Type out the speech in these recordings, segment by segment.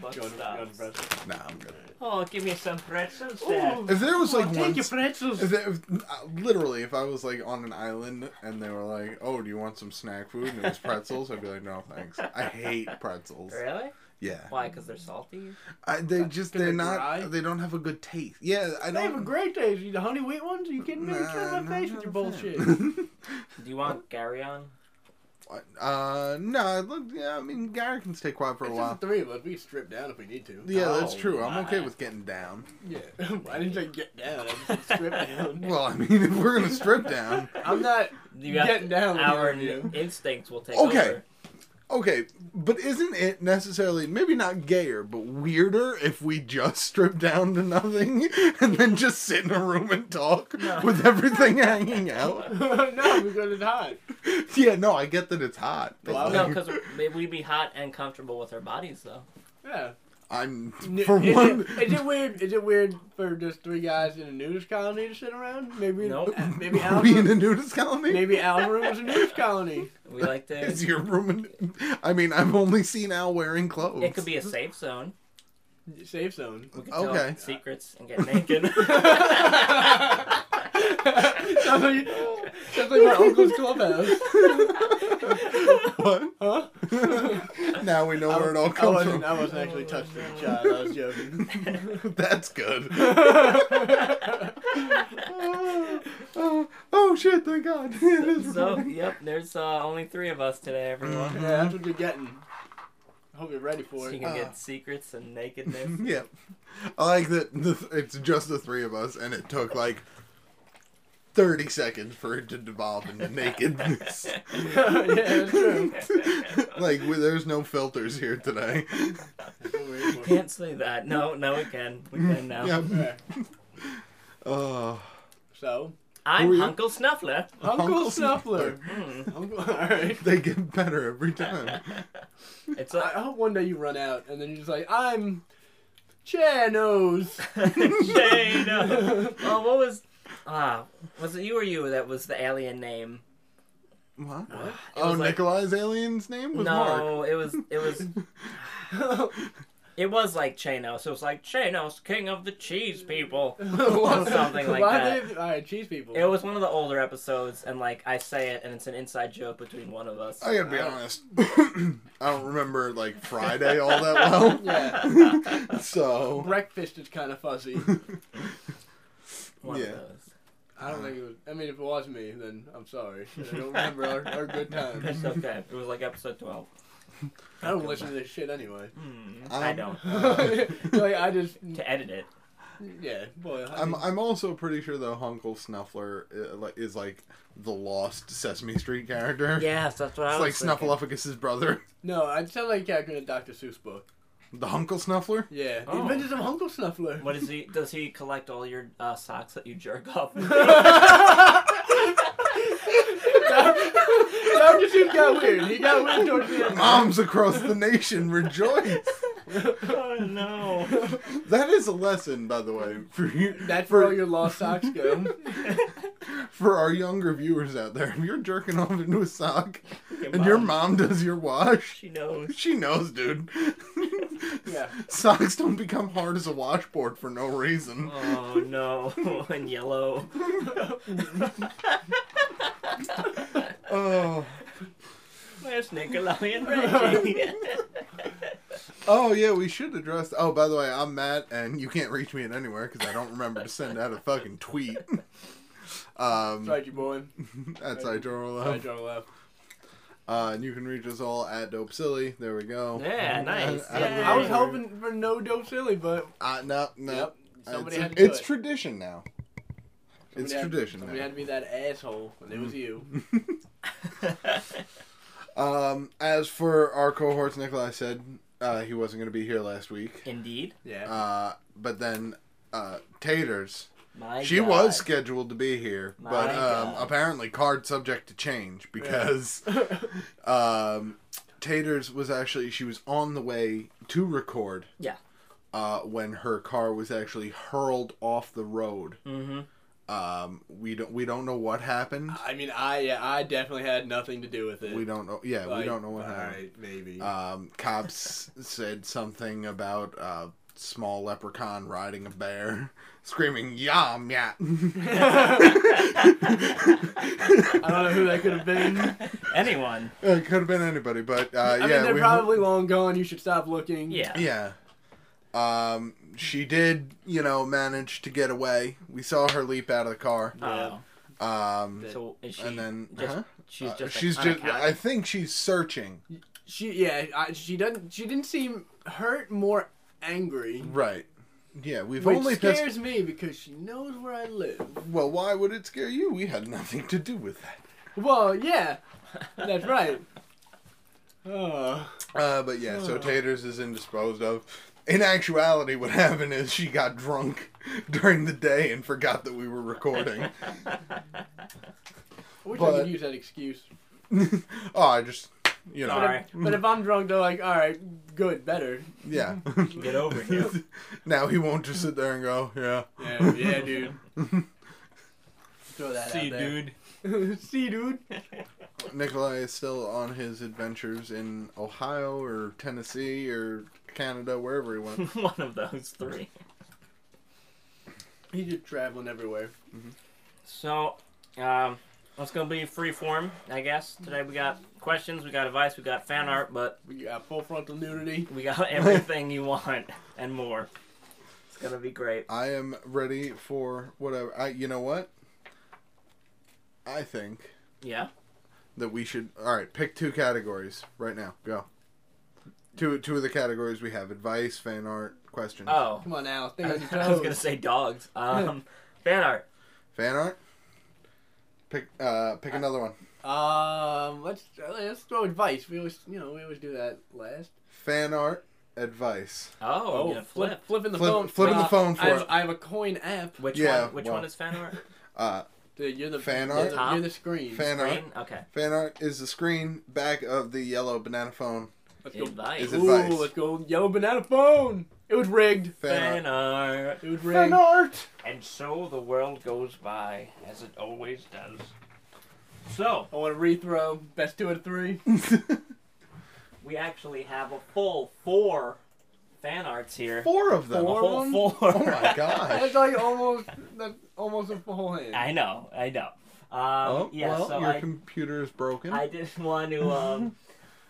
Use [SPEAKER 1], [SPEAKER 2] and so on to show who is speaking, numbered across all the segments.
[SPEAKER 1] butt
[SPEAKER 2] Go to- go to
[SPEAKER 1] stops.
[SPEAKER 2] breakfast.
[SPEAKER 3] Nah, I'm good.
[SPEAKER 1] Oh, give me some pretzels there.
[SPEAKER 2] Ooh.
[SPEAKER 3] If there was like
[SPEAKER 2] I'll
[SPEAKER 3] one,
[SPEAKER 2] take your pretzels.
[SPEAKER 3] if there, if, uh, literally, if I was like on an island and they were like, "Oh, do you want some snack food?" and it was pretzels, I'd be like, "No, thanks. I hate pretzels."
[SPEAKER 1] Really?
[SPEAKER 3] Yeah,
[SPEAKER 1] Why? Because they're salty?
[SPEAKER 3] I, they just
[SPEAKER 2] They're
[SPEAKER 3] they're not
[SPEAKER 2] dry.
[SPEAKER 3] they don't have a good taste. Yeah, I
[SPEAKER 2] They have a
[SPEAKER 3] don't.
[SPEAKER 2] great taste. You- The honey wheat ones? Are you kidding me? You're trying
[SPEAKER 3] Nah,
[SPEAKER 2] my face
[SPEAKER 3] not
[SPEAKER 2] with your
[SPEAKER 3] a fan.
[SPEAKER 2] bullshit.
[SPEAKER 1] Do you want carry on?
[SPEAKER 3] uh, no, look, yeah, I mean, Gary can stay quiet for a
[SPEAKER 2] It's
[SPEAKER 3] while.
[SPEAKER 2] just the three of us. We can strip down if we need to.
[SPEAKER 3] Yeah, that's
[SPEAKER 1] Oh,
[SPEAKER 3] true. I'm okay
[SPEAKER 1] my.
[SPEAKER 3] with getting down.
[SPEAKER 2] Yeah. Why didn't I get down? I just said strip down.
[SPEAKER 3] Well, I mean, if we're gonna strip down,
[SPEAKER 2] I'm not
[SPEAKER 1] You have
[SPEAKER 2] getting down. with
[SPEAKER 1] Our
[SPEAKER 2] you.
[SPEAKER 1] n- instincts will take
[SPEAKER 3] Okay.
[SPEAKER 1] over.
[SPEAKER 3] okay, but isn't it necessarily maybe not gayer, but weirder if we just strip down to nothing and then just sit in a room and talk
[SPEAKER 1] No.
[SPEAKER 3] with everything hanging out?
[SPEAKER 2] no, because it's hot.
[SPEAKER 3] Yeah, no, I get that it's hot. But
[SPEAKER 2] Well,
[SPEAKER 1] No,
[SPEAKER 3] like,
[SPEAKER 1] because we'd be hot and comfortable with our bodies, though.
[SPEAKER 2] Yeah.
[SPEAKER 3] I'm
[SPEAKER 2] N-
[SPEAKER 3] for
[SPEAKER 2] is
[SPEAKER 3] one.
[SPEAKER 2] It, is it weird? Is it weird for just three guys in a nudist colony to sit around? Maybe.
[SPEAKER 1] Nope.
[SPEAKER 2] uh, Maybe
[SPEAKER 3] Are we in
[SPEAKER 2] Alvin.
[SPEAKER 3] a nudist colony?
[SPEAKER 2] Maybe Alvin was a nudist colony.
[SPEAKER 1] We like to.
[SPEAKER 3] Is your room? In, I mean, I've only seen Al wearing clothes.
[SPEAKER 1] It could be a safe zone.
[SPEAKER 2] Safe zone.
[SPEAKER 1] We could tell
[SPEAKER 3] Okay.
[SPEAKER 1] secrets and get naked.
[SPEAKER 2] sounds, like, sounds like my uncle's clubhouse.
[SPEAKER 3] What?
[SPEAKER 2] Huh?
[SPEAKER 3] now we know where it all
[SPEAKER 2] I
[SPEAKER 3] comes
[SPEAKER 2] wasn't,
[SPEAKER 3] from.
[SPEAKER 2] I wasn't actually touched with a child. I was joking.
[SPEAKER 3] That's good. oh, oh shit! Thank God. It is
[SPEAKER 1] so,
[SPEAKER 3] recording.
[SPEAKER 1] yep, there's uh, only three of us today, everyone.
[SPEAKER 2] Yeah, that's what you're getting. I hope you're ready
[SPEAKER 1] So
[SPEAKER 2] for
[SPEAKER 1] you
[SPEAKER 2] it.
[SPEAKER 1] can
[SPEAKER 3] Ah.
[SPEAKER 1] get secrets and nakedness.
[SPEAKER 3] yeah, I like that. The, it's just the three of us, and it took like thirty seconds for it to devolve into nakedness.
[SPEAKER 2] yeah, that's true.
[SPEAKER 3] like we, there's no filters here today.
[SPEAKER 2] That's what we're here for.
[SPEAKER 1] Can't say that. No, no, we can. We can now.
[SPEAKER 3] Yeah.
[SPEAKER 2] Alright,
[SPEAKER 3] Oh.
[SPEAKER 2] So,
[SPEAKER 3] Who are
[SPEAKER 1] I'm
[SPEAKER 3] you?
[SPEAKER 1] Uncle Snuffler.
[SPEAKER 2] Uncle,
[SPEAKER 3] Uncle
[SPEAKER 2] Snuffler.
[SPEAKER 1] Mm.
[SPEAKER 2] Uncle, all right.
[SPEAKER 3] They get better every time.
[SPEAKER 1] It's
[SPEAKER 2] I
[SPEAKER 1] like
[SPEAKER 2] hope one day you run out and then you're just like, I'm Chanos.
[SPEAKER 1] Jane. Oh, what was? Ah, was it you or you that was the alien name?
[SPEAKER 3] What?
[SPEAKER 1] What?
[SPEAKER 3] Oh,
[SPEAKER 1] was like-
[SPEAKER 3] Nikolai's alien's name was Mark.
[SPEAKER 1] no, it was it was it was like Chanos. It was like Chanos, king of the cheese people. Something like that.
[SPEAKER 2] All right, cheese people.
[SPEAKER 1] It was one of the older episodes, and like I say it, and it's an inside joke between one of us.
[SPEAKER 3] I gotta be
[SPEAKER 2] I don't-
[SPEAKER 3] honest. I don't remember like Friday all that well.
[SPEAKER 2] yeah.
[SPEAKER 3] so
[SPEAKER 2] Breakfast is kind of fuzzy.
[SPEAKER 1] One
[SPEAKER 3] Yeah.
[SPEAKER 1] of those.
[SPEAKER 2] I don't think it was. I mean, if it was me, then I'm sorry. I don't remember our, our good times.
[SPEAKER 1] It's okay. It was like episode twelve.
[SPEAKER 2] I don't listen to this shit anyway.
[SPEAKER 1] Hmm,
[SPEAKER 3] I'm-
[SPEAKER 1] I don't.
[SPEAKER 3] um,
[SPEAKER 2] like I just,
[SPEAKER 1] To edit it.
[SPEAKER 2] yeah, boy. I
[SPEAKER 3] I'm
[SPEAKER 2] mean,
[SPEAKER 3] I'm also pretty sure though Hunkle Snuffler uh, like, is like the lost Sesame Street character.
[SPEAKER 1] Yes, that's what I
[SPEAKER 3] It's like
[SPEAKER 1] was thinking.
[SPEAKER 3] Snuffleupagus' brother,
[SPEAKER 2] no, I sound like a character in a Dr. Seuss book.
[SPEAKER 3] the Hunkle Snuffler.
[SPEAKER 2] Yeah,
[SPEAKER 1] Oh.
[SPEAKER 2] the Adventures of Uncle Snuffler.
[SPEAKER 1] What is he? Does he collect all your uh, socks that you jerk off? Oh,
[SPEAKER 2] Dr. Seuss got weird. He got weird towards the end.
[SPEAKER 3] Moms across the nation rejoice.
[SPEAKER 1] oh no!
[SPEAKER 3] That is a lesson, by the way, for you.
[SPEAKER 2] That's where
[SPEAKER 3] for
[SPEAKER 2] all your lost socks go.
[SPEAKER 3] for our younger viewers out there. If you're jerking off into a sock
[SPEAKER 1] Your
[SPEAKER 3] and your
[SPEAKER 1] mom.
[SPEAKER 3] mom does your wash,
[SPEAKER 1] She knows.
[SPEAKER 3] She knows, dude.
[SPEAKER 2] Yeah.
[SPEAKER 3] Socks don't become hard as a washboard for no reason.
[SPEAKER 1] Oh no! and yellow.
[SPEAKER 3] Oh.
[SPEAKER 1] Where's Nikolai and Reggie?
[SPEAKER 3] Oh yeah, we should address. Oh, by the way, I'm Matt, and you can't reach me at anywhere because I don't remember to send out a fucking tweet. Um,
[SPEAKER 2] Sorry, you boy.
[SPEAKER 3] that's Idoro
[SPEAKER 2] Sorry,
[SPEAKER 3] Love.
[SPEAKER 2] John left.
[SPEAKER 3] Uh, and you can reach us all at Dope Silly. There we go.
[SPEAKER 1] Yeah, nice.
[SPEAKER 3] I- I-
[SPEAKER 1] Yay.
[SPEAKER 2] I was hoping for no dope silly, but
[SPEAKER 3] Uh, no, no.
[SPEAKER 2] yep, somebody
[SPEAKER 3] it's
[SPEAKER 2] had to do
[SPEAKER 3] it's
[SPEAKER 2] it.
[SPEAKER 3] tradition now.
[SPEAKER 2] Somebody
[SPEAKER 3] it's
[SPEAKER 2] had-
[SPEAKER 3] tradition
[SPEAKER 2] Somebody
[SPEAKER 3] now.
[SPEAKER 2] had to be that asshole, and it
[SPEAKER 3] Mm.
[SPEAKER 2] was you.
[SPEAKER 3] Um, as for our cohorts, Nikolai said uh, he wasn't going to be here last week.
[SPEAKER 1] Indeed.
[SPEAKER 2] Yeah.
[SPEAKER 3] Uh, but then uh, Taters,
[SPEAKER 1] My.
[SPEAKER 3] she
[SPEAKER 1] God.
[SPEAKER 3] was scheduled to be here, but
[SPEAKER 1] My
[SPEAKER 3] um,
[SPEAKER 1] God.
[SPEAKER 3] apparently card subject to change because um, Taters was actually she was on the way to record
[SPEAKER 1] Yeah.
[SPEAKER 3] uh, when her car was actually hurled off the road
[SPEAKER 1] Mm-hmm.
[SPEAKER 3] Um, we don't we don't know what happened.
[SPEAKER 2] I mean, I yeah, I definitely had nothing to do with it.
[SPEAKER 3] We don't know. Yeah, we
[SPEAKER 2] Like,
[SPEAKER 3] don't know what
[SPEAKER 2] all
[SPEAKER 3] happened.
[SPEAKER 2] right, maybe.
[SPEAKER 3] Um, cops said something about a small leprechaun riding a bear, screaming "Yum, yeah!"
[SPEAKER 2] I don't know who that could have been.
[SPEAKER 1] Anyone?
[SPEAKER 3] it could have been anybody, but uh,
[SPEAKER 2] I
[SPEAKER 3] yeah,
[SPEAKER 2] mean, they're
[SPEAKER 3] we
[SPEAKER 2] probably long gone. You should stop looking.
[SPEAKER 1] Yeah.
[SPEAKER 3] yeah. Um, she did, you know, manage to get away. We saw her leap out of the car.
[SPEAKER 1] Oh.
[SPEAKER 3] Um,
[SPEAKER 1] So is she?
[SPEAKER 3] and then
[SPEAKER 1] just,
[SPEAKER 3] huh?
[SPEAKER 1] she's
[SPEAKER 3] Uh,
[SPEAKER 1] just. like,
[SPEAKER 3] she's just.
[SPEAKER 1] unaccounted-
[SPEAKER 3] I think she's searching.
[SPEAKER 2] She yeah. I, she doesn't. She didn't seem hurt. More angry.
[SPEAKER 3] Right. Yeah, we've
[SPEAKER 2] Which
[SPEAKER 3] only
[SPEAKER 2] scares
[SPEAKER 3] pissed.
[SPEAKER 2] me because she knows where I live.
[SPEAKER 3] Well, why would it scare you? We had nothing to do with that.
[SPEAKER 2] Well, yeah, that's right. Oh,
[SPEAKER 3] Uh, but yeah, so Taters is indisposed of. In actuality, what happened is she got drunk during the day and forgot that we were recording.
[SPEAKER 2] I wish I
[SPEAKER 3] But-
[SPEAKER 2] could use that excuse.
[SPEAKER 3] oh, I just, you know,
[SPEAKER 1] Sorry.
[SPEAKER 2] But if I'm drunk, they're like, all right, good, better.
[SPEAKER 3] yeah.
[SPEAKER 1] Get over here.
[SPEAKER 3] now he won't just sit there and go, yeah.
[SPEAKER 2] Yeah, yeah, dude. Throw that out there. dude. See, dude.
[SPEAKER 3] Nikolai is still on his adventures in Ohio or Tennessee or Canada, wherever he went.
[SPEAKER 1] One of those three.
[SPEAKER 2] He's just traveling everywhere.
[SPEAKER 1] So, um, it's gonna be free form, I guess. Today we got questions, we got advice, we got fan art, but
[SPEAKER 2] We got full frontal nudity.
[SPEAKER 1] we got everything you want and more. It's gonna be great.
[SPEAKER 3] I am ready for whatever. I, you know what? I think
[SPEAKER 1] Yeah.
[SPEAKER 3] that we should all right pick two categories right now go two two of the categories we have advice fan art questions
[SPEAKER 1] Oh,
[SPEAKER 2] Come on, Al. Stay
[SPEAKER 1] I
[SPEAKER 2] on
[SPEAKER 1] was
[SPEAKER 2] your
[SPEAKER 1] gonna
[SPEAKER 2] toes.
[SPEAKER 1] say dogs. Um, fan art.
[SPEAKER 3] fan art pick uh pick another one
[SPEAKER 2] Um, let's let's throw advice. We always, you know, we always do that last.
[SPEAKER 3] fan art advice
[SPEAKER 1] Oh, yeah, flip.
[SPEAKER 2] flip- flipping the
[SPEAKER 3] Flip-
[SPEAKER 2] phone.
[SPEAKER 3] flipping the
[SPEAKER 2] Uh,
[SPEAKER 3] phone for
[SPEAKER 2] I have,
[SPEAKER 3] it.
[SPEAKER 2] I have a coin app.
[SPEAKER 1] Which
[SPEAKER 3] Yeah,
[SPEAKER 1] one? Which
[SPEAKER 3] well.
[SPEAKER 1] one is fan art?
[SPEAKER 3] uh
[SPEAKER 2] Dude, you're the
[SPEAKER 3] Fan
[SPEAKER 2] you're
[SPEAKER 3] art?
[SPEAKER 2] the-
[SPEAKER 1] Top?
[SPEAKER 2] You're the screen.
[SPEAKER 3] fan art
[SPEAKER 1] Green. Okay.
[SPEAKER 3] fan art is the screen back of the yellow banana phone
[SPEAKER 2] Let's go.
[SPEAKER 1] Advice.
[SPEAKER 3] Is
[SPEAKER 2] Ooh,
[SPEAKER 3] it- advice.
[SPEAKER 2] let's go. Yellow banana phone. It was rigged.
[SPEAKER 3] fan,
[SPEAKER 1] Fan art.
[SPEAKER 2] It was
[SPEAKER 3] art
[SPEAKER 2] rigged.
[SPEAKER 3] art
[SPEAKER 1] And so the world goes by as it always does. So
[SPEAKER 2] I want to rethrow. Best two out of three.
[SPEAKER 1] we actually have a full four fan arts here.
[SPEAKER 3] four of them
[SPEAKER 1] A
[SPEAKER 2] Four Um,
[SPEAKER 1] whole
[SPEAKER 2] of 'em?
[SPEAKER 1] four.
[SPEAKER 3] oh my
[SPEAKER 2] That's
[SPEAKER 3] gosh
[SPEAKER 2] like almost that's almost a full hand.
[SPEAKER 1] I know, I know. Um,
[SPEAKER 3] oh
[SPEAKER 1] yeah,
[SPEAKER 3] well
[SPEAKER 1] so
[SPEAKER 3] your
[SPEAKER 1] I,
[SPEAKER 3] computer is broken
[SPEAKER 1] I didn't want to. Um,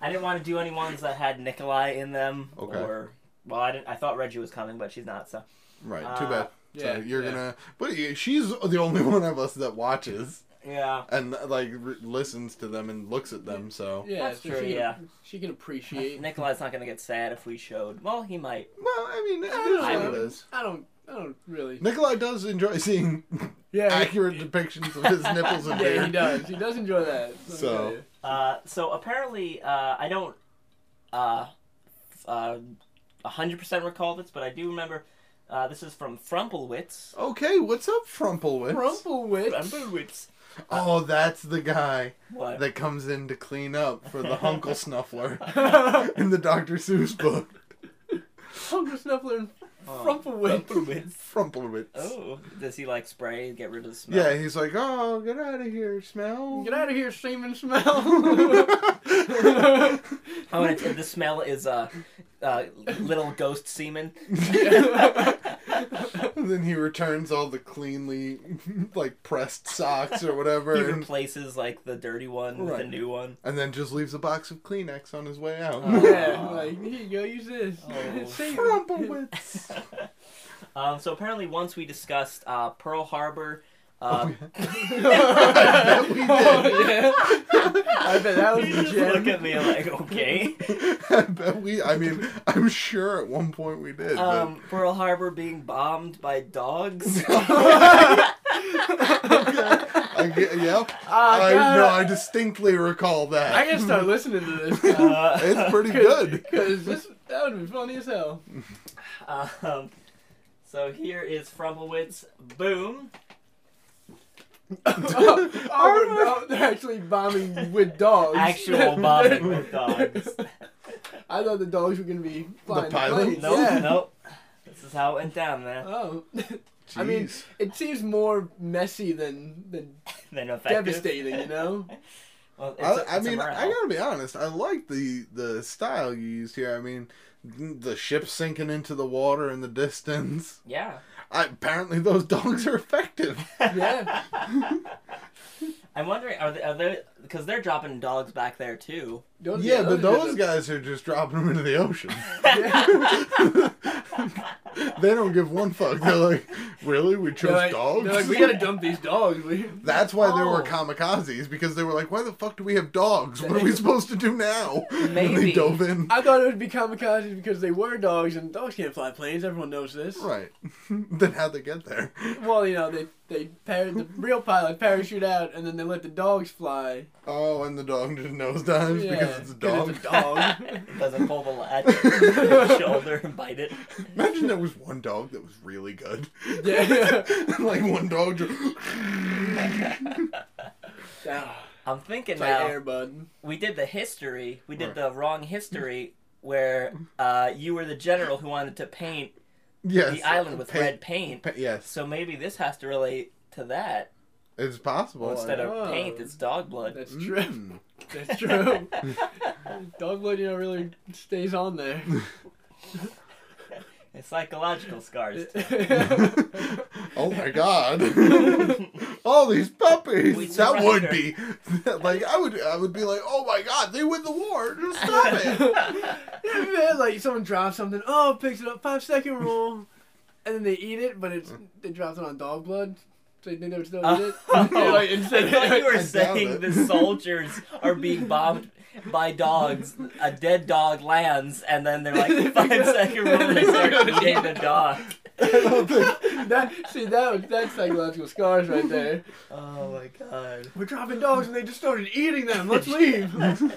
[SPEAKER 1] I didn't want to do any ones that had Nikolai in them.
[SPEAKER 3] Okay.
[SPEAKER 1] Or well, I didn't. I thought Reggie was coming, but she's not. So
[SPEAKER 3] right too
[SPEAKER 1] uh,
[SPEAKER 3] bad
[SPEAKER 2] yeah,
[SPEAKER 3] so you're
[SPEAKER 2] yeah.
[SPEAKER 3] gonna but you- she's the only one of us that watches
[SPEAKER 1] yeah.
[SPEAKER 3] and like r listens to them and looks at them. So
[SPEAKER 2] Yeah,
[SPEAKER 1] That's
[SPEAKER 2] so
[SPEAKER 1] true,
[SPEAKER 2] She,
[SPEAKER 1] yeah.
[SPEAKER 2] she can appreciate.
[SPEAKER 1] Nikolai's not gonna get sad if we showed. Well, he might.
[SPEAKER 3] well, I mean, it is
[SPEAKER 2] I
[SPEAKER 3] what
[SPEAKER 2] don't,
[SPEAKER 3] it is.
[SPEAKER 2] I don't. I don't really.
[SPEAKER 3] Nikolai does enjoy seeing
[SPEAKER 2] Yeah, he,
[SPEAKER 3] accurate depictions of his nipples and
[SPEAKER 2] yeah, he
[SPEAKER 3] beard.
[SPEAKER 2] does. He does enjoy that. let me
[SPEAKER 3] So-
[SPEAKER 2] tell you.
[SPEAKER 1] Uh, so apparently, uh, I don't uh, f- uh, 100% recall this, but I do remember uh, this is from Frumplewitz.
[SPEAKER 3] Okay, what's up, Frumplewitz?
[SPEAKER 2] Rumpelwitz.
[SPEAKER 1] Frumplewitz.
[SPEAKER 3] Oh, that's the guy
[SPEAKER 1] What?
[SPEAKER 3] that comes in to clean up for the Hunkle Snuffler in the Dr. Seuss book.
[SPEAKER 2] Hunger Snuffler and
[SPEAKER 1] Oh.
[SPEAKER 2] Rumpelwitz.
[SPEAKER 3] Frumplewitz.
[SPEAKER 1] Oh, does he like spray and get rid of the smell?
[SPEAKER 3] Yeah, he's like, oh, get out of here, smell.
[SPEAKER 2] Get out of here, semen smell.
[SPEAKER 1] Oh, and, it's, and the smell is uh, uh, little ghost semen.
[SPEAKER 3] And then he returns all the cleanly, like pressed socks or whatever.
[SPEAKER 1] He
[SPEAKER 3] and-
[SPEAKER 1] replaces like the dirty one with the
[SPEAKER 3] Right.
[SPEAKER 1] new one.
[SPEAKER 3] and then just leaves a box of Kleenex on his way out.
[SPEAKER 2] Oh, yeah, like here you go, use this.
[SPEAKER 1] Oh.
[SPEAKER 2] Semen.
[SPEAKER 3] Crumpowitz.
[SPEAKER 1] Um, so apparently, once we discussed uh, Pearl Harbor. Uh,
[SPEAKER 3] bet we did.
[SPEAKER 2] Oh, yeah. I bet that was
[SPEAKER 1] you
[SPEAKER 2] the
[SPEAKER 1] just look
[SPEAKER 2] gem.
[SPEAKER 1] at me like, okay.
[SPEAKER 3] I bet we. I mean, I'm sure at one point we did.
[SPEAKER 1] Um, Pearl Harbor being bombed by dogs.
[SPEAKER 3] but, I, get- yep.
[SPEAKER 2] Ah,
[SPEAKER 3] I
[SPEAKER 2] God,
[SPEAKER 3] no, I distinctly recall that.
[SPEAKER 2] I gotta start listening to this.
[SPEAKER 1] uh,
[SPEAKER 3] it's pretty good.
[SPEAKER 2] Because this that would be funny as hell.
[SPEAKER 1] um, so here is Frumplewitz. Boom.
[SPEAKER 2] Oh, oh, no, they're actually bombing with dogs.
[SPEAKER 1] Actual bombing with dogs.
[SPEAKER 2] I thought the dogs were gonna be flying
[SPEAKER 3] pilot?
[SPEAKER 2] planes.
[SPEAKER 1] Nope,
[SPEAKER 2] yeah.
[SPEAKER 1] nope. This is how it went down there.
[SPEAKER 2] Oh. I mean,
[SPEAKER 3] Jeez.
[SPEAKER 2] it seems more messy than than
[SPEAKER 1] Then effective.
[SPEAKER 2] devastating. You know.
[SPEAKER 1] Well, it's
[SPEAKER 3] I
[SPEAKER 1] a-
[SPEAKER 3] I
[SPEAKER 1] it's a
[SPEAKER 3] mean, I
[SPEAKER 1] morale.
[SPEAKER 3] gotta be honest. I like the the style you used here. I mean, the ship sinking into the water in the distance.
[SPEAKER 1] Yeah.
[SPEAKER 3] I, apparently, those dogs are effective.
[SPEAKER 2] Yeah.
[SPEAKER 1] I'm wondering, are they, are they, because they're dropping dogs back there too.
[SPEAKER 2] Those-
[SPEAKER 3] yeah, but
[SPEAKER 2] are
[SPEAKER 3] those
[SPEAKER 2] the-
[SPEAKER 3] guys are just dropping them into the ocean.
[SPEAKER 2] Yeah.
[SPEAKER 3] they don't give one fuck. They're like, really? We chose
[SPEAKER 2] They're like-
[SPEAKER 3] dogs?
[SPEAKER 2] They're like, we gotta dump these dogs. We,
[SPEAKER 3] That's why there were
[SPEAKER 1] Oh.
[SPEAKER 3] kamikazes because they were like, why the fuck do we have dogs? What are we supposed to do now? And
[SPEAKER 1] Maybe.
[SPEAKER 3] they dove in.
[SPEAKER 2] I thought it would be kamikazes because they were dogs, and dogs can't fly planes. Everyone knows this.
[SPEAKER 3] Right. then how'd they get there?
[SPEAKER 2] Well, you know, they they par- the real pilot parachute out, and then they let the dogs fly.
[SPEAKER 3] Oh, and the dog just nosedives because it's a dog.
[SPEAKER 2] It's a dog.
[SPEAKER 1] It doesn't pull the latch shoulder and bite it.
[SPEAKER 3] Imagine there was one dog that was really good.
[SPEAKER 2] yeah.
[SPEAKER 3] like one dog just.
[SPEAKER 2] Ah,
[SPEAKER 1] I'm thinking
[SPEAKER 2] it's like
[SPEAKER 1] now,
[SPEAKER 2] air bud.
[SPEAKER 1] we did the history, we did
[SPEAKER 3] Right.
[SPEAKER 1] the wrong history where uh, you were the general who wanted to paint
[SPEAKER 3] yes.
[SPEAKER 1] the island with
[SPEAKER 3] Pa-
[SPEAKER 1] red paint.
[SPEAKER 3] pa- yes.
[SPEAKER 1] So maybe this has to relate to that.
[SPEAKER 3] It's possible.
[SPEAKER 1] Instead of
[SPEAKER 2] Oh.
[SPEAKER 1] paint, it's dog blood.
[SPEAKER 2] That's true.
[SPEAKER 3] Mm.
[SPEAKER 2] That's true. dog blood, you know, really stays on there.
[SPEAKER 1] It's psychological scars.
[SPEAKER 3] oh my god. All these puppies.
[SPEAKER 1] We
[SPEAKER 3] that would
[SPEAKER 1] surrender.
[SPEAKER 3] be like I would I would be like, "Oh my god, they win the war. Just stop it."
[SPEAKER 2] Yeah, man, like someone drops something, oh, picks it up, five second rule, and then they eat it, but it's they dropped it on dog blood, so they think they would still eat it.
[SPEAKER 1] Oh.
[SPEAKER 2] Yeah, like,
[SPEAKER 1] I thought you were
[SPEAKER 3] I doubt
[SPEAKER 1] saying
[SPEAKER 3] it.
[SPEAKER 1] the soldiers are being bombed by dogs. A dead dog lands, and then they're like five second rule. They start eating the dog.
[SPEAKER 3] I don't think-
[SPEAKER 2] that see that was that's psychological scars right there.
[SPEAKER 1] Oh my god!
[SPEAKER 2] We're dropping dogs and they just started eating them. Let's leave.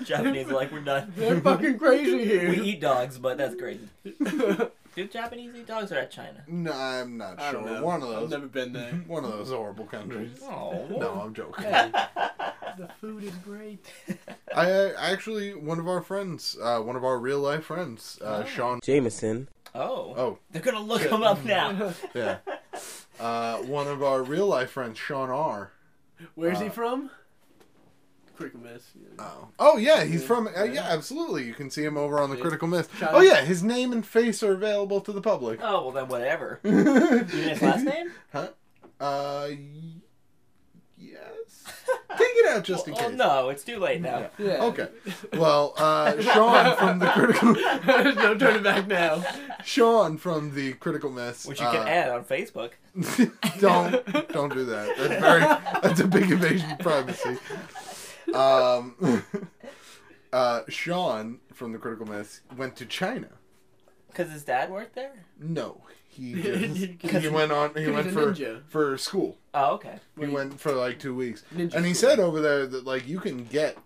[SPEAKER 1] Japanese are like we're done.
[SPEAKER 2] They're fucking crazy here.
[SPEAKER 1] We eat dogs, but that's crazy. Do Japanese eat dogs or at China?
[SPEAKER 3] no, I'm not
[SPEAKER 2] I
[SPEAKER 3] sure.
[SPEAKER 2] don't know.
[SPEAKER 3] One of
[SPEAKER 2] I've
[SPEAKER 3] those
[SPEAKER 2] never been there.
[SPEAKER 3] one of those horrible countries.
[SPEAKER 1] Oh
[SPEAKER 3] No, I'm joking.
[SPEAKER 2] Hey, the food is great.
[SPEAKER 3] I uh, actually one of our friends, uh, one of our real life friends, uh,
[SPEAKER 1] Oh.
[SPEAKER 3] Sean.
[SPEAKER 4] Jameson.
[SPEAKER 1] Oh,
[SPEAKER 3] Oh,
[SPEAKER 1] they're gonna look him up now.
[SPEAKER 3] yeah. Uh, one of our real life friends, Sean R.
[SPEAKER 2] Where's he
[SPEAKER 3] Uh,
[SPEAKER 2] from? Critical Miss. yeah.
[SPEAKER 3] Oh, oh yeah, he's
[SPEAKER 2] Yeah.
[SPEAKER 3] from. Uh, yeah, absolutely. You can see him over on the
[SPEAKER 2] See?
[SPEAKER 3] Critical Miss.
[SPEAKER 2] Shout
[SPEAKER 3] Oh
[SPEAKER 2] out.
[SPEAKER 3] yeah, his name and face are available to the public.
[SPEAKER 1] Oh well, then whatever. Even his last
[SPEAKER 3] Last
[SPEAKER 1] name?
[SPEAKER 3] Huh? Uh, y- yes. Take it out just in
[SPEAKER 1] Well, oh,
[SPEAKER 3] case.
[SPEAKER 1] no, it's too late now.
[SPEAKER 2] Yeah.
[SPEAKER 3] Okay. Well, uh, Sean from the critical
[SPEAKER 2] There's no turning back now.
[SPEAKER 3] Sean from the critical miss.
[SPEAKER 1] Which you can
[SPEAKER 3] uh,
[SPEAKER 1] add on Facebook.
[SPEAKER 3] don't don't do that. That's very that's a big invasion of privacy. Um, uh, Sean from the Critical Mass went to China.
[SPEAKER 1] Because his dad worked there?
[SPEAKER 3] No, he just,
[SPEAKER 2] Because
[SPEAKER 3] he went on he
[SPEAKER 2] he's
[SPEAKER 3] went
[SPEAKER 2] a
[SPEAKER 3] for
[SPEAKER 2] ninja.
[SPEAKER 3] for school.
[SPEAKER 1] Oh, okay.
[SPEAKER 3] He
[SPEAKER 2] Wait.
[SPEAKER 3] went for like two weeks,
[SPEAKER 2] Ninja
[SPEAKER 3] and he
[SPEAKER 2] school.
[SPEAKER 3] said over there that like you can get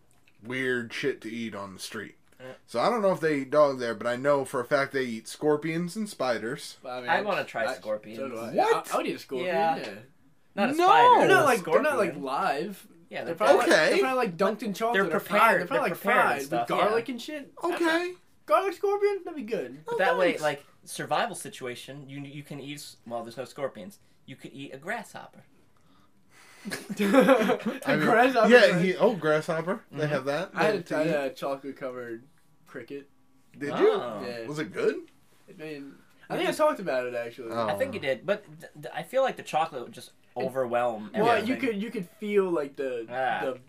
[SPEAKER 3] weird shit to eat on the street.
[SPEAKER 1] Yeah.
[SPEAKER 3] So I don't know if they eat dog there, but I know for a fact they eat scorpions and spiders.
[SPEAKER 2] I, mean,
[SPEAKER 1] I wanna try
[SPEAKER 2] I-
[SPEAKER 1] scorpions.
[SPEAKER 2] So do I.
[SPEAKER 3] What?
[SPEAKER 2] I, I would eat a scorpion.
[SPEAKER 1] Yeah.
[SPEAKER 2] Yeah. Oh,
[SPEAKER 1] Not a
[SPEAKER 3] No!
[SPEAKER 1] spider.
[SPEAKER 2] They're
[SPEAKER 1] a
[SPEAKER 2] not like they're
[SPEAKER 1] scorpion.
[SPEAKER 2] not like live.
[SPEAKER 1] yeah,
[SPEAKER 2] They're
[SPEAKER 1] they're
[SPEAKER 2] probably
[SPEAKER 1] probably-
[SPEAKER 2] like,
[SPEAKER 3] Okay.
[SPEAKER 2] they're probably like dunked in chocolate.
[SPEAKER 1] They're
[SPEAKER 2] or fried. They're
[SPEAKER 1] prepared-
[SPEAKER 2] probably
[SPEAKER 1] they're
[SPEAKER 2] like
[SPEAKER 1] prepared and
[SPEAKER 2] fried
[SPEAKER 1] stuff,
[SPEAKER 2] with garlic and shit.
[SPEAKER 3] Okay,
[SPEAKER 2] Garlic scorpion? That'd be good.
[SPEAKER 1] But that way,
[SPEAKER 3] nice.
[SPEAKER 1] like survival situation, you you can eat. s- Well, there's no scorpions. You could eat a grasshopper.
[SPEAKER 3] I mean,
[SPEAKER 2] Grasshopper,
[SPEAKER 3] yeah.
[SPEAKER 2] right? Mm-hmm.
[SPEAKER 3] He, oh, grasshopper. They have that.
[SPEAKER 2] I had a,
[SPEAKER 3] to
[SPEAKER 2] I
[SPEAKER 3] eat.
[SPEAKER 2] had a chocolate covered cricket.
[SPEAKER 3] Did
[SPEAKER 1] Oh.
[SPEAKER 3] you?
[SPEAKER 2] Yeah.
[SPEAKER 3] Was it good?
[SPEAKER 2] I mean, I think I talked about it actually.
[SPEAKER 3] Oh.
[SPEAKER 1] I think you did, but th- th- I feel like the chocolate would just overwhelm.
[SPEAKER 2] Well,
[SPEAKER 1] everything.
[SPEAKER 2] you could you could feel like the
[SPEAKER 1] Ah.
[SPEAKER 2] the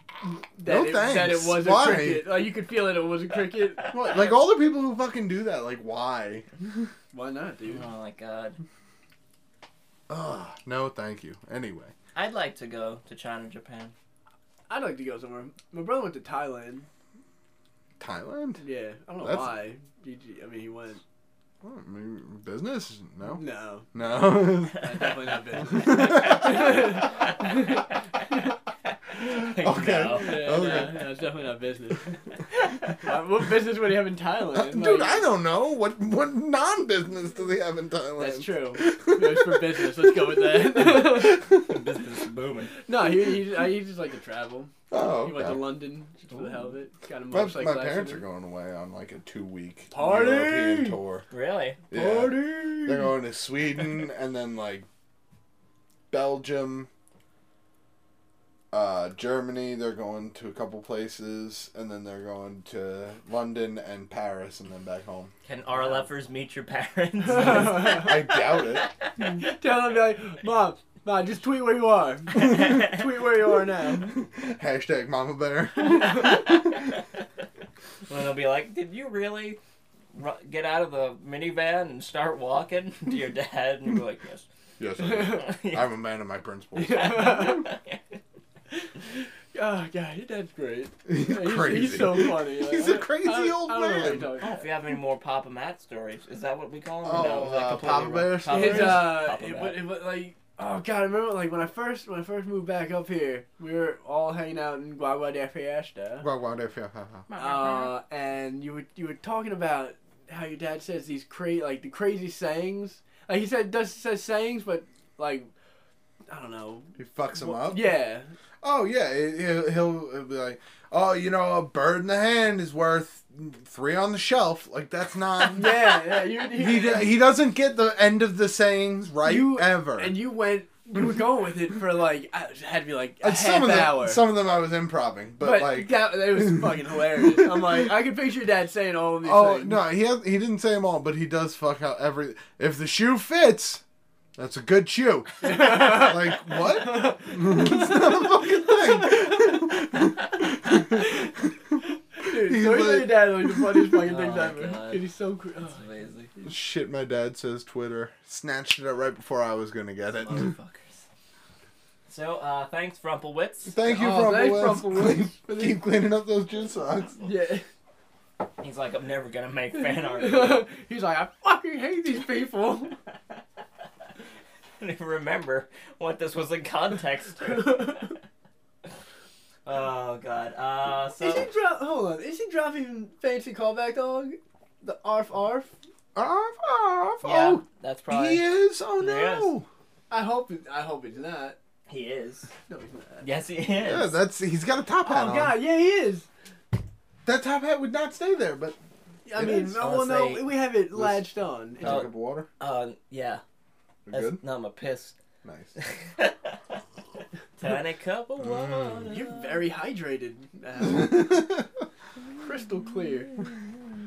[SPEAKER 2] that,
[SPEAKER 3] No
[SPEAKER 2] it, that it
[SPEAKER 3] thanks.
[SPEAKER 2] was
[SPEAKER 3] Why?
[SPEAKER 2] a cricket. Like you could feel that it was a cricket.
[SPEAKER 3] What? Like all the people who fucking do that. Like why?
[SPEAKER 2] Why not, dude?
[SPEAKER 1] Oh my god!
[SPEAKER 3] Ugh. No, thank you. Anyway.
[SPEAKER 1] I'd like to go to China, Japan.
[SPEAKER 2] I'd like to go somewhere. My brother went to Thailand.
[SPEAKER 3] Thailand?
[SPEAKER 2] Yeah, I don't know
[SPEAKER 3] That's-
[SPEAKER 2] why. GG. I mean, he went.
[SPEAKER 3] What, maybe business? No.
[SPEAKER 2] No,
[SPEAKER 3] No.
[SPEAKER 2] that's definitely not business.
[SPEAKER 1] okay.
[SPEAKER 3] Okay.
[SPEAKER 2] Yeah,
[SPEAKER 1] No.
[SPEAKER 2] no,
[SPEAKER 3] Okay.
[SPEAKER 2] no, it's definitely not business. Why- what business would he have in Thailand?
[SPEAKER 3] Uh, Dude,
[SPEAKER 2] Like,
[SPEAKER 3] I don't know. What what non business do they have in Thailand?
[SPEAKER 2] That's true. It was for business. Let's go with that.
[SPEAKER 1] Business is booming.
[SPEAKER 2] no, he, he, I- he just like to travel.
[SPEAKER 3] Oh,
[SPEAKER 2] He went to
[SPEAKER 3] okay.
[SPEAKER 2] London just for the hell of it. Got a
[SPEAKER 3] my,
[SPEAKER 2] motorcycle
[SPEAKER 3] my parents are
[SPEAKER 2] accident.
[SPEAKER 3] going away on like a two week
[SPEAKER 2] Party!
[SPEAKER 3] European tour.
[SPEAKER 1] Really?
[SPEAKER 3] Yeah.
[SPEAKER 2] Party!
[SPEAKER 3] They're going to Sweden and then like Belgium, uh, Germany. They're going to a couple places, and then they're going to London and Paris, and then back home.
[SPEAKER 1] Can RLFers meet your parents?
[SPEAKER 3] I doubt it.
[SPEAKER 2] Tell them, be like, Mom, Mom, just tweet where you are. tweet where you are now.
[SPEAKER 3] Hashtag Mama Bear.
[SPEAKER 1] when they'll be like, "Did you really ru- get out of the minivan and start walking to your dad?" And you're like, "Yes."
[SPEAKER 3] yes, I do. I'm a man of my principles.
[SPEAKER 2] oh, God, your dad's great.
[SPEAKER 3] He's
[SPEAKER 2] Yeah, he's,
[SPEAKER 3] crazy.
[SPEAKER 2] he's so funny. Like,
[SPEAKER 3] He's
[SPEAKER 2] I
[SPEAKER 3] a
[SPEAKER 2] don't-
[SPEAKER 3] crazy
[SPEAKER 2] I don't-
[SPEAKER 3] old
[SPEAKER 2] I don't know what
[SPEAKER 3] man.
[SPEAKER 2] you're talking
[SPEAKER 1] Oh, if you have any more Papa Matt stories, is that what we call them?
[SPEAKER 3] Oh,
[SPEAKER 1] is that
[SPEAKER 3] uh,
[SPEAKER 1] completely
[SPEAKER 3] Papa
[SPEAKER 1] wrong?
[SPEAKER 3] Bear
[SPEAKER 1] Papa
[SPEAKER 3] stories?
[SPEAKER 2] It's
[SPEAKER 1] Bear?
[SPEAKER 2] uh,
[SPEAKER 1] Papa
[SPEAKER 2] it,
[SPEAKER 1] Matt.
[SPEAKER 2] wa- it, was like oh god, I remember like when I first when I first moved back up here, we were all hanging out in Guagua de Fiesta,
[SPEAKER 3] Wow, wow, yeah, yeah, yeah.
[SPEAKER 2] uh, and you were you were talking about how your dad says these cra- like the crazy sayings. Like he said does says sayings, but like I don't know.
[SPEAKER 3] He fucks him
[SPEAKER 2] Wha-
[SPEAKER 3] up.
[SPEAKER 2] Yeah,
[SPEAKER 3] Oh yeah, he- he'll, he'll he'll be like, oh, you know, a bird in the hand is worth three on the shelf. Like that's not.
[SPEAKER 2] yeah, yeah. You, you,
[SPEAKER 3] he d- he doesn't get the end of the sayings right
[SPEAKER 2] You-
[SPEAKER 3] ever.
[SPEAKER 2] and you went you were going with it for like I it had to be like a
[SPEAKER 3] And
[SPEAKER 2] half
[SPEAKER 3] some of them,
[SPEAKER 2] hour.
[SPEAKER 3] some of them I was improving, but,
[SPEAKER 2] but
[SPEAKER 3] like,
[SPEAKER 2] that, that was fucking hilarious. I'm like, I could picture your dad saying all of these
[SPEAKER 3] oh
[SPEAKER 2] things.
[SPEAKER 3] no, he has, he didn't say them all, but he does fuck out every. If the shoe fits, that's a good shoe. like what? it's not a fucking thing.
[SPEAKER 2] Dude,
[SPEAKER 3] He's
[SPEAKER 2] stories
[SPEAKER 3] like-
[SPEAKER 2] like, your dad are like the funniest fucking
[SPEAKER 1] Oh
[SPEAKER 2] things
[SPEAKER 1] my
[SPEAKER 2] ever.
[SPEAKER 1] God.
[SPEAKER 2] It is so cr- oh.
[SPEAKER 1] That's amazing.
[SPEAKER 3] Shit, my dad says Twitter snatched it up right before I was gonna get it.
[SPEAKER 1] Motherfuckers. So, uh, thanks, Frumplewitz.
[SPEAKER 3] Thank you,
[SPEAKER 2] Oh, thanks,
[SPEAKER 3] Frumplewitz.
[SPEAKER 2] Frumplewitz, for the-
[SPEAKER 3] Keep cleaning up those gin socks.
[SPEAKER 2] Yeah.
[SPEAKER 1] He's like, I'm never gonna make fan art.
[SPEAKER 2] He's like, I fucking hate these people.
[SPEAKER 1] I don't even remember what this was in context.
[SPEAKER 2] is
[SPEAKER 1] to. oh god. Uh,
[SPEAKER 2] he
[SPEAKER 1] so
[SPEAKER 2] drop? Hold on. Is he dropping fancy callback dog? The arf arf.
[SPEAKER 3] Arf, arf.
[SPEAKER 1] yeah,
[SPEAKER 3] Oh,
[SPEAKER 1] that's probably
[SPEAKER 3] he is. Oh no.
[SPEAKER 2] I hope. It, I hope it's not.
[SPEAKER 1] He is.
[SPEAKER 2] No, he's not.
[SPEAKER 1] Yes, he is.
[SPEAKER 3] Yeah, that's he's got a top hat
[SPEAKER 2] Oh
[SPEAKER 3] on.
[SPEAKER 2] god, yeah, he is.
[SPEAKER 3] That top hat would not stay there, but
[SPEAKER 2] I
[SPEAKER 3] It
[SPEAKER 2] mean,
[SPEAKER 3] is.
[SPEAKER 2] no, well, no,
[SPEAKER 1] Honestly,
[SPEAKER 2] we have it latched on.
[SPEAKER 3] Drink
[SPEAKER 1] Oh.
[SPEAKER 3] a cup of water.
[SPEAKER 1] Uh, yeah.
[SPEAKER 3] We
[SPEAKER 1] That's,
[SPEAKER 3] good.
[SPEAKER 1] No, I'm a piss.
[SPEAKER 3] Nice.
[SPEAKER 1] Tiny cup
[SPEAKER 3] Mm.
[SPEAKER 1] of water.
[SPEAKER 2] You're very hydrated, now. crystal clear.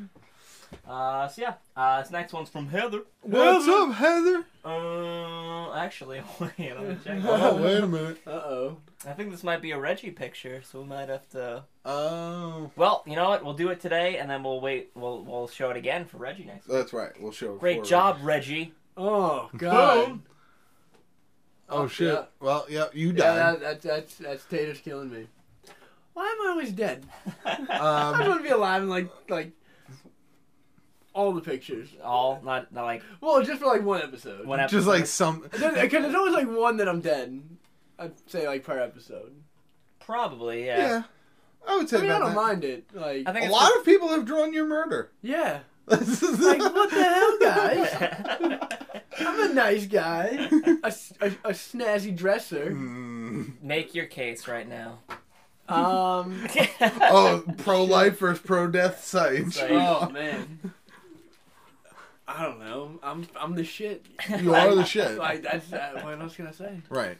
[SPEAKER 1] Uh, so yeah. Uh, this next one's from Heather.
[SPEAKER 3] What's up, Heather?
[SPEAKER 1] Uh, actually, wait, I'm gonna check.
[SPEAKER 3] Oh, wait a minute.
[SPEAKER 2] Uh oh.
[SPEAKER 1] I think this might be a Reggie picture, so we might have to.
[SPEAKER 3] Oh,
[SPEAKER 1] Well, you know what? We'll do it today, and then we'll wait. We'll we'll show it again for Reggie next. Week.
[SPEAKER 3] that's right. We'll show. it
[SPEAKER 1] Great
[SPEAKER 3] forward.
[SPEAKER 1] job, Reggie.
[SPEAKER 2] Oh god.
[SPEAKER 1] Boom.
[SPEAKER 3] Oh shit.
[SPEAKER 2] Yeah.
[SPEAKER 3] Well, yeah, you
[SPEAKER 2] Yeah,
[SPEAKER 3] died.
[SPEAKER 2] that, that, that's that's Tater's killing me. Why am I always dead? I just
[SPEAKER 3] um,
[SPEAKER 2] want to be alive in like like all the pictures.
[SPEAKER 1] All not, not like
[SPEAKER 2] Well, just for like one episode.
[SPEAKER 1] one episode.
[SPEAKER 3] just like some.
[SPEAKER 2] Because there's always like one that I'm dead. I'd say like per episode.
[SPEAKER 1] probably yeah.
[SPEAKER 3] Yeah. I would say
[SPEAKER 2] I mean, I
[SPEAKER 3] about
[SPEAKER 2] don't
[SPEAKER 3] that.
[SPEAKER 2] mind it. Like,
[SPEAKER 1] I think
[SPEAKER 3] A
[SPEAKER 1] it's
[SPEAKER 3] lot of people have drawn your murder.
[SPEAKER 2] yeah.
[SPEAKER 3] like
[SPEAKER 2] Like, what the hell, guys?
[SPEAKER 1] just-
[SPEAKER 2] I'm a nice guy, a, s- a- a snazzy
[SPEAKER 3] Mm.
[SPEAKER 2] dresser.
[SPEAKER 3] Hmm.
[SPEAKER 1] Make your case right now.
[SPEAKER 2] Um.
[SPEAKER 3] Oh, pro life versus pro death sites.
[SPEAKER 1] Sites.
[SPEAKER 2] Oh man. I don't know. I'm I'm the shit.
[SPEAKER 3] You are the shit.
[SPEAKER 2] Like that's uh, what else can I say?
[SPEAKER 3] Right.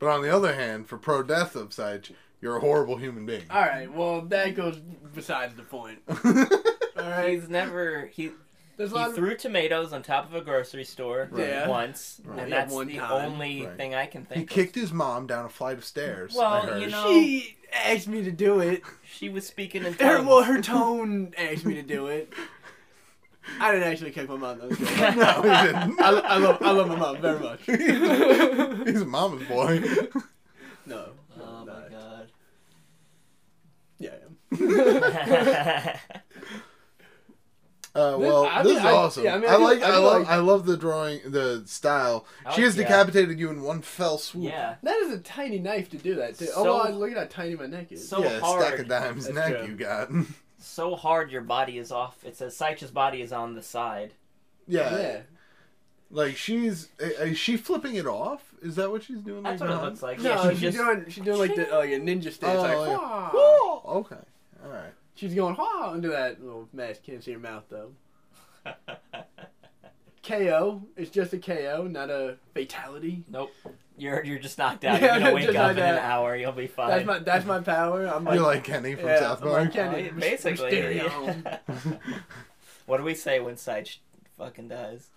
[SPEAKER 3] But on the other hand, for pro death of such, you're a horrible human being.
[SPEAKER 2] All right. Well, that goes besides the point. All right.
[SPEAKER 1] He's never he
[SPEAKER 2] There's a
[SPEAKER 1] he
[SPEAKER 2] lot. Of,
[SPEAKER 1] threw tomatoes on top of a grocery store
[SPEAKER 3] Right.
[SPEAKER 2] Yeah.
[SPEAKER 1] once,
[SPEAKER 3] Right.
[SPEAKER 1] and
[SPEAKER 2] Yeah,
[SPEAKER 1] that's
[SPEAKER 2] one
[SPEAKER 1] the
[SPEAKER 2] time.
[SPEAKER 1] only
[SPEAKER 3] Right.
[SPEAKER 1] thing I can think.
[SPEAKER 3] he kicked his mom down a flight of stairs.
[SPEAKER 1] Well,
[SPEAKER 3] I heard.
[SPEAKER 1] you know-
[SPEAKER 2] she asked me to do it.
[SPEAKER 1] Of. She was speaking in
[SPEAKER 2] Her, well,
[SPEAKER 1] tongues.
[SPEAKER 2] her tone asked me to do it. I didn't actually kick my mom. That was good.
[SPEAKER 3] no, he didn't.
[SPEAKER 2] I, lo- I love I love my mom very much.
[SPEAKER 3] He's a mama's boy.
[SPEAKER 2] No. no,
[SPEAKER 1] Oh
[SPEAKER 2] I'm
[SPEAKER 1] my
[SPEAKER 2] not.
[SPEAKER 1] god.
[SPEAKER 2] Yeah. I am.
[SPEAKER 3] Uh, well,
[SPEAKER 2] I
[SPEAKER 3] this
[SPEAKER 2] mean,
[SPEAKER 3] is
[SPEAKER 2] I-
[SPEAKER 3] awesome.
[SPEAKER 2] yeah, I
[SPEAKER 3] I,
[SPEAKER 2] mean, I do-
[SPEAKER 3] like,
[SPEAKER 2] I
[SPEAKER 3] I,
[SPEAKER 2] do
[SPEAKER 3] love,
[SPEAKER 2] like-
[SPEAKER 3] I love the drawing, the style.
[SPEAKER 1] I
[SPEAKER 3] she
[SPEAKER 1] like-
[SPEAKER 3] has
[SPEAKER 2] uh,
[SPEAKER 1] yeah.
[SPEAKER 3] decapitated you in one fell swoop.
[SPEAKER 1] yeah.
[SPEAKER 2] That is a tiny knife to do that too.
[SPEAKER 1] So-
[SPEAKER 2] oh, well, look at how tiny my neck is.
[SPEAKER 1] So
[SPEAKER 3] yeah, a stack
[SPEAKER 1] hard.
[SPEAKER 3] of dimes
[SPEAKER 2] That's
[SPEAKER 3] neck
[SPEAKER 2] true.
[SPEAKER 3] you got.
[SPEAKER 1] So hard. Your body is off. It says Seich's body is on the side.
[SPEAKER 3] yeah,
[SPEAKER 2] yeah.
[SPEAKER 3] like she's uh, is she flipping it off? Is that what she's doing?
[SPEAKER 1] That's
[SPEAKER 3] like,
[SPEAKER 1] what it
[SPEAKER 3] now?
[SPEAKER 1] looks like.
[SPEAKER 2] No,
[SPEAKER 1] yeah,
[SPEAKER 2] she's
[SPEAKER 1] she just
[SPEAKER 2] doing she's doing like the like a ninja stance.
[SPEAKER 3] Oh,
[SPEAKER 2] like,
[SPEAKER 3] yeah.
[SPEAKER 2] "Wah."
[SPEAKER 3] Oh, okay, all right.
[SPEAKER 2] She's going ha into that little mask. Can't see her mouth though. KO. It's just a KO, not a fatality.
[SPEAKER 1] nope. You're you're just knocked out.
[SPEAKER 2] Yeah,
[SPEAKER 1] you're gonna wake
[SPEAKER 2] just
[SPEAKER 1] up
[SPEAKER 2] knocked
[SPEAKER 1] in an
[SPEAKER 2] out.
[SPEAKER 1] hour. You'll be fine.
[SPEAKER 2] That's my that's my power. I'm like,
[SPEAKER 3] You're like Kenny from
[SPEAKER 2] Yeah,
[SPEAKER 3] South
[SPEAKER 2] I'm like
[SPEAKER 3] Park.
[SPEAKER 1] Uh,
[SPEAKER 2] Kenny.
[SPEAKER 1] basically.
[SPEAKER 2] Mysterio.
[SPEAKER 1] what do we say when Sage fucking dies?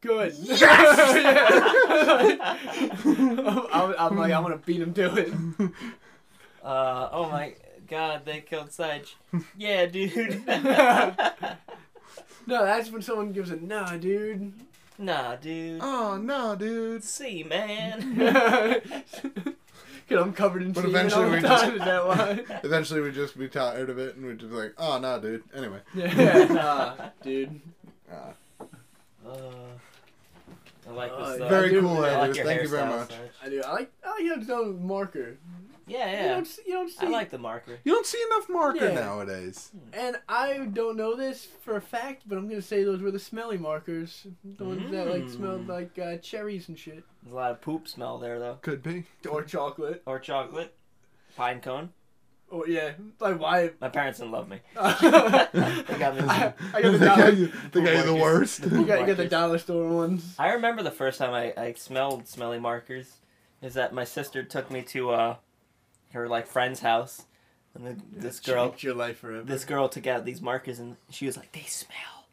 [SPEAKER 2] good.
[SPEAKER 1] Yes!
[SPEAKER 2] I'm, I'm- I'm like I want to beat him to it.
[SPEAKER 1] Uh, oh my god, they killed Sage. Yeah, dude.
[SPEAKER 2] No, that's when someone gives a nah, dude.
[SPEAKER 1] nah, dude.
[SPEAKER 3] oh no, dude.
[SPEAKER 1] See, man.
[SPEAKER 2] Cause I'm covered in
[SPEAKER 3] But
[SPEAKER 2] semen
[SPEAKER 3] eventually
[SPEAKER 2] all the
[SPEAKER 3] we
[SPEAKER 2] time.
[SPEAKER 3] just-
[SPEAKER 2] Is that why?
[SPEAKER 3] Eventually, we'd just be tired of it, and we'd just be like, "Oh no, dude." Anyway,
[SPEAKER 2] yeah, nah, dude.
[SPEAKER 3] uh,
[SPEAKER 1] Uh, I like this.
[SPEAKER 2] Uh,
[SPEAKER 1] though.
[SPEAKER 3] very
[SPEAKER 2] do-
[SPEAKER 3] cool,
[SPEAKER 2] I
[SPEAKER 1] I
[SPEAKER 3] Heather.
[SPEAKER 1] like your
[SPEAKER 3] Thank you very
[SPEAKER 1] hairstyle,
[SPEAKER 3] much.
[SPEAKER 1] Sarge.
[SPEAKER 2] I do. I like. I like how it's done with marker.
[SPEAKER 1] Yeah,
[SPEAKER 2] You
[SPEAKER 1] yeah.
[SPEAKER 2] don't see. You don't see.
[SPEAKER 1] I like the marker.
[SPEAKER 3] You don't see enough marker
[SPEAKER 2] Yeah.
[SPEAKER 3] nowadays.
[SPEAKER 2] And I don't know this for a fact, but I'm gonna say those were the smelly markers, the ones that like smelled
[SPEAKER 1] Mm.
[SPEAKER 2] like uh, cherries and shit,
[SPEAKER 1] There's a lot of poop smell there though.
[SPEAKER 3] Could be.
[SPEAKER 2] or chocolate,
[SPEAKER 1] Or chocolate. Pine cone.
[SPEAKER 2] or yeah, like why?
[SPEAKER 1] My parents didn't love me.
[SPEAKER 2] I,
[SPEAKER 1] got me.
[SPEAKER 2] I got the
[SPEAKER 3] They
[SPEAKER 2] dollar.
[SPEAKER 3] you- they got you the worst.
[SPEAKER 2] You got, you got the dollar store ones.
[SPEAKER 1] I remember the first time I, I smelled smelly markers is that my sister took me to uh, her like friend's house and then this girl
[SPEAKER 2] Changed your life forever.
[SPEAKER 1] this girl took out these markers and she was like they smell.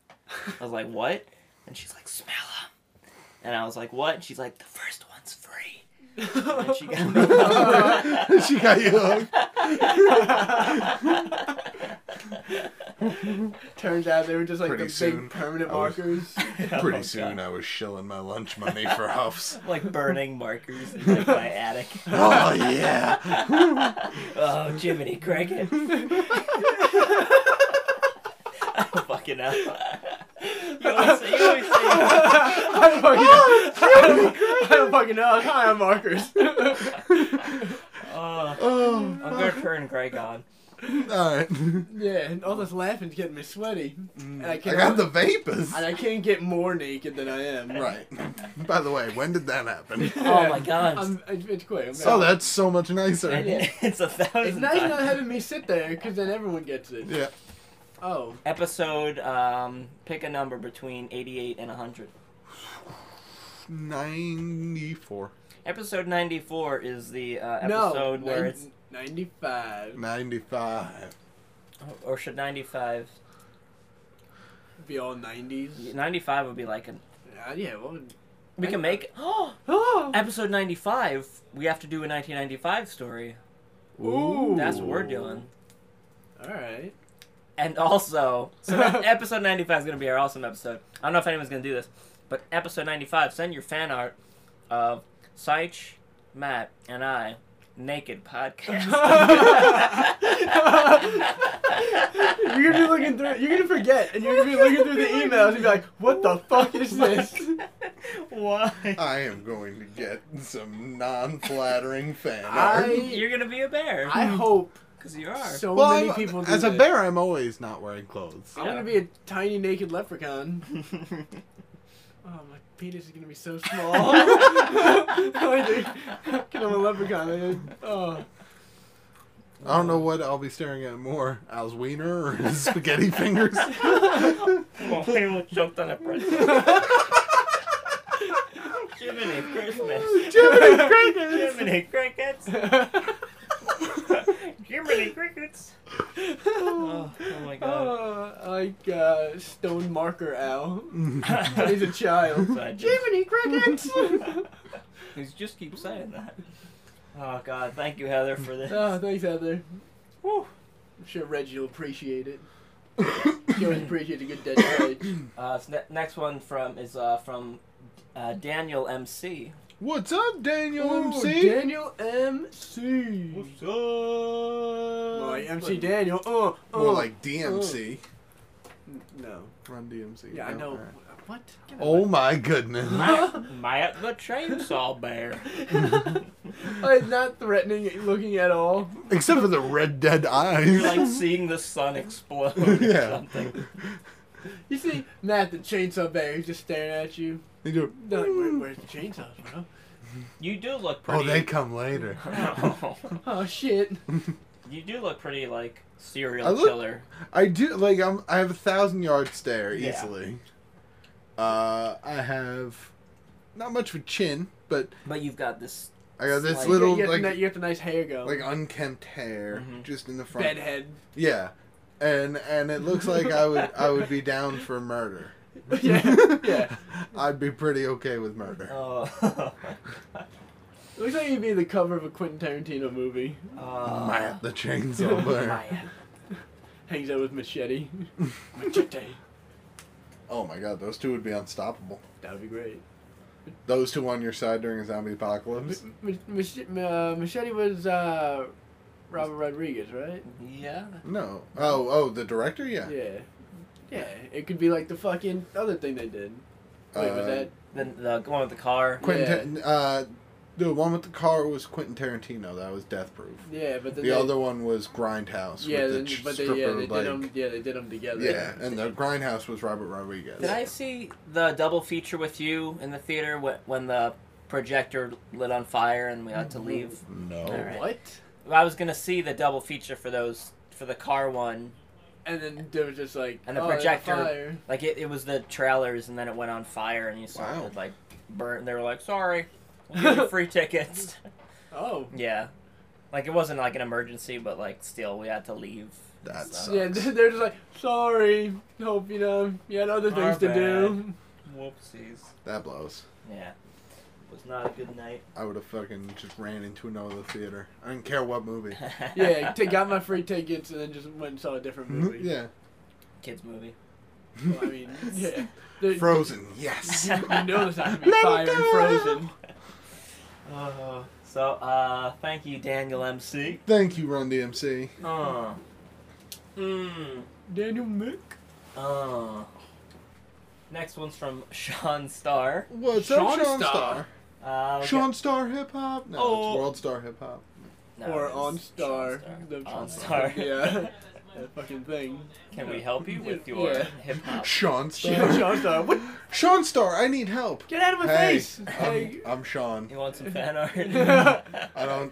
[SPEAKER 1] I was like what? And she's like smell them. And I was like what? And she's like the first one's free. And she got me.
[SPEAKER 3] she got you hooked.
[SPEAKER 2] Turns out they were just like
[SPEAKER 3] Pretty
[SPEAKER 2] the
[SPEAKER 3] soon,
[SPEAKER 2] big permanent
[SPEAKER 3] I was-
[SPEAKER 2] markers.
[SPEAKER 3] Pretty
[SPEAKER 1] Oh,
[SPEAKER 3] soon,
[SPEAKER 1] God.
[SPEAKER 3] I was shilling my lunch money for huffs.
[SPEAKER 1] like burning markers in like, my attic.
[SPEAKER 3] oh yeah.
[SPEAKER 1] Oh, Jiminy Cricket. I don't fucking know. You always say, you always say,
[SPEAKER 2] I don't fucking know. I don't, I don't fucking know. I was high on markers.
[SPEAKER 1] oh,
[SPEAKER 3] Oh,
[SPEAKER 1] I'm gonna turn Greg on.
[SPEAKER 3] all right.
[SPEAKER 2] yeah, and all this laughing's getting me sweaty. And I,
[SPEAKER 3] I
[SPEAKER 2] can't,
[SPEAKER 3] got the vapors.
[SPEAKER 2] and I can't get more naked than I am.
[SPEAKER 3] Right. By the way, when did that happen?
[SPEAKER 1] Oh my God.
[SPEAKER 2] I'm, it's quick. I'm
[SPEAKER 3] Oh, that's so much nicer.
[SPEAKER 1] And It's a thousand.
[SPEAKER 2] it's nice
[SPEAKER 1] times.
[SPEAKER 2] not having me sit there because then everyone gets it.
[SPEAKER 3] Yeah.
[SPEAKER 2] Oh,
[SPEAKER 1] Episode, um, pick a number between 88 and 100.
[SPEAKER 3] 94.
[SPEAKER 1] Episode 94 is the uh,
[SPEAKER 2] no.
[SPEAKER 1] episode where
[SPEAKER 2] nin-
[SPEAKER 1] it's.
[SPEAKER 2] 95.
[SPEAKER 3] 95.
[SPEAKER 1] Or should 95.
[SPEAKER 2] Be all 90s.
[SPEAKER 1] 95 would be like an.
[SPEAKER 2] Uh, yeah, well.
[SPEAKER 1] We can make. Oh!
[SPEAKER 2] Oh!
[SPEAKER 1] Episode 95, we have to do a 1995 story.
[SPEAKER 2] Ooh.
[SPEAKER 1] That's what we're doing.
[SPEAKER 2] Alright.
[SPEAKER 1] And also, so that episode 95 is going to be our awesome episode. I don't know if anyone's going to do this, but episode 95, send your fan art of Seich, Matt, and I, Naked Podcast.
[SPEAKER 2] You're gonna be looking through. You're gonna forget, and you're gonna be looking through the emails and be like, "What the fuck is this?"
[SPEAKER 1] Why?
[SPEAKER 3] I am going to get some non flattering fan
[SPEAKER 2] I-
[SPEAKER 3] art.
[SPEAKER 1] You're going to be a bear.
[SPEAKER 2] I hope
[SPEAKER 1] Because you are.
[SPEAKER 2] so
[SPEAKER 3] Well,
[SPEAKER 2] many
[SPEAKER 3] I'm-
[SPEAKER 2] people. Do
[SPEAKER 3] as a
[SPEAKER 2] this.
[SPEAKER 3] bear, I'm always not wearing clothes.
[SPEAKER 2] I'm gonna be a tiny naked leprechaun. Oh, my penis is gonna be so small. Can I'm a leprechaun? man. Oh,
[SPEAKER 3] I don't know what I'll be staring at more Al's wiener or his spaghetti fingers.
[SPEAKER 1] My favorite jumped on a present. Jiminy Christmas.
[SPEAKER 3] Jiminy Crickets!
[SPEAKER 1] Jiminy Crickets. Jiminy Crickets. Oh, oh my god.
[SPEAKER 2] oh like uh, stone marker owl. He's
[SPEAKER 1] He's
[SPEAKER 2] a child.
[SPEAKER 1] Side chick.
[SPEAKER 2] Jiminy crickets.
[SPEAKER 1] just keep saying that. Ah, Oh god, thank you, Heather, for this.
[SPEAKER 2] oh, thanks, Heather.
[SPEAKER 1] Whew.
[SPEAKER 2] I'm sure Reggie will appreciate it. He always appreciates a good dead touch.
[SPEAKER 1] Uh, s- ne- next one from is uh, from uh, Daniel MC.
[SPEAKER 3] What's up, Daniel
[SPEAKER 2] Ooh,
[SPEAKER 3] MC?
[SPEAKER 2] Daniel MC.
[SPEAKER 3] Uh,
[SPEAKER 1] up?
[SPEAKER 2] Like MC Daniel. Oh, oh.
[SPEAKER 3] More like DMC.
[SPEAKER 2] no.
[SPEAKER 3] Run DMC.
[SPEAKER 2] Yeah, I
[SPEAKER 3] No,
[SPEAKER 2] know.
[SPEAKER 3] alright.
[SPEAKER 2] What?
[SPEAKER 3] Oh my goodness.
[SPEAKER 1] Matt, Matt the Chainsaw Bear.
[SPEAKER 2] Like not threatening looking at all.
[SPEAKER 3] Except for the red dead
[SPEAKER 1] You're like
[SPEAKER 3] eyes.
[SPEAKER 1] seeing the sun explode or
[SPEAKER 3] Yeah.
[SPEAKER 1] something.
[SPEAKER 2] You see, Matt the chainsaw bear he's just staring at you.
[SPEAKER 3] They do.
[SPEAKER 2] They're like, Where, where's the chainsaws, bro?
[SPEAKER 1] You do look pretty.
[SPEAKER 3] Oh, they come later.
[SPEAKER 2] Oh shit.
[SPEAKER 1] you do look pretty like serial
[SPEAKER 3] I look-
[SPEAKER 1] killer.
[SPEAKER 3] I do like I'm. I have a thousand yard stare
[SPEAKER 1] Yeah.
[SPEAKER 3] easily. Uh, I have not much of a chin, but
[SPEAKER 1] But you've got this.
[SPEAKER 3] I got this
[SPEAKER 1] Like-
[SPEAKER 2] You-
[SPEAKER 3] little
[SPEAKER 2] you, have
[SPEAKER 3] like
[SPEAKER 2] the, ni- you have the nice hair go.
[SPEAKER 3] like unkempt hair
[SPEAKER 1] Mhm.
[SPEAKER 3] just in the front.
[SPEAKER 2] bedhead.
[SPEAKER 3] Yeah, and and it looks like I would I would be down for murder.
[SPEAKER 2] yeah, yeah.
[SPEAKER 3] I'd be pretty okay with murder.
[SPEAKER 1] Oh.
[SPEAKER 2] Looks like you'd be the cover of a Quentin Tarantino movie.
[SPEAKER 1] Uh,
[SPEAKER 3] Matt the chainsaw burn.
[SPEAKER 1] Maya.
[SPEAKER 2] Hangs out with machete. machete.
[SPEAKER 3] Oh my god, those two would be unstoppable.
[SPEAKER 2] That would be great.
[SPEAKER 3] Those two on your side during a zombie apocalypse.
[SPEAKER 2] M- m- mach- m- uh, machete was uh, Robert Rodriguez, right?
[SPEAKER 1] Yeah.
[SPEAKER 3] No. Oh, oh, the director. Yeah.
[SPEAKER 2] Yeah. Yeah. It could be like the fucking other thing they did. Wait,
[SPEAKER 3] Uh,
[SPEAKER 2] was that?
[SPEAKER 1] Then the one with the car.
[SPEAKER 3] Quentin. Ta- uh, the one with the car was Quentin Tarantino. That was Death Proof.
[SPEAKER 2] Yeah, but
[SPEAKER 3] The
[SPEAKER 2] then they,
[SPEAKER 3] other one was Grindhouse.
[SPEAKER 2] Yeah,
[SPEAKER 3] with the
[SPEAKER 2] then,
[SPEAKER 3] ch-
[SPEAKER 2] but they,
[SPEAKER 3] stripper,
[SPEAKER 2] yeah, they
[SPEAKER 3] like,
[SPEAKER 2] did them. Yeah, they did them together.
[SPEAKER 3] Yeah, and the Grindhouse was Robert Rodriguez.
[SPEAKER 1] Did I see the double feature with you in the theater wh- when the projector lit on fire and we had to leave?
[SPEAKER 3] No.
[SPEAKER 1] All right.
[SPEAKER 2] What?
[SPEAKER 1] I was gonna see the double feature for those for the car one.
[SPEAKER 2] And then they were just like
[SPEAKER 1] And the
[SPEAKER 2] "Oh, there's a
[SPEAKER 1] projector-
[SPEAKER 2] fire."
[SPEAKER 1] Like it, it was the trailers and then it went on fire and you saw
[SPEAKER 3] Wow.
[SPEAKER 1] it like burn. They were like, sorry, we'll give you free tickets.
[SPEAKER 2] Oh.
[SPEAKER 1] yeah, like it wasn't like an emergency, but like still we had to leave.
[SPEAKER 3] That
[SPEAKER 1] So-
[SPEAKER 3] sucks.
[SPEAKER 2] Yeah, they're just like, sorry. Hope you know you had other
[SPEAKER 1] Our
[SPEAKER 2] things to do.
[SPEAKER 1] Whoopsies.
[SPEAKER 3] That blows.
[SPEAKER 1] Yeah, it was not a good night.
[SPEAKER 3] I would have fucking just ran into another theater. I didn't care what movie.
[SPEAKER 2] Yeah, t- got my free tickets and then just went and saw a different movie.
[SPEAKER 3] Mm-hmm, yeah.
[SPEAKER 1] kids movie.
[SPEAKER 2] Well, I mean, yeah. There-
[SPEAKER 3] Frozen. Yes.
[SPEAKER 2] You know there's not gonna be
[SPEAKER 3] Let
[SPEAKER 2] fire
[SPEAKER 3] go.
[SPEAKER 2] and Frozen.
[SPEAKER 1] Oh, so uh, thank you, Daniel MC.
[SPEAKER 3] Thank you, Run DMC.
[SPEAKER 1] Uh, mm,
[SPEAKER 2] Daniel Mick.
[SPEAKER 1] uh. Next one's from Sean Starr.
[SPEAKER 3] What's
[SPEAKER 2] Sean
[SPEAKER 3] up, Sean
[SPEAKER 2] Starr.
[SPEAKER 3] Star?
[SPEAKER 1] Uh,
[SPEAKER 2] Oh,
[SPEAKER 1] we
[SPEAKER 3] Sean Star Hip Hop? No,
[SPEAKER 1] Oh.
[SPEAKER 3] it's World Star Hip Hop.
[SPEAKER 1] got- no,
[SPEAKER 2] or
[SPEAKER 1] it's
[SPEAKER 2] on
[SPEAKER 1] Sean
[SPEAKER 2] Star. The-
[SPEAKER 1] On Star.
[SPEAKER 2] Yeah. That fucking thing.
[SPEAKER 1] Can we help you with your
[SPEAKER 2] Yeah.
[SPEAKER 1] hip hop?
[SPEAKER 3] Sean Star.
[SPEAKER 2] Sean Star. What?
[SPEAKER 3] Sean Star, I need help.
[SPEAKER 2] Get out of my
[SPEAKER 3] Hey,
[SPEAKER 2] face.
[SPEAKER 3] I'm,
[SPEAKER 2] Like,
[SPEAKER 3] I'm Sean.
[SPEAKER 1] You want some fan art?
[SPEAKER 3] I don't.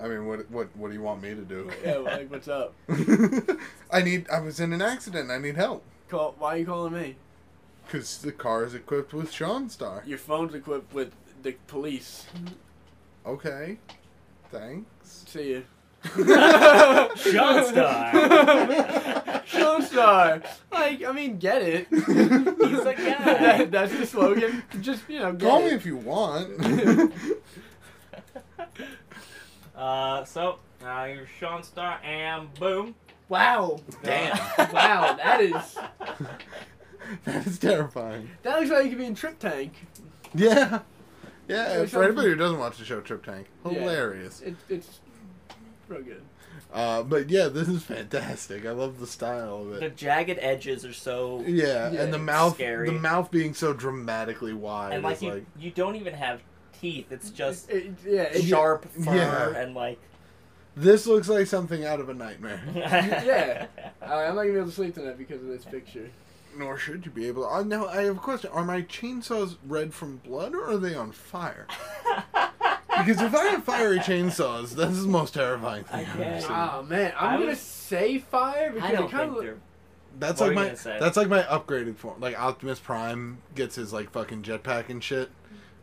[SPEAKER 3] I mean, what what what do you want me to
[SPEAKER 2] yeah, like, what's up?
[SPEAKER 3] do? I need. I was in an accident. I need help.
[SPEAKER 2] Call, why are you calling me?
[SPEAKER 3] Cause the car is equipped with Sean Star.
[SPEAKER 2] Your phone's equipped with the police.
[SPEAKER 3] Okay. Thanks.
[SPEAKER 2] See you.
[SPEAKER 1] Sean Star.
[SPEAKER 2] Sean Star. Like, I mean, get it.
[SPEAKER 1] He's a guy.
[SPEAKER 2] That- that's the slogan. Just, you know, get
[SPEAKER 3] Call me
[SPEAKER 2] it.
[SPEAKER 3] if you want.
[SPEAKER 1] uh, so, uh, you're Sean Star, and boom.
[SPEAKER 2] Wow.
[SPEAKER 3] Damn.
[SPEAKER 2] wow, that is.
[SPEAKER 3] that is terrifying.
[SPEAKER 2] That looks like you could be in Trip Tank.
[SPEAKER 3] Yeah. Yeah,
[SPEAKER 2] Yeah,
[SPEAKER 3] for
[SPEAKER 2] Sean-
[SPEAKER 3] anybody who doesn't watch the show Trip Tank,
[SPEAKER 2] Yeah.
[SPEAKER 3] hilarious.
[SPEAKER 2] It, it's real good.
[SPEAKER 3] Uh, but yeah, this is fantastic. I love the style of
[SPEAKER 1] The
[SPEAKER 3] it.
[SPEAKER 1] jagged edges are so
[SPEAKER 3] Yeah,
[SPEAKER 2] Yeah,
[SPEAKER 3] and the
[SPEAKER 2] it's
[SPEAKER 3] mouth,
[SPEAKER 1] scary.
[SPEAKER 3] the mouth being so dramatically wide
[SPEAKER 1] and like
[SPEAKER 3] is
[SPEAKER 1] you,
[SPEAKER 3] like
[SPEAKER 1] you don't even have teeth. It's just
[SPEAKER 2] It- yeah, it-
[SPEAKER 1] sharp fur
[SPEAKER 3] Yeah.
[SPEAKER 1] and like
[SPEAKER 3] this looks like something out of a nightmare.
[SPEAKER 2] yeah. Uh, I'm not gonna be able to sleep tonight because of this picture.
[SPEAKER 3] Nor should you be able. To, oh, now I have a question: Are my chainsaws red from blood, or are they on fire? Because if I have fiery chainsaws, that's the most terrifying thing I've
[SPEAKER 1] Okay.
[SPEAKER 3] ever seen.
[SPEAKER 2] Oh man, I'm
[SPEAKER 1] I
[SPEAKER 2] gonna
[SPEAKER 1] was-
[SPEAKER 2] say fire because
[SPEAKER 1] I don't
[SPEAKER 2] it kind
[SPEAKER 1] think
[SPEAKER 2] of
[SPEAKER 1] they're.
[SPEAKER 3] That's
[SPEAKER 1] What
[SPEAKER 3] like
[SPEAKER 1] were you
[SPEAKER 3] my
[SPEAKER 1] gonna say?
[SPEAKER 3] that's like my upgraded form. Like Optimus Prime gets his like fucking jetpack and shit.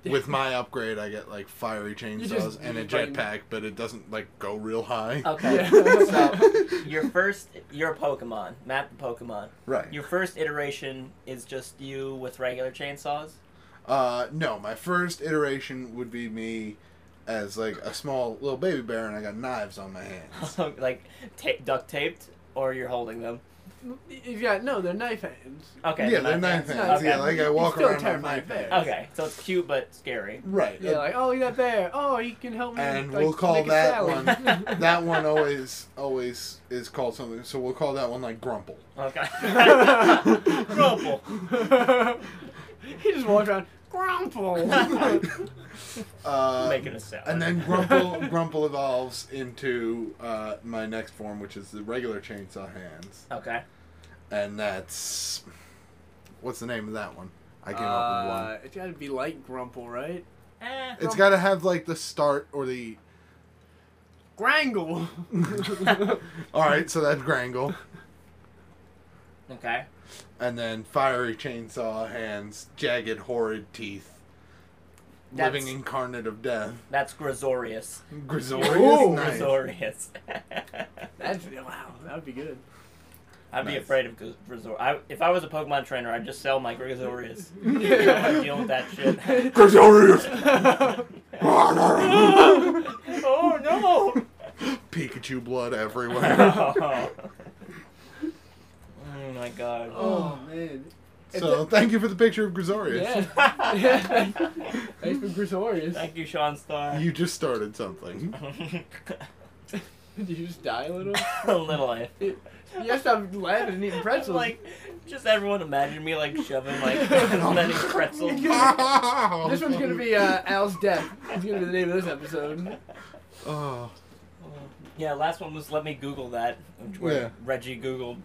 [SPEAKER 3] With my upgrade, I get like fiery chainsaws
[SPEAKER 2] just-
[SPEAKER 3] and
[SPEAKER 2] you
[SPEAKER 3] a
[SPEAKER 2] just fucking-
[SPEAKER 3] jetpack, but it doesn't like go real high.
[SPEAKER 1] Okay,
[SPEAKER 2] Yeah.
[SPEAKER 1] so your first, your Pokemon, Matt the Pokemon.
[SPEAKER 3] right.
[SPEAKER 1] Your first iteration is just you with regular chainsaws.
[SPEAKER 3] Uh, no, my first iteration would be me as like a small little baby bear, and I got knives on my hands.
[SPEAKER 1] like ta- duct taped or you're holding them.
[SPEAKER 2] yeah, no, they're knife hands.
[SPEAKER 1] Okay.
[SPEAKER 3] yeah, they're knife
[SPEAKER 1] hands.
[SPEAKER 3] hands.
[SPEAKER 1] Okay.
[SPEAKER 3] Yeah, like I
[SPEAKER 2] It's
[SPEAKER 3] walk
[SPEAKER 2] still
[SPEAKER 3] around with
[SPEAKER 2] terrifying
[SPEAKER 3] knife hands.
[SPEAKER 2] bear.
[SPEAKER 1] Okay, so it's cute but scary.
[SPEAKER 3] Right.
[SPEAKER 2] Yeah, like oh look at that bear. Oh, he can help me.
[SPEAKER 3] and
[SPEAKER 2] like,
[SPEAKER 3] we'll call
[SPEAKER 2] make a
[SPEAKER 3] that
[SPEAKER 2] salad.
[SPEAKER 3] one. that one always always is called something. So we'll call that one like Grumple.
[SPEAKER 1] Okay. Grumble.
[SPEAKER 2] he just walked around. Grumple.
[SPEAKER 3] Uh,
[SPEAKER 1] Making a salad.
[SPEAKER 3] And then Grumple Grumple evolves into uh, my next form, which is the regular chainsaw hands,
[SPEAKER 1] Okay.
[SPEAKER 3] and that's what's the name of that one? I came up with one.
[SPEAKER 2] uh, it's gotta be like Grumple, right?
[SPEAKER 1] Eh,
[SPEAKER 3] It's got to have like the start or the.
[SPEAKER 2] Grangle.
[SPEAKER 3] All right, so that's Grangle,
[SPEAKER 1] okay.
[SPEAKER 3] and then fiery chainsaw hands, jagged horrid teeth,
[SPEAKER 1] That's-
[SPEAKER 3] living incarnate of death.
[SPEAKER 1] That's Grisorius.
[SPEAKER 3] Grisorius,
[SPEAKER 2] Ooh,
[SPEAKER 3] nice.
[SPEAKER 1] Grisorius.
[SPEAKER 2] That's wow. That would be good.
[SPEAKER 1] I'd be
[SPEAKER 3] Nice.
[SPEAKER 1] afraid of Gris- Grisor. I, if I was a Pokemon trainer, I'd just sell my Grisorius. I don't wanna deal with that shit.
[SPEAKER 3] Grisorius.
[SPEAKER 1] oh no!
[SPEAKER 3] Pikachu blood everywhere.
[SPEAKER 1] oh my god.
[SPEAKER 2] oh man.
[SPEAKER 3] so thank you for the picture of Grisorius.
[SPEAKER 2] Yeah. Thanks for Grisorius.
[SPEAKER 1] Thank you, Sean Star.
[SPEAKER 3] You just started something.
[SPEAKER 2] Did you just die a little?
[SPEAKER 1] a little if.
[SPEAKER 2] Yes, I'm laughing and eating pretzels.
[SPEAKER 1] Like, just everyone imagine me like shoving like letting pretzels.
[SPEAKER 2] this one's gonna be uh, Al's death. It's gonna be the name of this episode.
[SPEAKER 3] Oh,
[SPEAKER 1] Yeah, last one was let me Google that, which where
[SPEAKER 3] Yeah.
[SPEAKER 1] Reggie Googled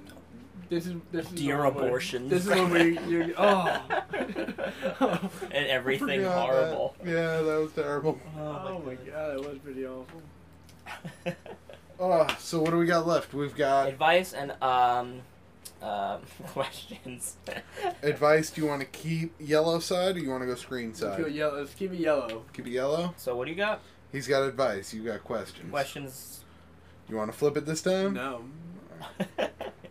[SPEAKER 2] This is this is
[SPEAKER 1] deer
[SPEAKER 2] the one where-
[SPEAKER 1] abortions.
[SPEAKER 2] This is when we you're oh.
[SPEAKER 1] and everything
[SPEAKER 3] forgot that.
[SPEAKER 1] horrible.
[SPEAKER 3] Yeah, that was terrible.
[SPEAKER 2] oh my god, that was pretty awful.
[SPEAKER 1] god.
[SPEAKER 3] Oh, so what do we got left? We've got
[SPEAKER 1] Advice and um, um questions.
[SPEAKER 3] advice. Do you want to keep yellow side or you want to go screen
[SPEAKER 2] Let's, go
[SPEAKER 3] side?
[SPEAKER 2] yellow. Let's keep it yellow.
[SPEAKER 3] Keep it yellow.
[SPEAKER 1] so what do you got?
[SPEAKER 3] He's got advice. You got questions.
[SPEAKER 1] Questions.
[SPEAKER 3] You want to flip it this
[SPEAKER 1] Um,
[SPEAKER 3] time?
[SPEAKER 2] No,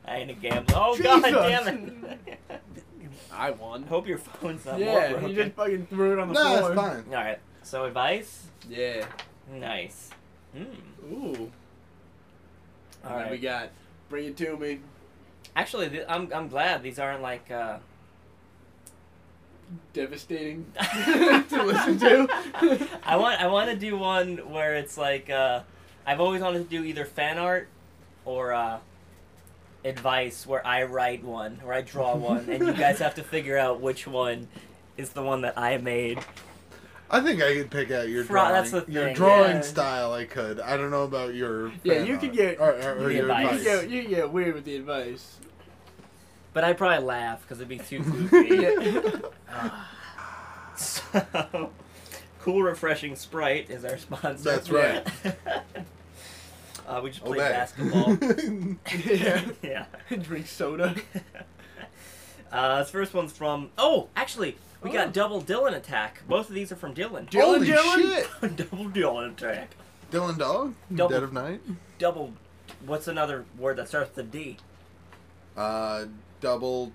[SPEAKER 1] I ain't a gambler. Oh
[SPEAKER 2] Jesus.
[SPEAKER 1] god damn it!
[SPEAKER 2] I won.
[SPEAKER 1] Hope your phone's not more
[SPEAKER 2] Yeah,
[SPEAKER 1] broken.
[SPEAKER 2] you just fucking threw it on the
[SPEAKER 3] No,
[SPEAKER 2] floor.
[SPEAKER 3] it's fine.
[SPEAKER 1] All right. So advice.
[SPEAKER 2] Yeah.
[SPEAKER 1] Nice. Hmm.
[SPEAKER 2] Ooh.
[SPEAKER 1] All
[SPEAKER 2] All right. We
[SPEAKER 1] right.
[SPEAKER 2] got. Bring it to me.
[SPEAKER 1] Actually, th- I'm I'm glad these aren't like. Uh...
[SPEAKER 2] Devastating to listen to.
[SPEAKER 1] I want I want to do one where it's like uh, I've always wanted to do either fan art or uh, advice where I write one or I draw one and you guys have to figure out which one is the one that I made.
[SPEAKER 3] I think I could pick out your
[SPEAKER 1] Fra-
[SPEAKER 3] drawing.
[SPEAKER 1] that's the
[SPEAKER 3] Your
[SPEAKER 1] thing,
[SPEAKER 3] drawing
[SPEAKER 2] yeah.
[SPEAKER 3] style, I could. I don't know about your.
[SPEAKER 2] Yeah,
[SPEAKER 3] fan
[SPEAKER 2] you
[SPEAKER 3] art.
[SPEAKER 2] could get-
[SPEAKER 3] Or, or- or
[SPEAKER 1] The
[SPEAKER 3] your
[SPEAKER 1] advice.
[SPEAKER 2] you
[SPEAKER 3] advice.
[SPEAKER 2] get, you get weird with the advice.
[SPEAKER 1] But I'd probably laugh because it'd be too goofy.
[SPEAKER 2] Yeah.
[SPEAKER 1] so, cool, refreshing Sprite is our sponsor.
[SPEAKER 3] That's right.
[SPEAKER 1] uh, we just
[SPEAKER 3] Obey.
[SPEAKER 1] played basketball.
[SPEAKER 2] yeah.
[SPEAKER 1] yeah.
[SPEAKER 2] Drink soda.
[SPEAKER 1] Uh, this first one's from. Oh, actually, we
[SPEAKER 2] Oh.
[SPEAKER 1] got double Dylan attack. Both of these are from Dylan.
[SPEAKER 2] Dylan,
[SPEAKER 3] Holy
[SPEAKER 2] Dylan?
[SPEAKER 3] shit!
[SPEAKER 1] double Dylan attack.
[SPEAKER 3] Dylan Dog?
[SPEAKER 1] Double-
[SPEAKER 3] Dead of Night?
[SPEAKER 1] Double. What's another word that starts with a D?
[SPEAKER 3] Uh, double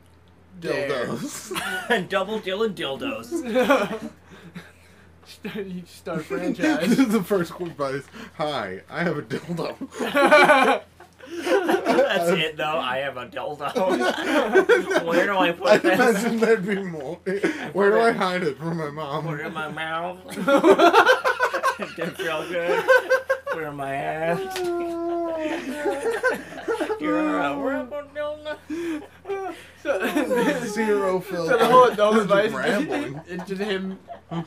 [SPEAKER 3] dildos.
[SPEAKER 1] double Dylan dildos.
[SPEAKER 2] Start- you start a franchise.
[SPEAKER 3] the first advice. Hi, I have a dildo.
[SPEAKER 1] That's it, though. I have a dildo. Where do I
[SPEAKER 3] I
[SPEAKER 1] put this?
[SPEAKER 3] imagine there'd be more. Where do I hide it from my mom?
[SPEAKER 1] Put it in my mouth. Didn't feel good. Put it in my ass. You're a rebel dildo.
[SPEAKER 2] so,
[SPEAKER 3] Zero fill.
[SPEAKER 2] so the whole adult
[SPEAKER 3] Just
[SPEAKER 2] advice
[SPEAKER 3] rambling.
[SPEAKER 2] is just him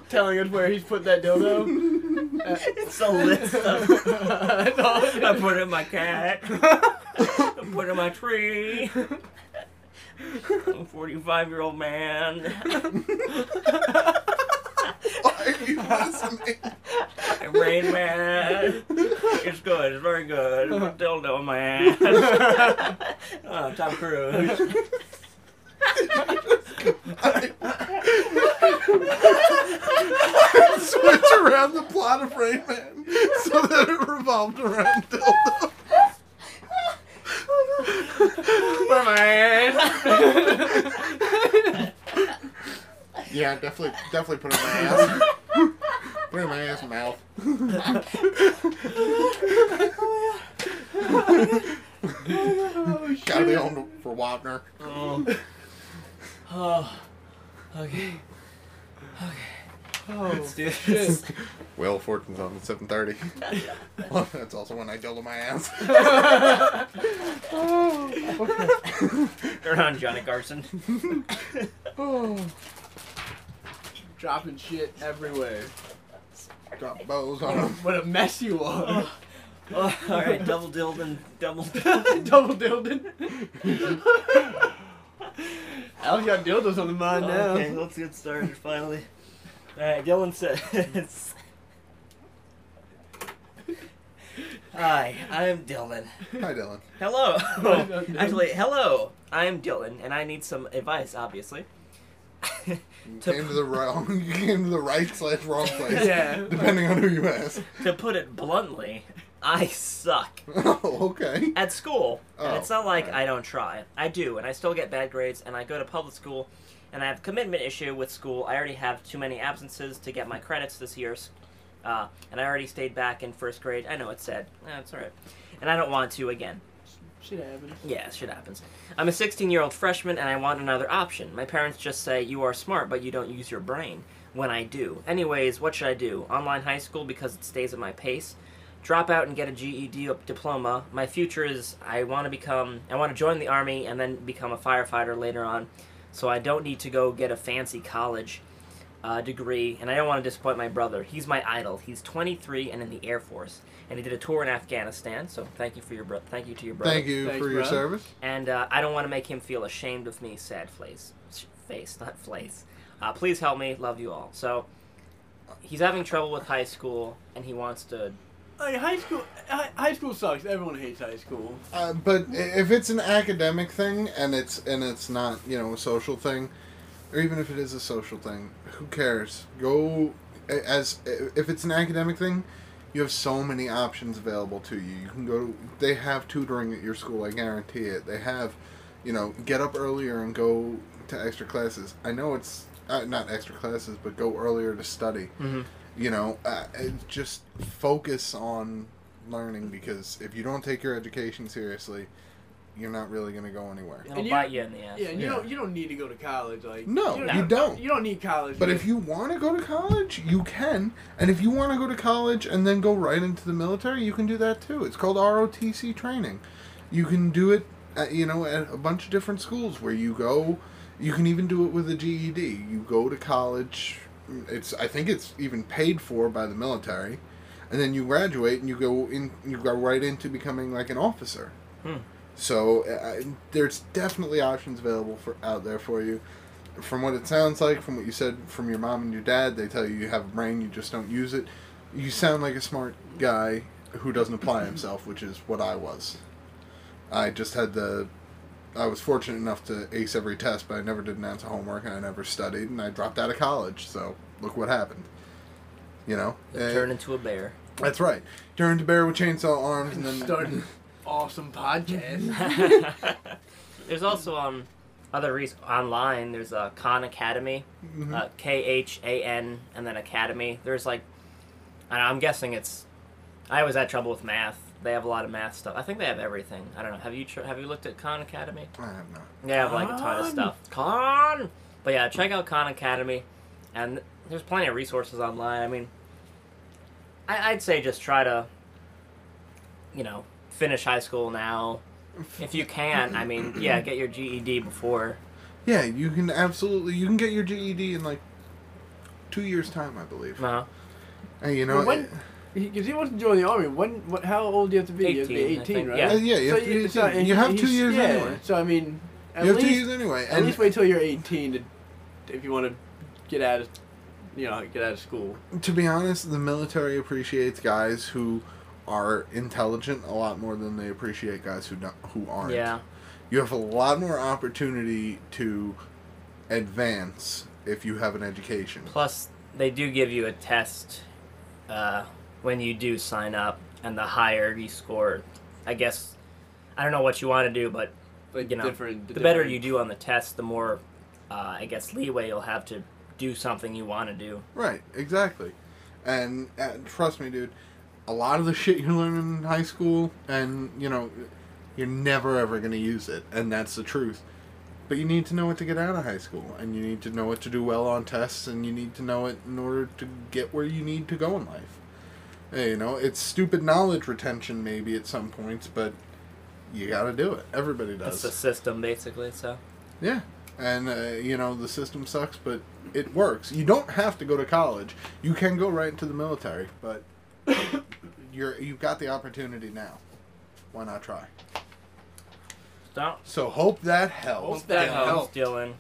[SPEAKER 2] telling us where he's put that dildo.
[SPEAKER 1] It's a list of.
[SPEAKER 2] That's all it
[SPEAKER 1] I
[SPEAKER 2] is.
[SPEAKER 1] put it in my cat. I put it in my tree. I'm a 45 year old man.
[SPEAKER 3] Why are you listening?
[SPEAKER 1] I Rain Man. It's good. It's very good. Put a dildo in my ass. oh, Tom Cruise.
[SPEAKER 3] Switch around the plot of Rain Man so that it revolved around dildo.
[SPEAKER 2] Where my ass?
[SPEAKER 3] Yeah, definitely, definitely put it in my ass. put it in my ass mouth.
[SPEAKER 2] oh, shit.
[SPEAKER 3] Gotta be home for Wapner.
[SPEAKER 1] Oh. oh. Okay.
[SPEAKER 2] Oh,
[SPEAKER 1] Dude.
[SPEAKER 2] shit.
[SPEAKER 3] Well, Fortune's on at 7.30. well, that's also when I dildo my ass.
[SPEAKER 2] Oh.
[SPEAKER 1] Turn on Johnny Carson.
[SPEAKER 2] Oh. Dropping shit everywhere.
[SPEAKER 3] Drop bows on him.
[SPEAKER 2] What a mess you are.
[SPEAKER 1] Oh, Alright, double dildo. Double
[SPEAKER 2] Double dildon. Al's got dildos on the mind now.
[SPEAKER 1] Okay, let's get started finally. Alright, Dylan says Hi, I'm Dylan.
[SPEAKER 3] Hi, Dylan.
[SPEAKER 1] Hello.
[SPEAKER 2] Hi, I'm Dylan.
[SPEAKER 1] Actually, hello. I'm Dylan, and I need some advice, obviously.
[SPEAKER 3] You
[SPEAKER 1] To
[SPEAKER 3] came to the wrong, you came to the right slash wrong place,
[SPEAKER 2] Yeah.
[SPEAKER 3] depending on who you ask.
[SPEAKER 1] to put it bluntly, I suck
[SPEAKER 3] Oh, okay.
[SPEAKER 1] at school.
[SPEAKER 3] Oh,
[SPEAKER 1] and it's not like
[SPEAKER 3] right.
[SPEAKER 1] I don't try. I do, and I still get bad grades, and I go to public school, and I have a commitment issue with school. I already have too many absences to get my credits this year, uh, and I already stayed back in first grade. I know it's sad. That's all right. And I don't want to again.
[SPEAKER 2] Shit happens.
[SPEAKER 1] Yeah, shit happens. I'm a 16 year old freshman and I want another option. My parents just say, You are smart, but you don't use your brain. When I do. Anyways, what should I do? Online high school because it stays at my pace? Drop out and get a GED op- diploma. My future is I want to become, I want to join the army and then become a firefighter later on, so I don't need to go get a fancy college uh, degree, and I don't want to disappoint my brother. He's my idol. He's 23 and in the Air Force, and he did a tour in Afghanistan. So thank you for your bro- thank you to your brother
[SPEAKER 3] Thank you
[SPEAKER 2] Thanks,
[SPEAKER 3] for your
[SPEAKER 2] bro.
[SPEAKER 3] service.
[SPEAKER 1] and uh, I don't want to make him feel ashamed of me. Sad face, face, not flace. Uh, please help me. Love you all. So he's having trouble with high school, and he wants to.
[SPEAKER 2] Like high school, high, high school sucks. Everyone hates high school.
[SPEAKER 3] Uh, but i- if it's an academic thing and it's and it's not you know a social thing, or even if it is a social thing, who cares? Go a- as if it's an academic thing. You have so many options available to you. You can go. To, they have tutoring at your school. I guarantee it. They have, you know, get up earlier and go to extra classes. I know it's uh, not extra classes, but go earlier to study you know, uh, and just focus on learning because if you don't take your education seriously, you're not really going to go anywhere.
[SPEAKER 1] It'll
[SPEAKER 2] And you-
[SPEAKER 1] bite you in the ass.
[SPEAKER 2] Yeah, and you
[SPEAKER 3] Yeah.
[SPEAKER 2] don't you don't need to go to college. Like
[SPEAKER 3] No,
[SPEAKER 1] No.
[SPEAKER 3] you don't.
[SPEAKER 2] You don't need college.
[SPEAKER 3] But
[SPEAKER 2] to-
[SPEAKER 3] if you want to go to college, you can. And if you want to go to college and then go right into the military, you can do that too. It's called ROTC training. You can do it, at, you know, at a bunch of different schools where you go. You can even do it with a GED. You go to college. It's I think it's even paid for by the military, and then you graduate and you go in. You go right into becoming like an officer.
[SPEAKER 1] Hmm.
[SPEAKER 3] So uh, there's definitely options available for out there for you from what it sounds like, from what you said from your mom and your dad, they tell you you have a brain, you just don't use it. You sound like a smart guy who doesn't apply himself, which is what I was. I just had the. I was fortunate enough to ace every test, but I never did an ounce of homework and I never studied, and I dropped out of college, so look what happened. You know?
[SPEAKER 1] You
[SPEAKER 3] Eh,
[SPEAKER 1] turn into a bear.
[SPEAKER 3] that's right. Turned to bear with chainsaw arms and then.
[SPEAKER 2] start an awesome podcast.
[SPEAKER 1] There's also um other reasons online. There's a uh, Khan Academy,
[SPEAKER 2] Mm-hmm.
[SPEAKER 3] Mhm.
[SPEAKER 1] uh, K H A N, and then Academy. There's like, and I'm guessing it's. I always had trouble with math. They have a lot of math stuff. I think they have everything. I don't know. Have you tr- have you looked at Khan Academy?
[SPEAKER 3] I have not.
[SPEAKER 1] They have like a ton of
[SPEAKER 2] Khan.
[SPEAKER 1] stuff. Khan! But yeah, check out Khan Academy. And there's plenty of resources online. I mean, I, I'd say just try to, you know, finish high school now. If you can, I mean, yeah, get your GED before.
[SPEAKER 3] Yeah, you can absolutely. You can get your GED in like two years' time, I believe.
[SPEAKER 1] Uh,
[SPEAKER 3] And you know,
[SPEAKER 2] Well, when-
[SPEAKER 3] it-
[SPEAKER 2] Because he wants to join the army. When? What? How old do you have to be? you have to be
[SPEAKER 1] 18, I
[SPEAKER 2] eighteen,
[SPEAKER 1] think,
[SPEAKER 2] right?
[SPEAKER 1] yeah.
[SPEAKER 3] Uh, yeah, you
[SPEAKER 2] So
[SPEAKER 3] have, to,
[SPEAKER 2] you- so- and
[SPEAKER 3] you have two
[SPEAKER 2] he's-
[SPEAKER 3] years
[SPEAKER 2] yeah,
[SPEAKER 3] anyway.
[SPEAKER 2] So I mean, at
[SPEAKER 3] You have
[SPEAKER 2] least
[SPEAKER 3] two years anyway.
[SPEAKER 2] at
[SPEAKER 3] And
[SPEAKER 2] least wait till you're eighteen to, if you want to get out of, you know, get out of school.
[SPEAKER 3] to be honest, the military appreciates guys who are intelligent a lot more than they appreciate guys who don't, who aren't.
[SPEAKER 1] yeah.
[SPEAKER 3] You have a lot more opportunity to advance if you have an education.
[SPEAKER 1] Plus, they do give you a test uh, when you do sign up, and the higher you score, I guess, I don't know what you want to do, but
[SPEAKER 2] Like
[SPEAKER 1] You know,
[SPEAKER 2] different.
[SPEAKER 1] the better you do on the test, the more, uh, I guess, leeway you'll have to do something you want to do.
[SPEAKER 3] Right, exactly. And uh, trust me, dude, a lot of the shit you learn in high school, and you know, you're never ever going to use it, and that's the truth. But you need to know what to get out of high school, and you need to know what to do well on tests, and you need to know it in order to get where you need to go in life. Eh, You know, it's stupid knowledge retention maybe at some points, but you got to do it. Everybody
[SPEAKER 1] That's
[SPEAKER 3] does.
[SPEAKER 1] the system, basically. So
[SPEAKER 3] Yeah, and uh, you know the system sucks, but it works. You don't have to go to college. You can go right into the military, but you're you've got the opportunity now. Why not try?
[SPEAKER 1] don't
[SPEAKER 3] So hope that helps.
[SPEAKER 2] Hope that
[SPEAKER 3] Damn.
[SPEAKER 2] helps.
[SPEAKER 1] helps, Dylan.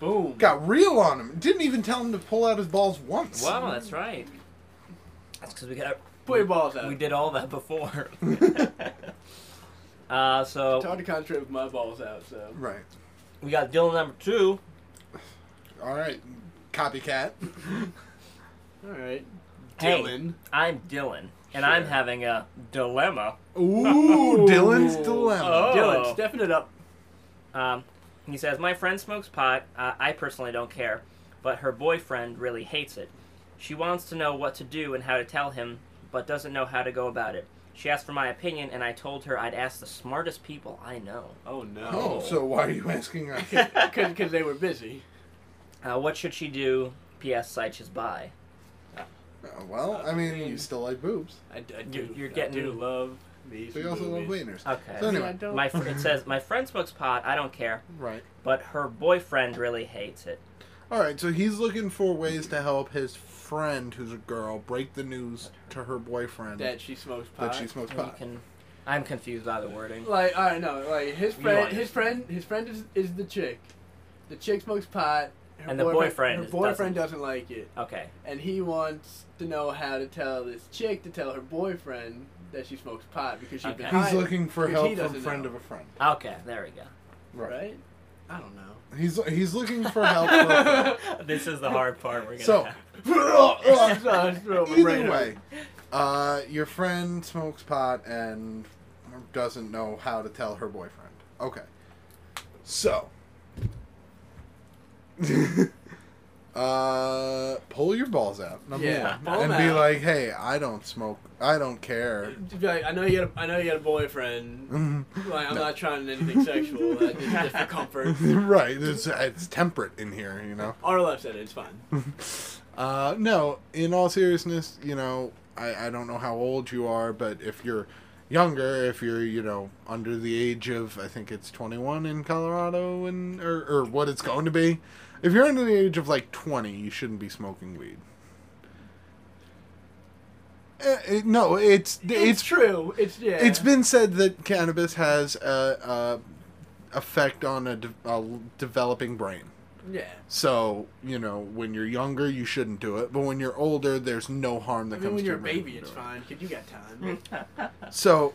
[SPEAKER 2] Boom.
[SPEAKER 3] Got real on him. Didn't even tell him to pull out his balls once.
[SPEAKER 1] Wow, that's right. That's because we got
[SPEAKER 2] Put your balls out.
[SPEAKER 1] we did all that before. uh,
[SPEAKER 2] It's
[SPEAKER 1] so
[SPEAKER 2] hard to concentrate with my balls out. So
[SPEAKER 3] Right.
[SPEAKER 1] we got Dylan number two.
[SPEAKER 3] Oh, all right, copycat.
[SPEAKER 2] All right.
[SPEAKER 1] Hey.
[SPEAKER 2] Dylan.
[SPEAKER 1] I'm Dylan, and I'm
[SPEAKER 3] Sure.
[SPEAKER 1] having a dilemma.
[SPEAKER 3] Ooh, Dylan's
[SPEAKER 2] Ooh.
[SPEAKER 3] dilemma.
[SPEAKER 1] Oh.
[SPEAKER 2] Dylan, stepping it up.
[SPEAKER 1] Um, he says, My friend smokes pot. Uh, I personally don't care, but her boyfriend really hates it. She wants to know what to do and how to tell him, but doesn't know how to go about it. She asked for my opinion, and I told her I'd ask the smartest people I know.
[SPEAKER 2] Oh no.
[SPEAKER 3] Oh, so why are you asking us?
[SPEAKER 2] Because they were busy.
[SPEAKER 1] Uh, what should she do? P.S. Site is by.
[SPEAKER 3] Uh, well, I mean, you still like boobs.
[SPEAKER 2] I, d- I do.
[SPEAKER 1] You're- you're
[SPEAKER 2] I
[SPEAKER 1] getting-
[SPEAKER 2] do love these.
[SPEAKER 3] They also love
[SPEAKER 2] movies.
[SPEAKER 3] wieners.
[SPEAKER 1] Okay.
[SPEAKER 3] So
[SPEAKER 2] I
[SPEAKER 3] anyway,
[SPEAKER 2] don't.
[SPEAKER 1] My fr- it says my friend smokes pot. I don't care,
[SPEAKER 3] right.
[SPEAKER 1] but her boyfriend really hates it.
[SPEAKER 3] All right. So he's looking for ways to help his friend, who's a girl, break the news to her boyfriend
[SPEAKER 2] that she smokes pot.
[SPEAKER 3] that she smokes
[SPEAKER 1] And you
[SPEAKER 3] pot.
[SPEAKER 1] can, I'm confused by the wording.
[SPEAKER 2] Like, all right, no, like his
[SPEAKER 1] You
[SPEAKER 2] friend,
[SPEAKER 1] like it.
[SPEAKER 2] his friend, his friend is, is the chick. The chick smokes pot. Her
[SPEAKER 1] And the boyfriend
[SPEAKER 2] her
[SPEAKER 1] is-
[SPEAKER 2] boyfriend doesn't. like it,
[SPEAKER 1] Okay.
[SPEAKER 2] and he wants to know how to tell this chick to tell her boyfriend that she smokes pot because she's
[SPEAKER 1] Okay.
[SPEAKER 2] been
[SPEAKER 1] He's
[SPEAKER 3] He's
[SPEAKER 2] hired,
[SPEAKER 3] looking for
[SPEAKER 2] because he
[SPEAKER 3] help from
[SPEAKER 2] doesn't
[SPEAKER 3] friend
[SPEAKER 2] know.
[SPEAKER 3] of a friend.
[SPEAKER 1] Okay. There we go.
[SPEAKER 3] Right.
[SPEAKER 2] right? I don't know.
[SPEAKER 3] He's he's looking for help. from a friend.
[SPEAKER 1] this is the hard part. We're gonna.
[SPEAKER 3] So-
[SPEAKER 1] have.
[SPEAKER 2] I'm sorry, I just threw up my brain
[SPEAKER 3] Either
[SPEAKER 2] over.
[SPEAKER 3] way, uh, your friend smokes pot and doesn't know how to tell her boyfriend. Okay. So. uh, pull your balls out, number
[SPEAKER 2] Yeah,
[SPEAKER 3] one.
[SPEAKER 2] pull 'em
[SPEAKER 3] And be
[SPEAKER 2] out.
[SPEAKER 3] like, hey, I don't smoke. I don't care.
[SPEAKER 2] Just be like, I know you got a, I know you got a boyfriend. Like, I'm
[SPEAKER 3] Mm-hmm. No.
[SPEAKER 2] not trying anything sexual. I just, just for comfort.
[SPEAKER 3] right. It's, it's temperate in here, you know?
[SPEAKER 2] RLF said it, it's fine.
[SPEAKER 3] Uh, no, in all seriousness, you know, I, I don't know how old you are, but if you're younger, if you're, you know, under the age of, I think it's 21 in Colorado, and or, or what it's going to be, if you're under the age of like 20, you shouldn't be smoking weed. Eh, eh, no, it's
[SPEAKER 2] It's,
[SPEAKER 3] it's
[SPEAKER 2] true. It's yeah.
[SPEAKER 3] it's been said that cannabis has a, a effect on a, de- a developing brain.
[SPEAKER 2] yeah.
[SPEAKER 3] So, you know, when you're younger, you shouldn't do it. But when you're older, there's no harm that
[SPEAKER 2] I
[SPEAKER 3] comes
[SPEAKER 2] mean, when
[SPEAKER 3] to
[SPEAKER 2] you're a
[SPEAKER 3] your brain
[SPEAKER 2] baby,
[SPEAKER 3] from
[SPEAKER 2] it's
[SPEAKER 3] doing
[SPEAKER 2] fine. Cause you got time.
[SPEAKER 3] it. So,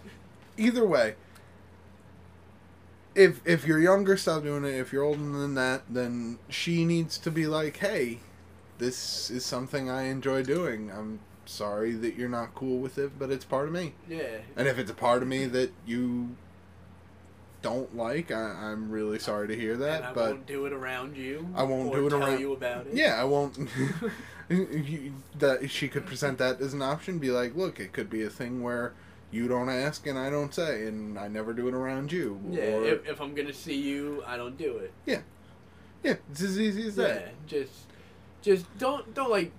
[SPEAKER 3] either way, if if you're younger, stop doing it. If you're older than that, then she needs to be like, hey, this is something I enjoy doing. I'm sorry that you're not cool with it, but it's part of me.
[SPEAKER 2] yeah.
[SPEAKER 3] And if it's a part of me that you don't like, I, I'm really sorry to hear that.
[SPEAKER 2] and I
[SPEAKER 3] but
[SPEAKER 2] won't do it around you.
[SPEAKER 3] I won't
[SPEAKER 2] or
[SPEAKER 3] do it
[SPEAKER 2] tell
[SPEAKER 3] around-
[SPEAKER 2] you about it.
[SPEAKER 3] Yeah, I won't. you, that she could present that as an option. Be like, look, it could be a thing where you don't ask and I don't say, and I never do it around you.
[SPEAKER 2] Yeah.
[SPEAKER 3] or,
[SPEAKER 2] If, if I'm gonna see you, I don't do it.
[SPEAKER 3] yeah, it's as easy as
[SPEAKER 2] Yeah.
[SPEAKER 3] that.
[SPEAKER 2] Just, just don't don't like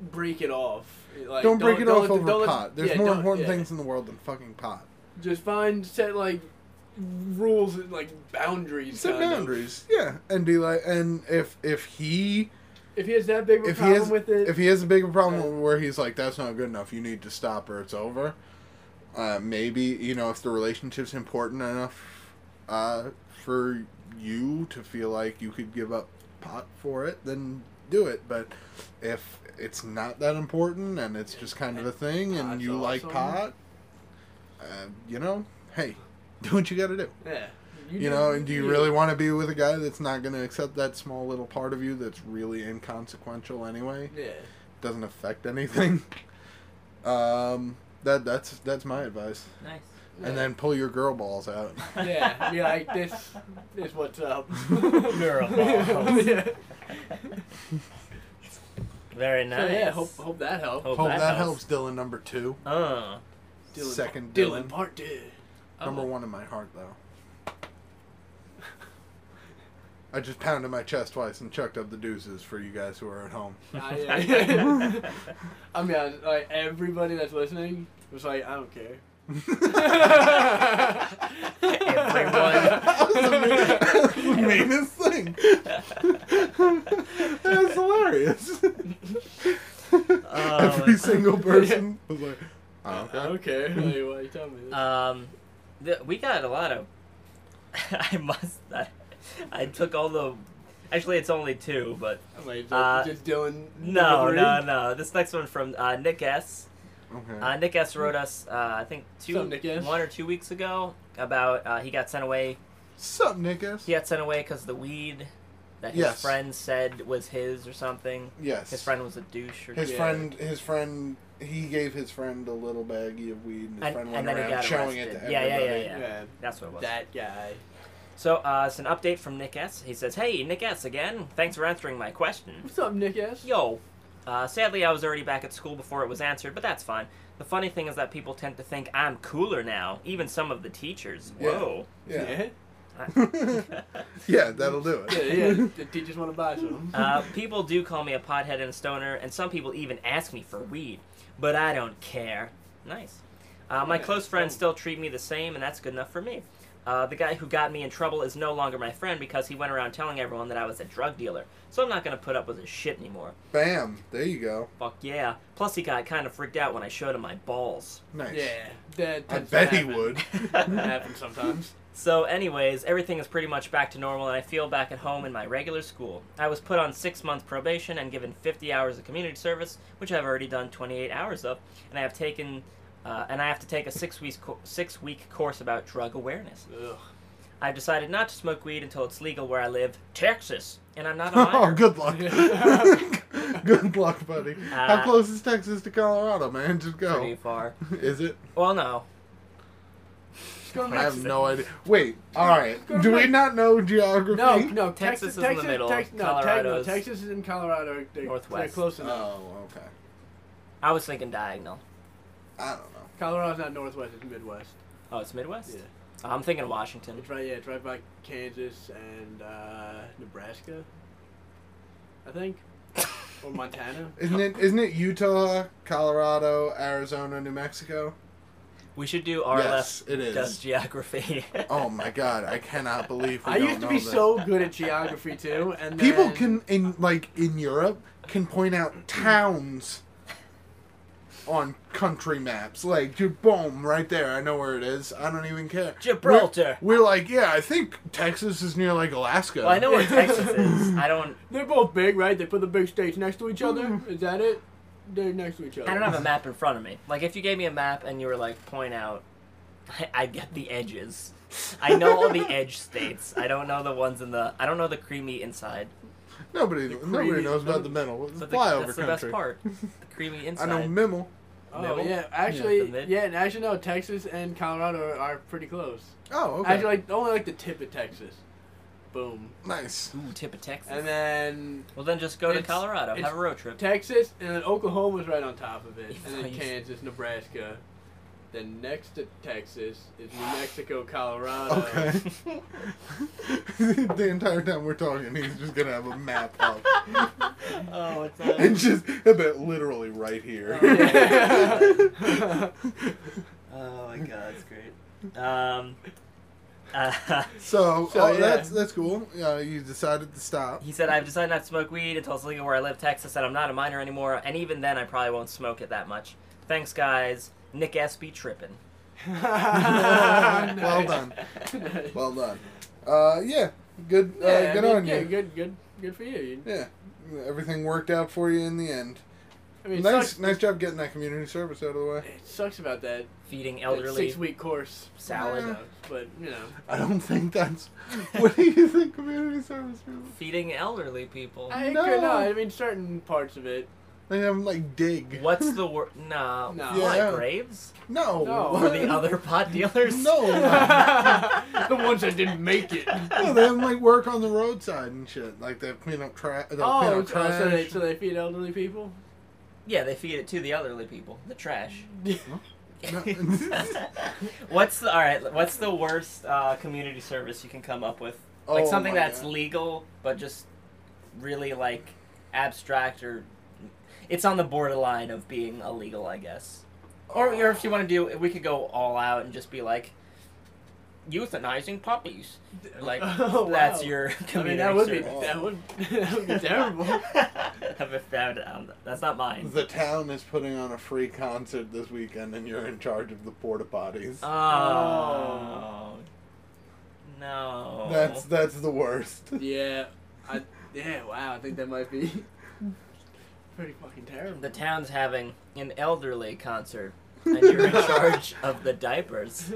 [SPEAKER 2] break it off. Like,
[SPEAKER 3] don't break it off
[SPEAKER 2] let the-
[SPEAKER 3] over
[SPEAKER 2] don't let-
[SPEAKER 3] pot. There's
[SPEAKER 2] yeah,
[SPEAKER 3] more
[SPEAKER 2] don't-
[SPEAKER 3] important
[SPEAKER 2] yeah.
[SPEAKER 3] things in the world than fucking pot.
[SPEAKER 2] Just find set like rules and like boundaries.
[SPEAKER 3] Set
[SPEAKER 2] kind of.
[SPEAKER 3] boundaries, yeah, and be like, and if if he
[SPEAKER 2] If he has that big of a
[SPEAKER 3] if he
[SPEAKER 2] problem
[SPEAKER 3] has
[SPEAKER 2] with it,
[SPEAKER 3] if he has a bigger problem
[SPEAKER 2] Uh,
[SPEAKER 3] where he's like that's not good enough you need to stop or it's over uh, maybe you know if the relationship's important enough uh, for you to feel like you could give up pot for it then do it but if it's not that important and it's just kind of a thing and
[SPEAKER 2] Pot's
[SPEAKER 3] you like
[SPEAKER 2] awesome.
[SPEAKER 3] pot uh, you know hey do what you gotta do
[SPEAKER 2] yeah.
[SPEAKER 3] you
[SPEAKER 2] do-
[SPEAKER 3] know and do you
[SPEAKER 2] yeah.
[SPEAKER 3] really want to be with a guy that's not gonna accept that small little part of you that's really inconsequential anyway
[SPEAKER 2] Yeah.
[SPEAKER 3] doesn't affect anything. Um, that that's that's my advice.
[SPEAKER 1] nice.
[SPEAKER 3] And then pull your girl balls out.
[SPEAKER 2] yeah, be like this is what's up.
[SPEAKER 1] Girl balls.
[SPEAKER 2] yeah.
[SPEAKER 1] Very nice.
[SPEAKER 2] So yeah, hope Oh. hope that helped.
[SPEAKER 1] Hope
[SPEAKER 3] Hope Oh, that, helps. Dylan number two,
[SPEAKER 1] Uh,
[SPEAKER 3] Second
[SPEAKER 2] Dylan,
[SPEAKER 3] Dylan.
[SPEAKER 2] part two.
[SPEAKER 3] number one in my heart though. I just pounded my chest twice and chucked up the deuces for you guys who are at home.
[SPEAKER 2] I, uh, I mean, I, like everybody that's listening was like, I don't care.
[SPEAKER 3] that was the, mean, that was the meanest thing. that was hilarious. Every
[SPEAKER 1] man.
[SPEAKER 3] single person was like, oh,
[SPEAKER 2] I
[SPEAKER 3] okay.
[SPEAKER 2] don't care. Like, why you tell me this?
[SPEAKER 1] um, th- we got a lot of. I must. I, I took all the. Actually, it's only two, but
[SPEAKER 2] I'm like, just,
[SPEAKER 1] uh,
[SPEAKER 2] just Dylan.
[SPEAKER 1] no,
[SPEAKER 2] number
[SPEAKER 1] no,
[SPEAKER 2] three?
[SPEAKER 1] no. This next one from uh, Nick S.
[SPEAKER 3] okay.
[SPEAKER 1] Uh, Nick S. wrote us, uh, I think, two,
[SPEAKER 2] Sup, Nick S?
[SPEAKER 1] one or two weeks ago about uh, he got sent away.
[SPEAKER 3] Sup, niggas?
[SPEAKER 1] He got sent away because the weed that his
[SPEAKER 3] Yes.
[SPEAKER 1] friend said was his or something.
[SPEAKER 3] Yes.
[SPEAKER 1] His friend was a douche or
[SPEAKER 3] His
[SPEAKER 2] Yeah.
[SPEAKER 3] friend. His friend. He gave his friend a little baggie of weed, and his
[SPEAKER 1] And-
[SPEAKER 3] friend
[SPEAKER 1] and
[SPEAKER 3] went
[SPEAKER 1] then he
[SPEAKER 3] around
[SPEAKER 1] got
[SPEAKER 3] showing it
[SPEAKER 1] arrested.
[SPEAKER 3] to
[SPEAKER 1] Yeah, yeah, yeah,
[SPEAKER 3] everybody.
[SPEAKER 1] yeah.
[SPEAKER 2] Yeah,
[SPEAKER 1] that's what it was.
[SPEAKER 2] that guy.
[SPEAKER 1] So uh, it's an update from Nick S. He says, "Hey, Nick S. Again, thanks for answering my question.
[SPEAKER 2] What's up, Nick S?
[SPEAKER 1] Yo, uh, sadly I was already back at school before it was answered, but that's fine. The funny thing is that people tend to think I'm cooler now, even some of the teachers.
[SPEAKER 3] Yeah.
[SPEAKER 1] Whoa.
[SPEAKER 3] Yeah.
[SPEAKER 2] yeah.
[SPEAKER 3] Yeah. that'll do
[SPEAKER 2] Yeah,
[SPEAKER 3] it.
[SPEAKER 2] yeah. The teachers want to buy some.
[SPEAKER 1] Uh, people do call me a pothead and a stoner, and some people even ask me for weed, but I don't care. Nice. Uh, my
[SPEAKER 2] Yeah,
[SPEAKER 1] close friends
[SPEAKER 2] cool.
[SPEAKER 1] still treat me the same, and that's good enough for me. Uh, the guy who got me in trouble is no longer my friend because he went around telling everyone that I was a drug dealer, so I'm not gonna put up with his shit anymore.
[SPEAKER 3] Bam. There you go.
[SPEAKER 1] Fuck yeah. Plus, he got kind of freaked out when I showed him my balls.
[SPEAKER 3] Nice.
[SPEAKER 2] Yeah, that
[SPEAKER 3] I
[SPEAKER 2] tends to
[SPEAKER 3] bet he
[SPEAKER 2] happen.
[SPEAKER 3] would.
[SPEAKER 2] That happens sometimes.
[SPEAKER 1] So, anyways, everything is pretty much back to normal, and I feel back at home in my regular school. I was put on six month probation and given 50 hours of community service, which I've already done 28 hours of, and I have taken, uh, and I have to take a six week co- six week course about drug awareness.
[SPEAKER 2] Ugh.
[SPEAKER 1] I've decided not to smoke weed until it's legal where I live, Texas, and I'm not a
[SPEAKER 3] oh,
[SPEAKER 1] minor.
[SPEAKER 3] good luck. good luck, buddy.
[SPEAKER 1] Uh,
[SPEAKER 3] How close is Texas to Colorado, man? Just
[SPEAKER 1] Pretty
[SPEAKER 3] go.
[SPEAKER 1] far.
[SPEAKER 3] Is it?
[SPEAKER 1] Well, no.
[SPEAKER 2] Just go to
[SPEAKER 3] I have
[SPEAKER 2] Mexico.
[SPEAKER 3] no idea. Wait. All right.
[SPEAKER 2] Go to
[SPEAKER 3] Do we
[SPEAKER 2] Mex-
[SPEAKER 3] not know geography?
[SPEAKER 2] No, no,
[SPEAKER 1] Texas
[SPEAKER 2] Texas,
[SPEAKER 1] is in the middle,
[SPEAKER 2] Tex- no, Tex- no,
[SPEAKER 1] Colorado's
[SPEAKER 2] Texas is in Colorado. They, They're
[SPEAKER 1] northwest.
[SPEAKER 2] close enough.
[SPEAKER 3] Oh, okay.
[SPEAKER 1] I was thinking diagonal.
[SPEAKER 3] I don't know.
[SPEAKER 2] Colorado's not northwest; it's Midwest.
[SPEAKER 1] Oh, it's Midwest?
[SPEAKER 2] Yeah,
[SPEAKER 1] I'm thinking Washington.
[SPEAKER 2] it's right. Yeah, it's right by Kansas and uh, Nebraska, I think, or Montana.
[SPEAKER 3] Isn't it? Isn't it Utah, Colorado, Arizona, New Mexico?
[SPEAKER 1] We should do RLF
[SPEAKER 3] yes, it is.
[SPEAKER 1] does geography.
[SPEAKER 3] Oh my god, I cannot believe. We
[SPEAKER 2] I
[SPEAKER 3] don't
[SPEAKER 2] used to
[SPEAKER 3] know
[SPEAKER 2] be
[SPEAKER 3] this.
[SPEAKER 2] so good at geography too, and
[SPEAKER 3] People
[SPEAKER 2] then-
[SPEAKER 3] can in like in Europe can point out towns on country maps. Like, dude, boom, right there. I know where it is. I don't even care.
[SPEAKER 1] Gibraltar.
[SPEAKER 3] We're, we're like, yeah, I think Texas is near like Alaska.
[SPEAKER 1] Well, I know where Texas is. I don't.
[SPEAKER 2] They're both big, right? They put the big states next to each other.
[SPEAKER 3] Mm-hmm.
[SPEAKER 2] Is that it? They're next to each other.
[SPEAKER 1] I don't have a map in front of me. Like, if you gave me a map and you were like, point out, I, I get the edges. I know all the edge states. I don't know the ones in the. I don't know the creamy inside.
[SPEAKER 3] Nobody, nobody
[SPEAKER 2] creamy-
[SPEAKER 3] knows about the middle. It's
[SPEAKER 1] But the,
[SPEAKER 3] flyover
[SPEAKER 1] that's the best
[SPEAKER 3] country.
[SPEAKER 1] part. The creamy
[SPEAKER 3] I
[SPEAKER 1] inside.
[SPEAKER 3] know Mimmel.
[SPEAKER 2] Oh
[SPEAKER 1] Middle?
[SPEAKER 2] yeah, actually,
[SPEAKER 1] The mid?
[SPEAKER 2] yeah, and actually, no, Texas and Colorado are, are pretty close.
[SPEAKER 3] Oh, okay.
[SPEAKER 2] Actually, like only like the tip of Texas. Boom.
[SPEAKER 3] nice.
[SPEAKER 1] Ooh, tip of Texas.
[SPEAKER 2] And then
[SPEAKER 1] well, then just go to
[SPEAKER 2] It's-
[SPEAKER 1] Colorado.
[SPEAKER 2] it's-
[SPEAKER 1] Have a road trip.
[SPEAKER 2] Texas, and then Oklahoma's right on top of it, and then
[SPEAKER 1] Nice.
[SPEAKER 2] Kansas, Nebraska. Then next to Texas is New Mexico, Colorado.
[SPEAKER 3] Okay. the entire time we're talking, he's just gonna have a map up.
[SPEAKER 1] oh, it's
[SPEAKER 3] and just about literally right here.
[SPEAKER 1] Oh,
[SPEAKER 2] yeah.
[SPEAKER 1] oh my god, it's great. Um. Uh,
[SPEAKER 3] so
[SPEAKER 2] So,
[SPEAKER 3] oh,
[SPEAKER 2] yeah.
[SPEAKER 3] that's that's cool. Uh, you decided to stop.
[SPEAKER 1] He said, I've decided not to smoke weed until it's legal where I live, Texas, and I'm not a minor anymore, and even then I probably won't smoke it that much. Thanks, guys. Nick S. be trippin'.
[SPEAKER 3] Well done. Well done. Uh, yeah, good. Uh,
[SPEAKER 2] Yeah, I
[SPEAKER 3] good
[SPEAKER 2] mean,
[SPEAKER 3] on
[SPEAKER 2] yeah,
[SPEAKER 3] you.
[SPEAKER 2] Good, good, good for you. You-
[SPEAKER 3] Yeah, everything worked out for you in the end.
[SPEAKER 2] I mean, it
[SPEAKER 3] nice,
[SPEAKER 2] sucks,
[SPEAKER 3] nice job getting that community service out of the way.
[SPEAKER 2] It sucks about that
[SPEAKER 1] Feeding elderly
[SPEAKER 2] six week course.
[SPEAKER 1] salad.
[SPEAKER 3] Yeah.
[SPEAKER 2] But you know,
[SPEAKER 3] I don't think that's. what do you think community service means?
[SPEAKER 1] Feeding elderly people.
[SPEAKER 2] I
[SPEAKER 3] No.
[SPEAKER 2] could- no, I mean certain parts of it.
[SPEAKER 3] They have like dig.
[SPEAKER 1] What's the word? Nah.
[SPEAKER 2] No.
[SPEAKER 1] Why,
[SPEAKER 3] Yeah.
[SPEAKER 1] Graves?
[SPEAKER 3] No.
[SPEAKER 2] No.
[SPEAKER 1] For the other pot dealers?
[SPEAKER 3] No.
[SPEAKER 2] the ones that didn't make it.
[SPEAKER 3] no, they have like work on the roadside and shit. Like they clean up, tra- they clean
[SPEAKER 2] Oh,
[SPEAKER 3] up
[SPEAKER 2] oh,
[SPEAKER 3] trash.
[SPEAKER 2] so they so they feed elderly people.
[SPEAKER 1] Yeah, they feed it to the elderly people. The trash.
[SPEAKER 3] No.
[SPEAKER 1] what's the all right? What's the worst uh, community service you can come up with? Like
[SPEAKER 3] Oh
[SPEAKER 1] something
[SPEAKER 3] my
[SPEAKER 1] that's
[SPEAKER 3] God.
[SPEAKER 1] legal but just really like abstract or it's on the borderline of being illegal, I guess. Or, or if you want to do, we could go all out and just be like euthanizing puppies. Like
[SPEAKER 2] Oh,
[SPEAKER 1] that's
[SPEAKER 2] wow.
[SPEAKER 1] your
[SPEAKER 2] I mean,
[SPEAKER 1] community
[SPEAKER 2] that would be
[SPEAKER 1] service.
[SPEAKER 2] that would that would be terrible.
[SPEAKER 1] That would- that would- um, that's not mine.
[SPEAKER 3] The town is putting on a free concert this weekend, and you're in charge of the porta potties.
[SPEAKER 1] Oh. No.
[SPEAKER 3] That's that's the worst.
[SPEAKER 2] yeah, I yeah. Wow, I think that might be pretty fucking terrible.
[SPEAKER 1] the town's having an elderly concert, and you're in charge of the diapers.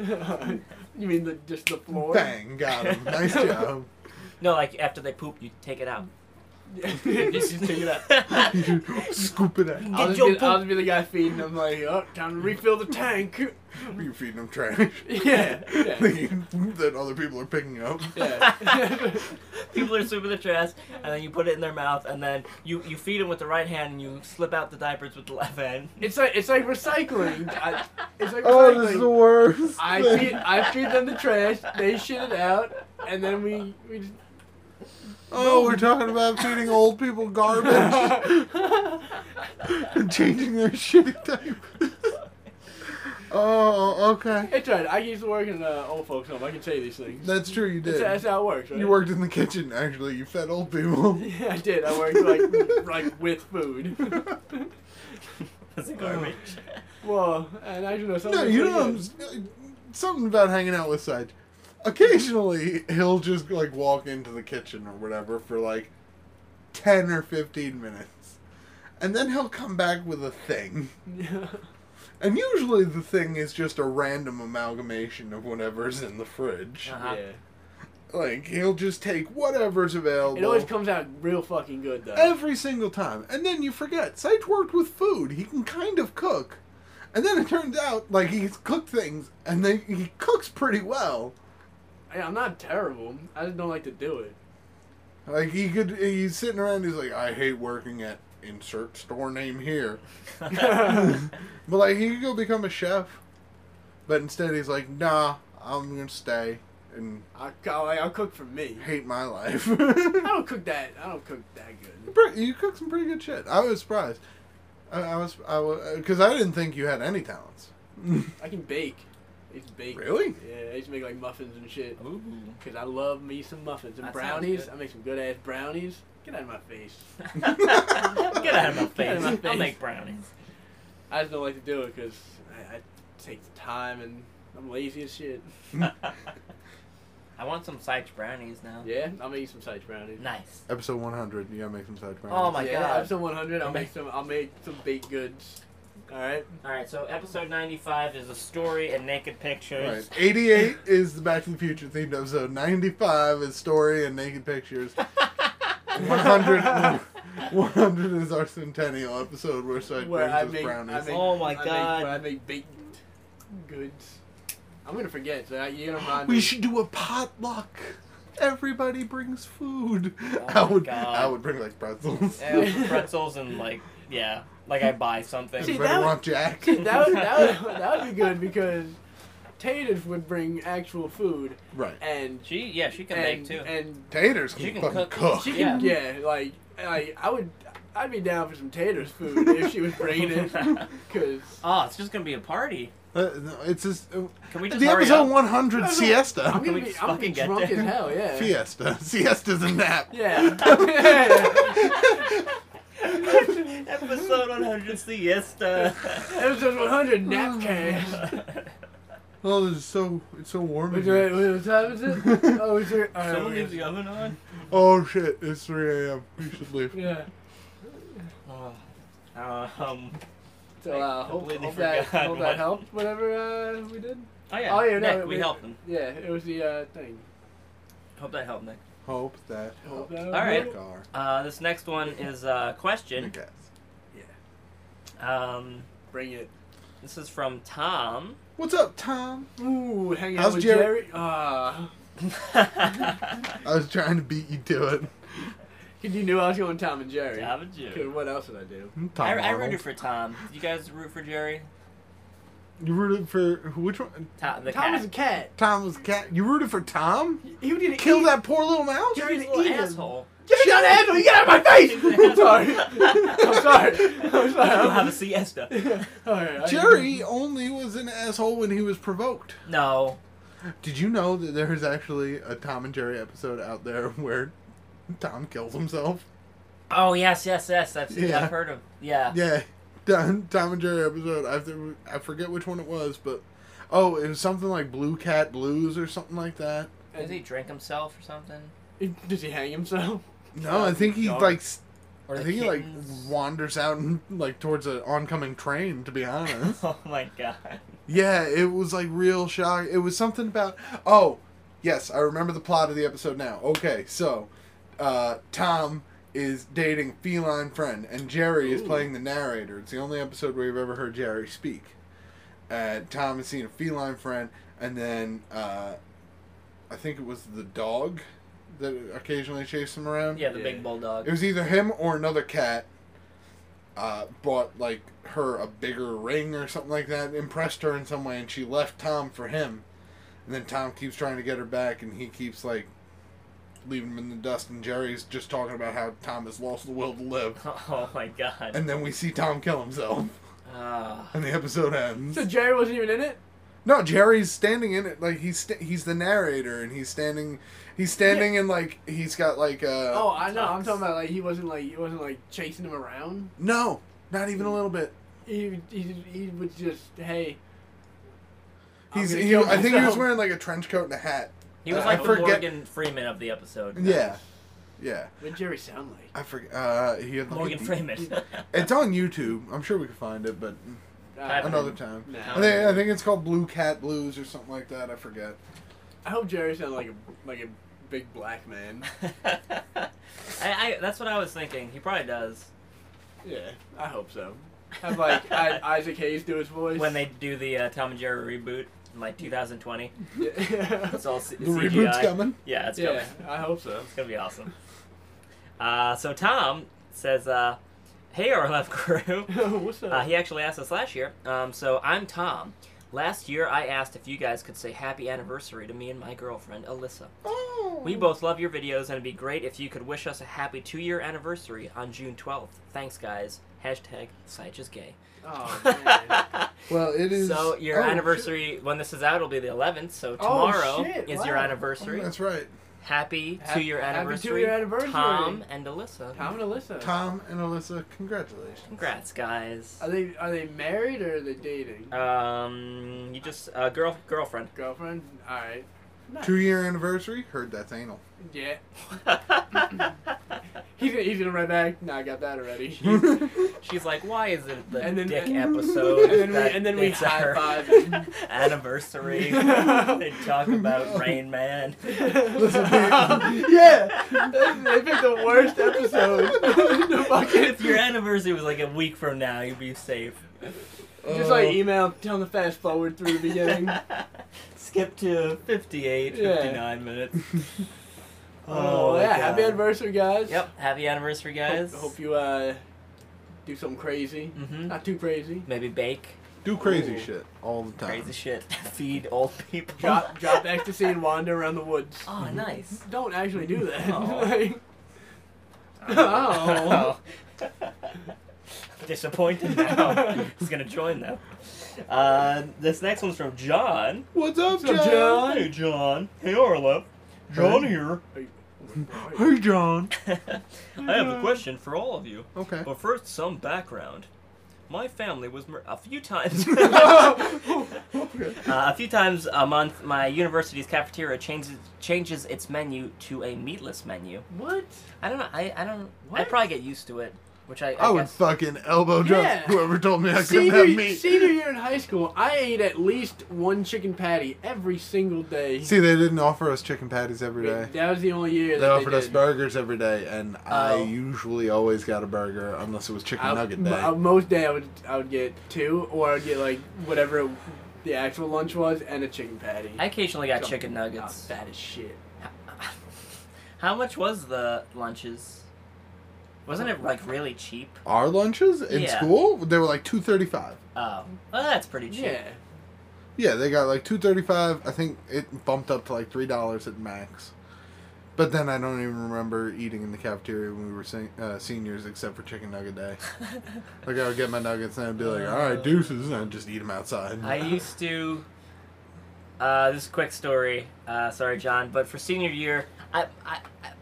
[SPEAKER 2] you mean the just the floor?
[SPEAKER 3] Bang, got him. Nice job.
[SPEAKER 1] No, like after they poop, you take it out.
[SPEAKER 2] Just take it out.
[SPEAKER 3] Scoop it out.
[SPEAKER 1] Get
[SPEAKER 2] I'll just,
[SPEAKER 1] your
[SPEAKER 2] be,
[SPEAKER 1] poop.
[SPEAKER 2] I'll just be the guy feeding them like, oh, time to refill the tank.
[SPEAKER 3] You feeding them trash.
[SPEAKER 2] yeah, yeah,
[SPEAKER 3] Thinking that other people are picking up.
[SPEAKER 2] yeah.
[SPEAKER 1] People are super the trash, and then you put it in their mouth, and then you, you feed them with the right hand, and you slip out the diapers with the left hand.
[SPEAKER 2] it's like it's like recycling. I, it's like
[SPEAKER 3] Oh,
[SPEAKER 2] recycling.
[SPEAKER 3] this is the worst.
[SPEAKER 2] I feed I feed them the trash. They shit it out, and then we we just.
[SPEAKER 3] Oh, we're talking about feeding old people garbage and changing their shitty diapers. Oh, okay.
[SPEAKER 2] it's right. I used to work in uh, old folks' home. I can tell you these things.
[SPEAKER 3] That's true. You
[SPEAKER 2] That's, that's
[SPEAKER 3] did.
[SPEAKER 2] how it works, right?
[SPEAKER 3] You worked in the kitchen. Actually, you fed old people.
[SPEAKER 2] Yeah, I did. I worked like like with food.
[SPEAKER 1] That's garbage.
[SPEAKER 2] Well, and I should know something.
[SPEAKER 3] No, you know I'm, something about hanging out with Sage. Occasionally, he'll just like walk into the kitchen or whatever for like ten or fifteen minutes, and then he'll come back with a thing. And usually, the thing is just a random amalgamation of whatever's in the fridge.
[SPEAKER 1] Uh-huh.
[SPEAKER 2] yeah.
[SPEAKER 3] Like he'll just take whatever's available.
[SPEAKER 2] It always comes out real fucking good though.
[SPEAKER 3] every single time. And then you forget, Sage worked with food. He can kind of cook. And then it turns out, like, he's cooked things, and they, he cooks pretty well.
[SPEAKER 2] I, I'm not terrible. I just don't like to do it.
[SPEAKER 3] Like, he could, he's sitting around, he's like, I hate working at insert store name here. But, like, he could go become a chef. But instead, he's like, nah, I'm gonna stay and
[SPEAKER 2] I, I'll, I'll cook for me.
[SPEAKER 3] hate my life.
[SPEAKER 2] I don't cook that. I don't cook that good.
[SPEAKER 3] Pretty- you cook some pretty good shit. I was surprised. I, I was, I was, because I didn't think you had any talents.
[SPEAKER 2] I can bake. I used to bake.
[SPEAKER 3] Really?
[SPEAKER 2] Yeah, I used to make like muffins and shit.
[SPEAKER 1] Ooh.
[SPEAKER 2] Cause I love me some muffins and
[SPEAKER 1] That sounds
[SPEAKER 2] brownies.
[SPEAKER 1] good.
[SPEAKER 2] I make some good ass brownies. Get out of my face.
[SPEAKER 1] Get out of my
[SPEAKER 2] Get out
[SPEAKER 1] face.
[SPEAKER 2] of my
[SPEAKER 1] I'll
[SPEAKER 2] face.
[SPEAKER 1] make brownies.
[SPEAKER 2] I just don't like to do it because I, I take the time and I'm lazy as shit.
[SPEAKER 1] I want some Sage brownies now.
[SPEAKER 2] Yeah, I'm gonna eat some sage brownies.
[SPEAKER 1] Nice.
[SPEAKER 3] Episode 100, you gotta make some side
[SPEAKER 1] Oh my
[SPEAKER 2] yeah,
[SPEAKER 1] god.
[SPEAKER 2] episode 100. I'll
[SPEAKER 1] Okay.
[SPEAKER 2] make some. I'll make some baked goods. All right.
[SPEAKER 1] Alright, so episode 95 is a story and naked
[SPEAKER 3] Right.
[SPEAKER 1] pictures.
[SPEAKER 3] 88 is the Back to the Future themed episode. 95 is story and naked pictures. 100, 100 is our centennial episode where Side
[SPEAKER 2] Where
[SPEAKER 3] brings
[SPEAKER 2] I
[SPEAKER 3] us
[SPEAKER 2] make- I
[SPEAKER 3] brownies.
[SPEAKER 2] make-
[SPEAKER 1] Oh my
[SPEAKER 2] I make-
[SPEAKER 1] God.
[SPEAKER 2] I make baked goods. I'm gonna forget. So I- you're gonna remind
[SPEAKER 3] we
[SPEAKER 2] me.
[SPEAKER 3] should do a potluck. Everybody brings food. I
[SPEAKER 1] Oh my
[SPEAKER 3] would,
[SPEAKER 1] God.
[SPEAKER 3] I would bring like pretzels.
[SPEAKER 1] Yeah, with pretzels and like, yeah, like I buy something.
[SPEAKER 2] See,
[SPEAKER 3] Better
[SPEAKER 2] that would-
[SPEAKER 3] want Jack.
[SPEAKER 2] that would, that would, that would be good because Taters would bring actual food
[SPEAKER 3] right.
[SPEAKER 2] and
[SPEAKER 1] She, yeah, she can
[SPEAKER 2] and,
[SPEAKER 1] bake too.
[SPEAKER 2] and
[SPEAKER 3] Taters can,
[SPEAKER 1] She can
[SPEAKER 3] fucking
[SPEAKER 1] cook.
[SPEAKER 3] cook.
[SPEAKER 2] she can yeah. like like I would I'd be down for some Taters food if she was bringing it because
[SPEAKER 1] Oh, it's just gonna be a party.
[SPEAKER 3] Uh, no, it's just, uh,
[SPEAKER 1] Can we just
[SPEAKER 3] the
[SPEAKER 1] hurry
[SPEAKER 3] episode
[SPEAKER 1] up?
[SPEAKER 3] 100 siesta.
[SPEAKER 2] I'm
[SPEAKER 1] Can
[SPEAKER 2] gonna
[SPEAKER 1] we
[SPEAKER 2] be
[SPEAKER 1] just
[SPEAKER 2] I'm gonna be
[SPEAKER 1] fucking get
[SPEAKER 2] drunk
[SPEAKER 1] there?
[SPEAKER 2] as hell yeah
[SPEAKER 3] Fiesta. Siesta's a nap.
[SPEAKER 2] yeah.
[SPEAKER 1] episode 100 siesta.
[SPEAKER 2] Episode 100 napkins.
[SPEAKER 3] Oh, this is so it's so warm in
[SPEAKER 2] Wait,
[SPEAKER 3] here.
[SPEAKER 2] wait, what time is it? Oh, is it? all right,
[SPEAKER 1] Someone
[SPEAKER 2] we're
[SPEAKER 1] leaves the
[SPEAKER 2] gonna-
[SPEAKER 1] oven on.
[SPEAKER 3] Oh shit! It's three a.m. We should leave.
[SPEAKER 2] Yeah.
[SPEAKER 3] Oh.
[SPEAKER 1] Uh, um.
[SPEAKER 2] So
[SPEAKER 1] I
[SPEAKER 2] uh, hope,
[SPEAKER 1] completely
[SPEAKER 2] hope that
[SPEAKER 1] forgot
[SPEAKER 2] hope
[SPEAKER 1] what-
[SPEAKER 2] that helped. Whatever uh, we did.
[SPEAKER 1] Oh yeah.
[SPEAKER 2] Oh, yeah, no,
[SPEAKER 1] Nick,
[SPEAKER 2] it-
[SPEAKER 1] we
[SPEAKER 2] it-
[SPEAKER 1] helped them.
[SPEAKER 2] Yeah, it was the uh, thing.
[SPEAKER 1] Hope that helped, Nick.
[SPEAKER 3] Hope that. helped.
[SPEAKER 2] All
[SPEAKER 1] right.
[SPEAKER 3] Car.
[SPEAKER 1] Uh, this next one is a question.
[SPEAKER 3] Yes.
[SPEAKER 1] Um,
[SPEAKER 2] Bring it.
[SPEAKER 1] this is from Tom.
[SPEAKER 3] What's up, Tom?
[SPEAKER 2] Ooh, hang out
[SPEAKER 3] How's
[SPEAKER 2] with
[SPEAKER 3] Jerry?
[SPEAKER 2] Jerry. Ah,
[SPEAKER 1] Tom
[SPEAKER 3] I was trying to beat you to it.
[SPEAKER 2] because you knew I was going Tom and Jerry.
[SPEAKER 1] and
[SPEAKER 2] 'Cause
[SPEAKER 1] Jerry.
[SPEAKER 2] what else would I do?
[SPEAKER 3] Tom
[SPEAKER 1] I, I
[SPEAKER 3] Arnold.
[SPEAKER 1] rooted for Tom. Did you guys root for Jerry?
[SPEAKER 3] You rooted for which one?
[SPEAKER 1] Tom, the
[SPEAKER 2] Tom
[SPEAKER 1] cat.
[SPEAKER 2] was a cat.
[SPEAKER 3] Tom was cat. You rooted for Tom?
[SPEAKER 2] He would get
[SPEAKER 3] Kill
[SPEAKER 2] eat.
[SPEAKER 3] that poor little mouse.
[SPEAKER 1] Jerry's a
[SPEAKER 2] Jerry's
[SPEAKER 1] little
[SPEAKER 2] eating.
[SPEAKER 1] asshole.
[SPEAKER 2] Give me that handle. You get out of my face. I'm sorry. I'm sorry. I'm
[SPEAKER 1] I'll have a
[SPEAKER 2] sorry.
[SPEAKER 1] siesta.
[SPEAKER 2] All right, I-
[SPEAKER 3] Jerry only was an asshole when he was provoked.
[SPEAKER 1] No.
[SPEAKER 3] Did you know that there is actually a Tom and Jerry episode out there where Tom kills himself?
[SPEAKER 1] Oh yes, yes, yes. I've seen.
[SPEAKER 3] Yeah.
[SPEAKER 1] I've heard of. Yeah.
[SPEAKER 3] Yeah, Tom, Tom and Jerry episode. I th- I forget which one it was, but oh, it was something like Blue Cat Blues or something like that.
[SPEAKER 1] Does he drink himself or something?
[SPEAKER 2] Does he hang himself?
[SPEAKER 3] No, I think he
[SPEAKER 1] Dog.
[SPEAKER 3] like s-
[SPEAKER 1] Or
[SPEAKER 3] I
[SPEAKER 1] the
[SPEAKER 3] think he like
[SPEAKER 1] kittens?
[SPEAKER 3] wanders out and like towards an oncoming train. To be honest,
[SPEAKER 1] Oh my god.
[SPEAKER 3] yeah, it was like real shock. It was something about oh. Yes, I remember the plot of the episode now. Okay, so uh, Tom is dating feline friend, and Jerry is
[SPEAKER 2] Ooh.
[SPEAKER 3] playing the narrator. It's the only episode where you've ever heard Jerry speak. Uh, Tom is seeing a feline friend, and then uh, I think it was the dog that occasionally chased him around.
[SPEAKER 1] Yeah, the
[SPEAKER 4] Yeah.
[SPEAKER 1] big bulldog.
[SPEAKER 3] It was either him or another cat. Uh, bought like her a bigger ring or something like that, impressed her in some way, and she left Tom for him. And then Tom keeps trying to get her back, and he keeps like leaving him in the dust. And Jerry's just talking about how Tom has lost the will to live.
[SPEAKER 1] Oh my god.
[SPEAKER 3] And then we see Tom kill himself,
[SPEAKER 1] Ah.
[SPEAKER 3] and the episode ends.
[SPEAKER 2] So Jerry wasn't even in it.
[SPEAKER 3] No, Jerry's standing in it like he's sta he's the narrator, and he's standing he's standing in like he's got like uh
[SPEAKER 2] Oh, I know. I'm
[SPEAKER 1] Sucks.
[SPEAKER 2] talking about like he wasn't like he wasn't like chasing him around.
[SPEAKER 3] no, not even a little bit.
[SPEAKER 2] He he, he was just hey. I'm
[SPEAKER 3] He's,
[SPEAKER 2] gonna
[SPEAKER 3] he,
[SPEAKER 2] kill
[SPEAKER 3] I think he was
[SPEAKER 2] myself.
[SPEAKER 3] wearing like a trench coat and a hat.
[SPEAKER 1] he was
[SPEAKER 3] I
[SPEAKER 1] like the
[SPEAKER 3] forget-
[SPEAKER 1] Morgan Freeman of the episode.
[SPEAKER 3] Yeah, yeah.
[SPEAKER 2] What did Jerry sound like?
[SPEAKER 3] I forget. Uh, he had like,
[SPEAKER 1] Morgan
[SPEAKER 3] a-
[SPEAKER 1] Freeman.
[SPEAKER 3] It's on YouTube. I'm sure we can find it, but
[SPEAKER 2] I don't
[SPEAKER 3] another
[SPEAKER 2] know.
[SPEAKER 3] time.
[SPEAKER 2] Nah.
[SPEAKER 3] I think, I think it's called Blue Cat Blues or something like that. I forget.
[SPEAKER 2] I hope Jerry sounded like a like a big black man.
[SPEAKER 1] I, I, that's what I was thinking. He probably does.
[SPEAKER 2] Yeah, I hope so. Have like I, Isaac Hayes do his voice
[SPEAKER 1] When they do the uh, Tom and Jerry reboot in like 2020,
[SPEAKER 2] Yeah.
[SPEAKER 1] it's all C-
[SPEAKER 3] The
[SPEAKER 1] CGI.
[SPEAKER 3] reboot's coming.
[SPEAKER 1] Yeah, it's
[SPEAKER 2] yeah,
[SPEAKER 1] coming.
[SPEAKER 2] I hope so.
[SPEAKER 1] It's gonna be awesome. Uh, so Tom says, uh, "Hey, our left crew."
[SPEAKER 2] What's up?
[SPEAKER 1] Uh, he actually asked us last year. Um, so I'm Tom. Last year, I asked if you guys could say happy anniversary to me and my girlfriend, Alyssa.
[SPEAKER 3] Oh.
[SPEAKER 1] We both love your videos, and it'd be great if you could wish us a happy two year anniversary on June 12th. Thanks, guys. Hashtag Sitch is gay.
[SPEAKER 2] oh man.
[SPEAKER 3] Well, it is.
[SPEAKER 1] so, your
[SPEAKER 3] oh,
[SPEAKER 1] anniversary, when this is out, it'll be the 11th. So,
[SPEAKER 2] Oh,
[SPEAKER 1] tomorrow
[SPEAKER 2] shit,
[SPEAKER 1] is
[SPEAKER 2] wow.
[SPEAKER 1] your
[SPEAKER 3] shit.
[SPEAKER 1] anniversary.
[SPEAKER 3] That's right.
[SPEAKER 1] Happy
[SPEAKER 2] Hap-
[SPEAKER 1] two year
[SPEAKER 2] happy
[SPEAKER 1] anniversary,
[SPEAKER 2] two-year anniversary.
[SPEAKER 1] Tom and Alyssa.
[SPEAKER 2] Tom and Alyssa.
[SPEAKER 3] Tom and Alyssa, congratulations.
[SPEAKER 1] Congrats, guys.
[SPEAKER 2] Are they are they married or are they dating?
[SPEAKER 1] Uh, Um, you just, uh, girl, girlfriend.
[SPEAKER 2] Girlfriend. All right.
[SPEAKER 3] Two year anniversary. Heard that's anal.
[SPEAKER 2] Yeah. He's gonna, he's gonna write back. No, I got that already.
[SPEAKER 1] She's, she's like, why is it the
[SPEAKER 2] And then-
[SPEAKER 1] dick
[SPEAKER 2] and-
[SPEAKER 1] episode?
[SPEAKER 2] and then we-
[SPEAKER 1] that
[SPEAKER 2] and then we
[SPEAKER 1] it's our
[SPEAKER 2] high-five.
[SPEAKER 1] anniversary. they talk about Rain Man.
[SPEAKER 2] yeah. They picked the worst episode. the fucking,
[SPEAKER 1] if your anniversary was like a week from now, you'd be safe.
[SPEAKER 2] just like email, tell them to fast forward through the beginning.
[SPEAKER 1] Skip to 58,
[SPEAKER 2] Yeah.
[SPEAKER 1] 59 minutes.
[SPEAKER 2] Oh,
[SPEAKER 1] my
[SPEAKER 2] yeah.
[SPEAKER 1] God.
[SPEAKER 2] Happy anniversary, guys.
[SPEAKER 1] Yep, happy anniversary,
[SPEAKER 2] Hope,
[SPEAKER 1] guys.
[SPEAKER 2] hope you uh do something crazy.
[SPEAKER 1] hmm
[SPEAKER 2] Not too crazy.
[SPEAKER 1] Maybe bake.
[SPEAKER 3] do crazy
[SPEAKER 2] Ooh.
[SPEAKER 3] shit all the time.
[SPEAKER 1] Crazy shit. Feed old people.
[SPEAKER 2] Drop drop ecstasy and wander around the woods.
[SPEAKER 1] Oh, nice.
[SPEAKER 2] Don't actually do that.
[SPEAKER 1] Oh.
[SPEAKER 2] Like- Oh.
[SPEAKER 1] Disappointed now. He's gonna join though. Uh, this next one's from John.
[SPEAKER 3] What's up,
[SPEAKER 2] What's up,
[SPEAKER 3] John?
[SPEAKER 1] Hey, John. Hey, Orla. John here.
[SPEAKER 3] Hey, John.
[SPEAKER 1] I have a question for all of you.
[SPEAKER 3] Okay.
[SPEAKER 1] But first, some background. My family was mur- a few times.
[SPEAKER 3] okay.
[SPEAKER 1] Uh, a few times a month, my university's cafeteria changes changes its menu to a meatless menu.
[SPEAKER 2] What?
[SPEAKER 1] I don't know. I, I don't. I
[SPEAKER 2] What?
[SPEAKER 1] probably get used to it, which I, I,
[SPEAKER 3] I would
[SPEAKER 1] guess-
[SPEAKER 3] fucking elbow drop
[SPEAKER 2] Yeah.
[SPEAKER 3] whoever told me I couldn't have
[SPEAKER 2] Senior,
[SPEAKER 3] meat.
[SPEAKER 2] senior year in high school, I ate at least one chicken patty every single day.
[SPEAKER 3] See, they didn't offer us chicken patties every day.
[SPEAKER 2] that was the only year
[SPEAKER 3] They
[SPEAKER 2] that
[SPEAKER 3] offered
[SPEAKER 2] they
[SPEAKER 3] us
[SPEAKER 2] did.
[SPEAKER 3] burgers every day, and I
[SPEAKER 1] Oh.
[SPEAKER 3] usually always got a burger unless it was chicken
[SPEAKER 2] I-
[SPEAKER 3] nugget
[SPEAKER 2] m-
[SPEAKER 3] day.
[SPEAKER 2] uh, most day I would I would get two, or I'd get like whatever it- the actual lunch was and a chicken patty.
[SPEAKER 1] I occasionally got
[SPEAKER 2] Something
[SPEAKER 1] chicken nuggets.
[SPEAKER 2] Fat as shit.
[SPEAKER 1] How much was the lunches? Wasn't it like really cheap?
[SPEAKER 3] Our lunches in
[SPEAKER 1] Yeah.
[SPEAKER 3] school, they were like two thirty five.
[SPEAKER 1] Oh, well, that's pretty cheap.
[SPEAKER 2] Yeah.
[SPEAKER 3] Yeah, they got like two thirty five. I think it bumped up to like three dollars at max. But then I don't even remember eating in the cafeteria when we were sen- uh, seniors, except for chicken nugget day. like I would get my nuggets and I'd be like, "All right, deuces," and I'd just eat them outside.
[SPEAKER 1] I used to. Uh, this is a quick story. Uh, sorry, John, but for senior year, I, I, I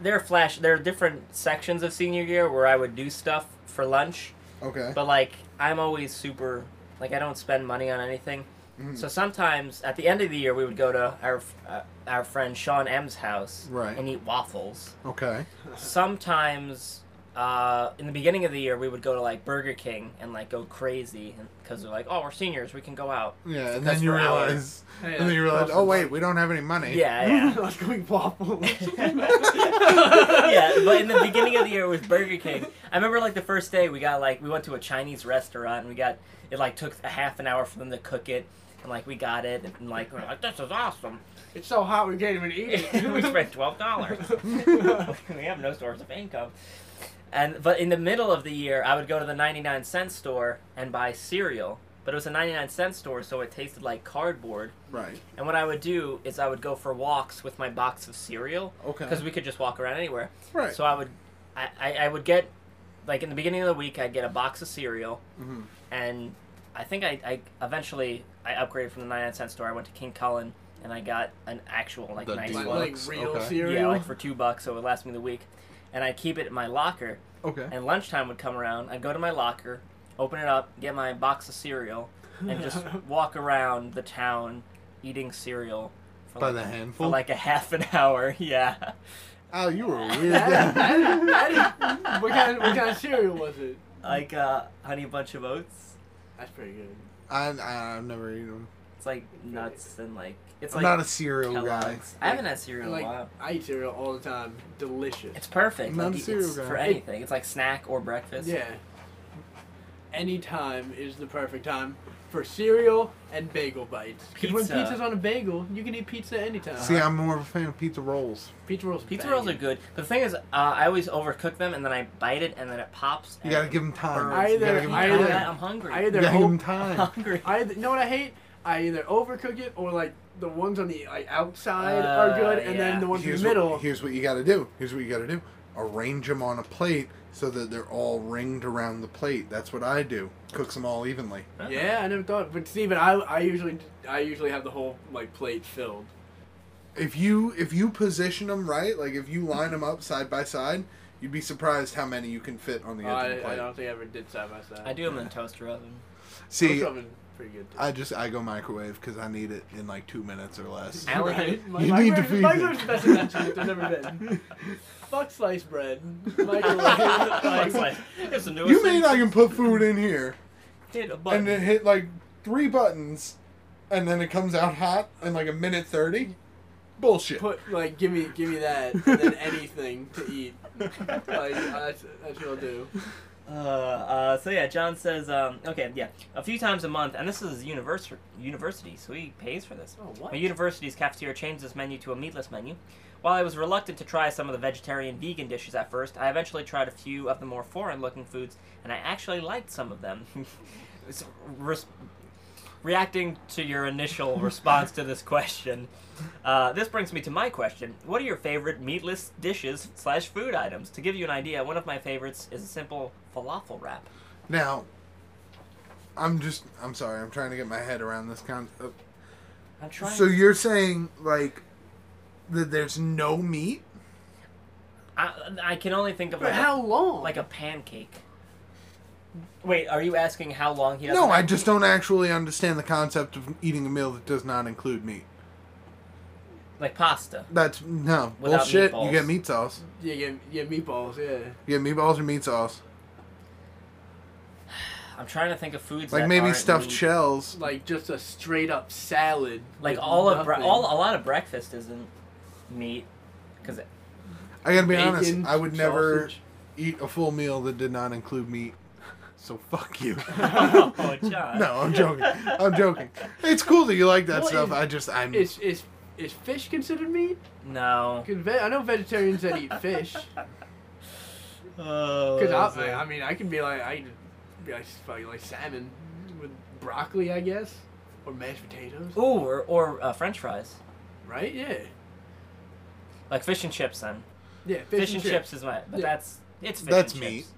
[SPEAKER 1] there are flash. There are different sections of senior year where I would do stuff for lunch,
[SPEAKER 3] okay.
[SPEAKER 1] but like I'm always super. Like I don't spend money on anything.
[SPEAKER 3] Mhm.
[SPEAKER 1] So sometimes at the end of the year, we would go to our uh, our friend Sean M's house
[SPEAKER 3] Right.
[SPEAKER 1] and eat waffles.
[SPEAKER 3] Okay.
[SPEAKER 1] Sometimes uh, in the beginning of the year, we would go to like Burger King and like go crazy because they're like, oh, we're seniors, we can go out.
[SPEAKER 3] Yeah, and
[SPEAKER 1] That's
[SPEAKER 3] then you
[SPEAKER 1] for hours.
[SPEAKER 3] realize,
[SPEAKER 2] Hey,
[SPEAKER 3] and then you realize,
[SPEAKER 2] that's
[SPEAKER 3] oh
[SPEAKER 2] awesome.
[SPEAKER 3] wait, we don't have any money.
[SPEAKER 1] Yeah, yeah.
[SPEAKER 2] I was going waffles.
[SPEAKER 1] yeah, but in the beginning of the year it was Burger King. I remember like the first day we got like we went to a Chinese restaurant and we got it like took a half an hour for them to cook it and like we got it and like we're like this is awesome.
[SPEAKER 2] It's so hot we can't even eat it.
[SPEAKER 1] we spent twelve dollars. we have no source of income. And but in the middle of the year I would go to the ninety nine cent store and buy cereal. But it was a ninety nine cent store so it tasted like cardboard.
[SPEAKER 3] Right.
[SPEAKER 1] And what I would do is I would go for walks with my box of cereal
[SPEAKER 3] Okay.
[SPEAKER 1] because we could just walk around anywhere.
[SPEAKER 3] Right.
[SPEAKER 1] So I would, I, I, I would get, like in the beginning of the week, I'd get a box of cereal,
[SPEAKER 2] Mm-hmm.
[SPEAKER 3] Mhm.
[SPEAKER 1] and I think I, I eventually I upgraded from the 99 cent store. I went to King Cullen, and I got an actual like
[SPEAKER 3] The
[SPEAKER 1] nice
[SPEAKER 2] like,
[SPEAKER 3] deluxe.
[SPEAKER 1] one.
[SPEAKER 2] like real
[SPEAKER 3] Okay.
[SPEAKER 2] cereal.
[SPEAKER 1] Yeah, like for two bucks, so it would last me the week, and I keep it in my locker.
[SPEAKER 3] Okay.
[SPEAKER 1] And lunchtime would come around, I'd go to my locker, open it up, get my box of cereal, and just walk around the town eating cereal. For
[SPEAKER 3] By
[SPEAKER 1] like,
[SPEAKER 3] the
[SPEAKER 1] for
[SPEAKER 3] handful.
[SPEAKER 1] like a half an hour, yeah.
[SPEAKER 3] oh, you were a weird.
[SPEAKER 2] That-
[SPEAKER 3] guy.
[SPEAKER 2] that- that is- what, kind of, what kind of cereal was it?
[SPEAKER 1] Like uh, honey bunch of oats.
[SPEAKER 2] That's pretty good.
[SPEAKER 3] I, I I've never eaten them.
[SPEAKER 1] It's like nuts and like it's
[SPEAKER 3] I'm
[SPEAKER 1] like
[SPEAKER 3] not a cereal guy.
[SPEAKER 1] Kellogg's. I haven't had cereal in
[SPEAKER 2] like
[SPEAKER 1] a while.
[SPEAKER 2] I eat cereal all the time. Delicious.
[SPEAKER 1] It's perfect.
[SPEAKER 3] I'm not
[SPEAKER 1] like,
[SPEAKER 3] a
[SPEAKER 1] it's
[SPEAKER 3] cereal guy.
[SPEAKER 1] for anything. It's like snack or breakfast.
[SPEAKER 2] Yeah. Any time is the perfect time for cereal and bagel bites. Because when
[SPEAKER 1] Pizza.
[SPEAKER 2] pizza's on a bagel, you can eat pizza anytime.
[SPEAKER 3] See, I'm more of a fan of pizza rolls.
[SPEAKER 2] pizza rolls.
[SPEAKER 1] Pizza
[SPEAKER 2] banging.
[SPEAKER 1] rolls are good. But the thing is, uh, I always overcook them and then I bite it and then it pops.
[SPEAKER 3] You
[SPEAKER 1] and
[SPEAKER 3] gotta give them time.
[SPEAKER 1] burns.
[SPEAKER 2] I
[SPEAKER 3] You gotta
[SPEAKER 2] either-
[SPEAKER 3] give 'em
[SPEAKER 2] I
[SPEAKER 1] I'm
[SPEAKER 2] either-
[SPEAKER 1] hungry.
[SPEAKER 3] time.
[SPEAKER 1] I'm hungry.
[SPEAKER 2] I
[SPEAKER 3] You
[SPEAKER 2] either
[SPEAKER 3] gotta give
[SPEAKER 2] hope
[SPEAKER 3] 'em
[SPEAKER 1] I'm
[SPEAKER 3] time.
[SPEAKER 1] hungry.
[SPEAKER 2] I either, know what I hate? I either overcook it or like the ones on the like outside
[SPEAKER 1] Uh,
[SPEAKER 2] are good, and
[SPEAKER 1] yeah.
[SPEAKER 2] then the ones in
[SPEAKER 3] Here's
[SPEAKER 2] the middle.
[SPEAKER 3] What, here's what you gotta do. Here's what you gotta do. Arrange them on a plate so that they're all ringed around the plate. That's what I do. Cooks them all evenly.
[SPEAKER 2] yeah, I never thought. But Steven, I I usually I usually have the whole like plate filled.
[SPEAKER 3] If you if you position them right, like if you line them up side by side, you'd be surprised how many you can fit on the edge of the
[SPEAKER 2] I, I
[SPEAKER 3] plate.
[SPEAKER 2] don't think I ever did side by side.
[SPEAKER 1] I do them in a toaster oven.
[SPEAKER 3] See,
[SPEAKER 2] Something pretty good. too.
[SPEAKER 3] I just I go microwave because I need it in like two minutes or less.
[SPEAKER 1] I only
[SPEAKER 2] Right?
[SPEAKER 1] do-
[SPEAKER 2] My,
[SPEAKER 3] You
[SPEAKER 2] my
[SPEAKER 3] need
[SPEAKER 2] bread-
[SPEAKER 3] to feed
[SPEAKER 2] my
[SPEAKER 3] it.
[SPEAKER 2] bread's the best invention there's ever been. Fuck sliced bread. Microwave.
[SPEAKER 1] It's
[SPEAKER 2] like,
[SPEAKER 1] like, it's the newest
[SPEAKER 3] You mean
[SPEAKER 1] thing.
[SPEAKER 3] I can put food in here
[SPEAKER 1] hit a button.
[SPEAKER 3] and then hit like three buttons, and then it comes out hot in like a minute thirty? Bullshit.
[SPEAKER 2] put like give me give me that and then anything to eat. Like uh, that's that's what I'll do.
[SPEAKER 1] Uh, uh, so yeah, John says, um, okay, yeah, a few times a month, and this is university, university, so he pays for this.
[SPEAKER 2] Oh what?
[SPEAKER 1] My university's cafeteria changed its menu to a meatless menu. While I was reluctant to try some of the vegetarian vegan dishes at first, I eventually tried a few of the more foreign looking foods, and I actually liked some of them. It's res- reacting to your initial response to this question, uh, this brings me to my question. What are your favorite meatless dishes slash food items? To give you an idea, one of my favorites is a simple falafel wrap.
[SPEAKER 3] Now, I'm just I'm sorry. I'm trying to get my head around this concept.
[SPEAKER 1] I'm trying.
[SPEAKER 3] So you're saying like that there's no meat?
[SPEAKER 1] I, I can only think of
[SPEAKER 2] For
[SPEAKER 1] like,
[SPEAKER 2] how long?
[SPEAKER 1] like a pancake. Wait, are you asking how long he doesn't?
[SPEAKER 3] No, I
[SPEAKER 1] have-
[SPEAKER 3] just don't actually understand the concept of eating a meal that does not include meat.
[SPEAKER 1] like pasta.
[SPEAKER 3] That's no
[SPEAKER 1] Without
[SPEAKER 3] bullshit.
[SPEAKER 1] meatballs.
[SPEAKER 3] You get meat sauce.
[SPEAKER 2] yeah, yeah, yeah, meatballs. Yeah.
[SPEAKER 3] You get meatballs or meat sauce.
[SPEAKER 1] I'm trying to think of foods
[SPEAKER 3] Like
[SPEAKER 1] that
[SPEAKER 3] maybe
[SPEAKER 1] aren't
[SPEAKER 3] stuffed
[SPEAKER 1] meat.
[SPEAKER 3] shells.
[SPEAKER 2] Like just a straight up salad.
[SPEAKER 1] Like
[SPEAKER 2] with
[SPEAKER 1] all of bre-
[SPEAKER 2] nothing.
[SPEAKER 1] all a lot of breakfast isn't meat because
[SPEAKER 3] I gotta be
[SPEAKER 2] Bacon,
[SPEAKER 3] honest. I would never
[SPEAKER 2] sausage.
[SPEAKER 3] eat a full meal that did not include meat. So fuck you.
[SPEAKER 1] oh, John.
[SPEAKER 3] no, I'm joking. I'm joking. It's cool that you like that
[SPEAKER 2] Well,
[SPEAKER 3] stuff.
[SPEAKER 2] it-
[SPEAKER 3] I just I'm
[SPEAKER 2] Is is is fish considered meat?
[SPEAKER 1] No.
[SPEAKER 2] 'Cause ve- I know vegetarians that eat fish.
[SPEAKER 1] Oh,
[SPEAKER 2] Cause I, I, I mean, I can be like, I could be like, fucking like salmon with broccoli, I guess, or mashed potatoes,
[SPEAKER 1] Ooh, or or uh, French fries,
[SPEAKER 2] right? Yeah,
[SPEAKER 1] like fish and chips. Then
[SPEAKER 2] yeah. Fish,
[SPEAKER 1] fish, and chips. is my, but
[SPEAKER 2] Yeah.
[SPEAKER 1] that's it's fish
[SPEAKER 3] That's
[SPEAKER 1] and
[SPEAKER 3] meat.
[SPEAKER 1] chips.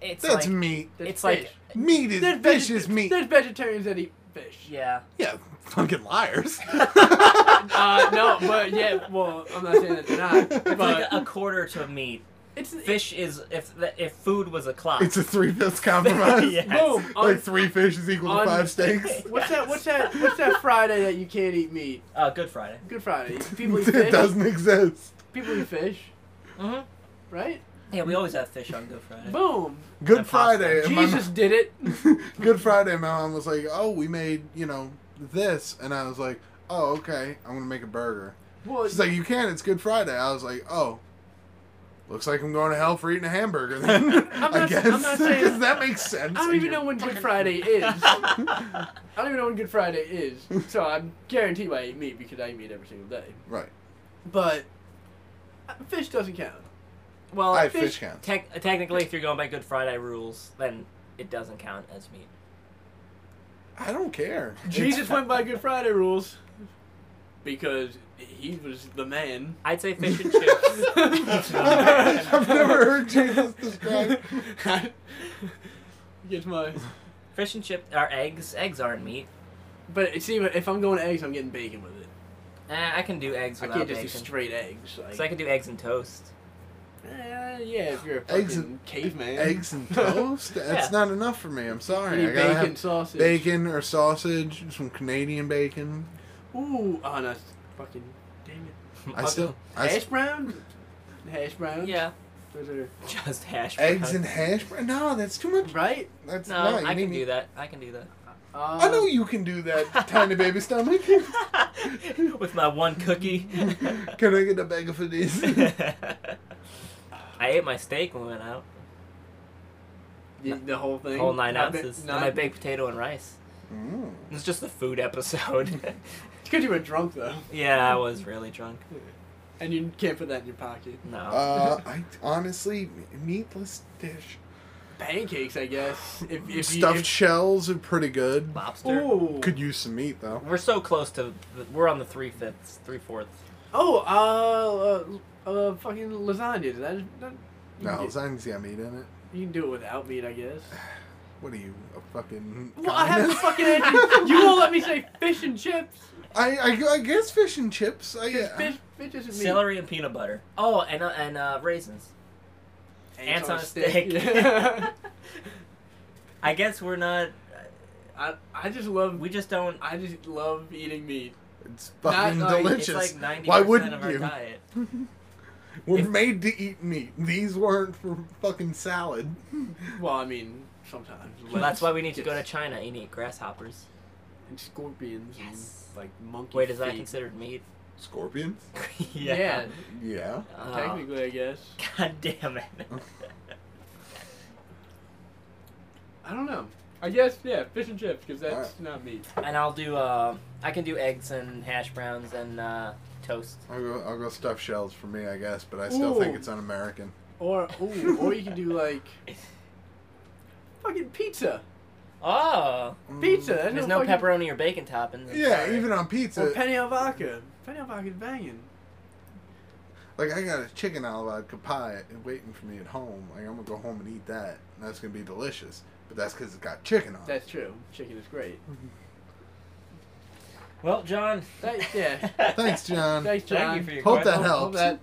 [SPEAKER 1] It's
[SPEAKER 3] That's
[SPEAKER 1] like,
[SPEAKER 3] meat.
[SPEAKER 2] There's
[SPEAKER 1] It's like-
[SPEAKER 2] fish.
[SPEAKER 3] Meat is
[SPEAKER 2] There's
[SPEAKER 3] fish
[SPEAKER 2] vege-
[SPEAKER 3] is meat.
[SPEAKER 2] There's vegetarians that eat fish.
[SPEAKER 1] Yeah.
[SPEAKER 3] Yeah, fucking liars.
[SPEAKER 2] Uh, no, but yeah. Well, I'm not saying that they're not,
[SPEAKER 1] It's like
[SPEAKER 2] but
[SPEAKER 1] a quarter to meat.
[SPEAKER 2] it's
[SPEAKER 1] Fish is if the, if food was a clock.
[SPEAKER 3] it's a three fifths compromise.
[SPEAKER 1] Yes.
[SPEAKER 2] Boom.
[SPEAKER 3] Like three fish is equal
[SPEAKER 2] Un-
[SPEAKER 3] to five steaks.
[SPEAKER 2] What's that? What's that? What's that Friday that you can't eat meat?
[SPEAKER 1] Uh, Good Friday.
[SPEAKER 2] Good Friday. People eat
[SPEAKER 3] it
[SPEAKER 2] fish.
[SPEAKER 3] doesn't exist.
[SPEAKER 2] People eat fish,
[SPEAKER 1] Mm-hmm.
[SPEAKER 2] right?
[SPEAKER 1] Yeah, we always have fish on Good Friday.
[SPEAKER 2] Boom.
[SPEAKER 3] Good
[SPEAKER 1] And pasta.
[SPEAKER 3] Friday. and my
[SPEAKER 2] Jesus did it.
[SPEAKER 3] mom- Good Friday. My mom was like, "Oh, we made you know this," and I was like, "Oh, okay. I'm gonna make a burger."
[SPEAKER 2] Well,
[SPEAKER 3] She's like, "You can. It's Good Friday." I was like, "Oh." Looks like I'm going to hell for eating a hamburger then. I
[SPEAKER 2] not-
[SPEAKER 3] guess.
[SPEAKER 2] I'm not saying-
[SPEAKER 3] Does that make sense?
[SPEAKER 2] I don't even know when Good Friday is. I don't even know when Good Friday is. So I'm guaranteed I eat meat because I eat meat every single day.
[SPEAKER 3] Right.
[SPEAKER 2] But uh, fish doesn't count. Well,
[SPEAKER 3] I have fish counts.
[SPEAKER 1] Tec- technically, if you're going by Good Friday rules, then it doesn't count as meat.
[SPEAKER 3] I don't care.
[SPEAKER 2] Jesus went by Good Friday rules because he was the man.
[SPEAKER 1] I'd say fish and chips.
[SPEAKER 3] I've never heard Jesus described.
[SPEAKER 2] Gets my.
[SPEAKER 1] Fish and chips are eggs. Eggs aren't meat.
[SPEAKER 2] But see, but if I'm going eggs, I'm getting bacon with it.
[SPEAKER 1] Eh, I can do eggs
[SPEAKER 2] I
[SPEAKER 1] without
[SPEAKER 2] can't just do
[SPEAKER 1] bacon.
[SPEAKER 2] straight eggs. Like,
[SPEAKER 1] so I can do eggs and toast.
[SPEAKER 2] eh, yeah, if you're a fucking
[SPEAKER 3] Eggs
[SPEAKER 2] caveman.
[SPEAKER 3] Eggs and toast?
[SPEAKER 1] Yeah.
[SPEAKER 3] That's not enough for me. I'm
[SPEAKER 2] You
[SPEAKER 3] sorry.
[SPEAKER 2] need
[SPEAKER 3] I gotta
[SPEAKER 2] bacon
[SPEAKER 3] have
[SPEAKER 2] sausage.
[SPEAKER 3] bacon or sausage, some Canadian bacon.
[SPEAKER 2] Ooh, oh no, it's fucking damn it.
[SPEAKER 3] I still I
[SPEAKER 2] hash
[SPEAKER 3] s-
[SPEAKER 2] brown. Hash brown.
[SPEAKER 1] Yeah,
[SPEAKER 2] Those are-
[SPEAKER 1] just hash.
[SPEAKER 3] eggs
[SPEAKER 1] browns.
[SPEAKER 3] and hash brown. No, that's too much.
[SPEAKER 2] Right.
[SPEAKER 3] That's
[SPEAKER 1] No,
[SPEAKER 3] not. you
[SPEAKER 1] I
[SPEAKER 3] need
[SPEAKER 1] can
[SPEAKER 3] me-
[SPEAKER 1] do that. I can do
[SPEAKER 2] Uh,
[SPEAKER 3] I know you can do that, tiny baby stomach.
[SPEAKER 1] that. With my one cookie.
[SPEAKER 3] Can I get a bag of these?
[SPEAKER 1] I ate my steak when we went out.
[SPEAKER 2] The, the whole thing.
[SPEAKER 1] Whole nine
[SPEAKER 2] Not ba-
[SPEAKER 1] ounces. and
[SPEAKER 2] not-
[SPEAKER 1] my baked potato and rice.
[SPEAKER 3] Mm.
[SPEAKER 1] It's just the food episode.
[SPEAKER 2] It's because you were drunk though,
[SPEAKER 1] yeah, I was really drunk.
[SPEAKER 2] and you can't put that in your pocket.
[SPEAKER 1] No.
[SPEAKER 3] Uh, I honestly meatless dish.
[SPEAKER 2] Pancakes, I guess. If, if
[SPEAKER 3] Stuffed
[SPEAKER 2] You, if,
[SPEAKER 3] shells are pretty good.
[SPEAKER 1] Lobster.
[SPEAKER 2] ooh.
[SPEAKER 3] Could use some meat though.
[SPEAKER 1] We're so close to. We're on the three fifths, three fourths.
[SPEAKER 2] Oh, uh, uh, uh, fucking lasagna. Is that, that you
[SPEAKER 3] No,
[SPEAKER 2] can get-
[SPEAKER 3] lasagna's got meat in it.
[SPEAKER 2] you can do it without meat, I guess.
[SPEAKER 3] What are you, a fucking?
[SPEAKER 2] Well, I have the
[SPEAKER 3] communist?
[SPEAKER 2] fucking answer. You won't let me say fish and chips.
[SPEAKER 3] I, I, I guess fish and chips. I,
[SPEAKER 2] Because fish, fish isn't meat.
[SPEAKER 1] Celery and peanut butter. Oh, and uh, and uh, raisins. Ants on a stick.
[SPEAKER 2] Yeah.
[SPEAKER 1] I guess we're not.
[SPEAKER 2] I, I just love
[SPEAKER 1] We just don't.
[SPEAKER 2] I just love eating meat.
[SPEAKER 3] It's fucking
[SPEAKER 2] Not like-
[SPEAKER 3] delicious.
[SPEAKER 1] It's like ninety
[SPEAKER 3] Why
[SPEAKER 1] percent
[SPEAKER 3] wouldn't
[SPEAKER 1] of our
[SPEAKER 3] you?
[SPEAKER 1] diet.
[SPEAKER 3] We're
[SPEAKER 1] if-
[SPEAKER 3] made to eat meat. These weren't for fucking salad.
[SPEAKER 2] Well, I mean, sometimes.
[SPEAKER 1] Well, that's why we need to
[SPEAKER 2] Yes.
[SPEAKER 1] go to China and eat grasshoppers.
[SPEAKER 2] And scorpions
[SPEAKER 1] Yes.
[SPEAKER 2] and like monkey.
[SPEAKER 1] Wait, is that
[SPEAKER 2] feet.
[SPEAKER 1] considered meat?
[SPEAKER 3] Scorpions?
[SPEAKER 2] Yeah,
[SPEAKER 3] Yeah.
[SPEAKER 1] Oh,
[SPEAKER 2] technically, I guess.
[SPEAKER 1] God damn it.
[SPEAKER 2] I don't know. I guess yeah, fish and chips because that's
[SPEAKER 3] Alright.
[SPEAKER 2] not meat.
[SPEAKER 1] and I'll do. Uh, I can do eggs and hash browns and uh, toast.
[SPEAKER 3] I'll go. I'll go stuffed shells for me, I guess. But I still think
[SPEAKER 2] Ooh.
[SPEAKER 3] it's un-American.
[SPEAKER 2] Or ooh, or you can do like fucking pizza.
[SPEAKER 1] Oh,
[SPEAKER 2] Pizza.
[SPEAKER 3] Mm.
[SPEAKER 2] There's
[SPEAKER 1] there's no
[SPEAKER 2] fucking-
[SPEAKER 1] pepperoni or bacon toppings. I'm
[SPEAKER 3] Yeah,
[SPEAKER 1] sorry.
[SPEAKER 3] even on pizza.
[SPEAKER 2] Or penny al vodka. Penny al vodka's banging.
[SPEAKER 3] like I got a chicken a la vodka pie waiting for me at home. Like I'm gonna go home and eat that. And that's gonna be delicious. But that's because it's got chicken on. it.
[SPEAKER 2] That's true. Chicken is great.
[SPEAKER 1] Well, John.
[SPEAKER 2] Thanks, yeah.
[SPEAKER 3] Thanks, John.
[SPEAKER 2] Thanks, John.
[SPEAKER 1] Thank you for your
[SPEAKER 3] Hope
[SPEAKER 1] question.
[SPEAKER 3] that helps.
[SPEAKER 2] that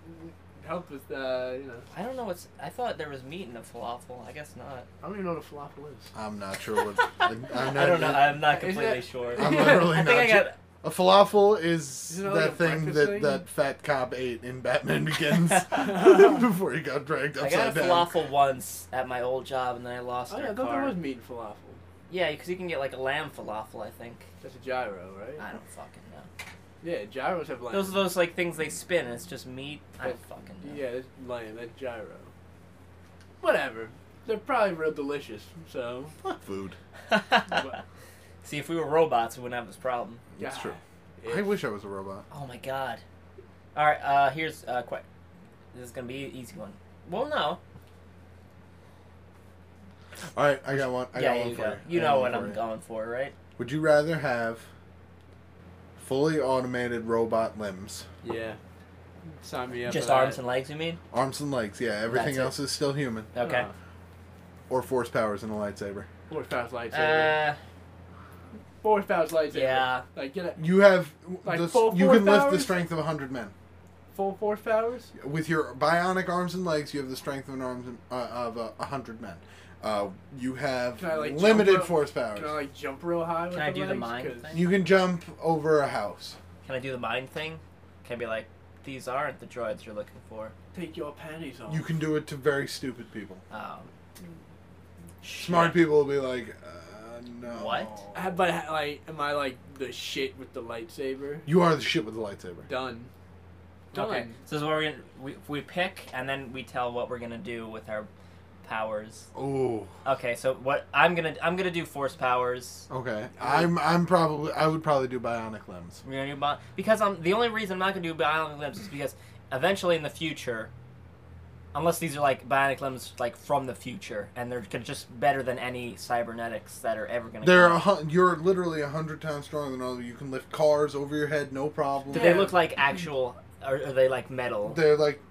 [SPEAKER 2] helped with uh, you know.
[SPEAKER 1] I don't know what's. I thought there was meat in a falafel. I guess not.
[SPEAKER 2] I don't even know what a falafel is.
[SPEAKER 3] I'm not sure what. I'm not,
[SPEAKER 1] I don't know. I'm not
[SPEAKER 2] Is
[SPEAKER 1] completely
[SPEAKER 2] it-
[SPEAKER 1] sure.
[SPEAKER 3] I'm
[SPEAKER 2] Yeah.
[SPEAKER 3] literally
[SPEAKER 1] I
[SPEAKER 3] not.
[SPEAKER 1] think I
[SPEAKER 3] sure.
[SPEAKER 1] got.
[SPEAKER 3] A falafel is
[SPEAKER 2] Isn't it
[SPEAKER 3] that
[SPEAKER 2] like a
[SPEAKER 3] thing
[SPEAKER 2] breakfast
[SPEAKER 3] that
[SPEAKER 2] thing?
[SPEAKER 3] that fat cop ate in Batman Begins before he got dragged
[SPEAKER 1] I
[SPEAKER 3] upside
[SPEAKER 1] got a
[SPEAKER 3] down.
[SPEAKER 1] falafel once at my old job, and then I lost
[SPEAKER 2] Oh,
[SPEAKER 1] our
[SPEAKER 2] yeah, I thought there
[SPEAKER 1] car.
[SPEAKER 2] was meat and falafel.
[SPEAKER 1] Yeah, because you can get like a lamb falafel, I think.
[SPEAKER 2] That's a gyro, right?
[SPEAKER 1] I don't fucking know.
[SPEAKER 2] Yeah, gyros have lamb.
[SPEAKER 1] Those are those like things they spin, and it's just meat. I don't fucking know.
[SPEAKER 2] yeah, that's lamb. That's gyro. Whatever. They're probably real delicious. So
[SPEAKER 3] Fuck food.
[SPEAKER 1] See, if we were robots, we wouldn't have this problem.
[SPEAKER 3] That's
[SPEAKER 2] God,
[SPEAKER 3] true.
[SPEAKER 2] if-
[SPEAKER 3] I wish I was a robot.
[SPEAKER 1] Oh my god. All right. Uh, here's uh, quite. This is gonna be an easy one. Well, no.
[SPEAKER 3] All right, I got one. I
[SPEAKER 1] yeah,
[SPEAKER 3] got one
[SPEAKER 1] you
[SPEAKER 3] for
[SPEAKER 1] go.
[SPEAKER 3] you.
[SPEAKER 1] You
[SPEAKER 3] I got
[SPEAKER 1] know
[SPEAKER 3] one
[SPEAKER 1] what
[SPEAKER 3] for
[SPEAKER 1] I'm
[SPEAKER 3] you.
[SPEAKER 1] going for, right?
[SPEAKER 3] Would you rather have fully automated robot limbs,
[SPEAKER 2] Yeah. Sign me up.
[SPEAKER 1] just
[SPEAKER 2] for
[SPEAKER 1] arms
[SPEAKER 2] that.
[SPEAKER 1] and legs, you mean?
[SPEAKER 3] arms and legs? Yeah, everything
[SPEAKER 1] That's it.
[SPEAKER 3] else is still human,
[SPEAKER 1] Okay.
[SPEAKER 2] Uh,
[SPEAKER 3] or force powers and a lightsaber.
[SPEAKER 2] Horsepower's lightsaber.
[SPEAKER 1] Uh,
[SPEAKER 2] Horsepower's lightsaber.
[SPEAKER 1] yeah.
[SPEAKER 2] Like get it.
[SPEAKER 3] You have
[SPEAKER 2] Like
[SPEAKER 3] the,
[SPEAKER 2] full
[SPEAKER 3] you
[SPEAKER 2] force
[SPEAKER 3] can lift the
[SPEAKER 2] powers?
[SPEAKER 3] strength of hundred men
[SPEAKER 2] Full horsepowers.
[SPEAKER 3] with your bionic arms and legs. You have the strength of an arms and, uh, of a hundred men. Uh, you have
[SPEAKER 2] Can I, like,
[SPEAKER 3] limited
[SPEAKER 2] jump up?
[SPEAKER 3] force powers.
[SPEAKER 2] Can I like jump real high? with
[SPEAKER 1] Can I
[SPEAKER 2] the
[SPEAKER 1] do the
[SPEAKER 2] legs?
[SPEAKER 1] mime
[SPEAKER 2] 'Cause-
[SPEAKER 1] thing?
[SPEAKER 3] You can jump over a house.
[SPEAKER 1] Can I do the mind thing? Can I be like, these aren't the droids you're looking for.
[SPEAKER 2] Take your panties off.
[SPEAKER 3] You can do it to very stupid people.
[SPEAKER 1] Um,
[SPEAKER 3] Smart people will be like, uh, no.
[SPEAKER 1] What?
[SPEAKER 2] Uh, but ha- like, am I like the shit with the lightsaber?
[SPEAKER 3] You are the shit with the lightsaber.
[SPEAKER 2] Done. Done.
[SPEAKER 1] Okay, so this is what we're gonna we, we pick and then we tell what we're gonna do with our powers.
[SPEAKER 3] Oh,
[SPEAKER 1] Okay, so what I'm gonna I'm gonna do force powers.
[SPEAKER 3] okay. I'm I'm probably I would probably do bionic limbs.
[SPEAKER 1] We're gonna do bi- because I'm the only reason I'm not gonna do bionic limbs is because eventually in the future, unless these are like bionic limbs like from the future and they're con- just better than any cybernetics that are ever gonna.
[SPEAKER 3] They're
[SPEAKER 1] come
[SPEAKER 3] a,
[SPEAKER 1] out.
[SPEAKER 3] hun- you're literally a hundred times stronger than all of you. You can lift cars over your head, no problem.
[SPEAKER 1] Do they look like actual? Or are they like metal?
[SPEAKER 3] They're like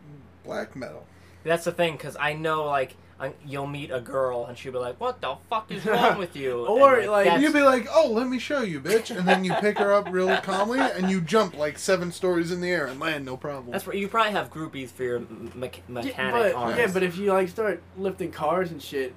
[SPEAKER 3] black metal.
[SPEAKER 1] That's the thing, because I know, like, I- you'll meet a girl and she'll be like, "What the fuck is wrong with you?"
[SPEAKER 2] Or,
[SPEAKER 1] And,
[SPEAKER 2] like,
[SPEAKER 1] that's-
[SPEAKER 3] You'd be like, "Oh, let me show you, bitch," and then you pick her up real calmly and you jump like seven stories in the air and land, no problem.
[SPEAKER 1] that's where you probably have groupies for your m- mecha- mechanic
[SPEAKER 2] Yeah, but
[SPEAKER 1] arms.
[SPEAKER 2] yeah, but if you like start lifting cars and shit,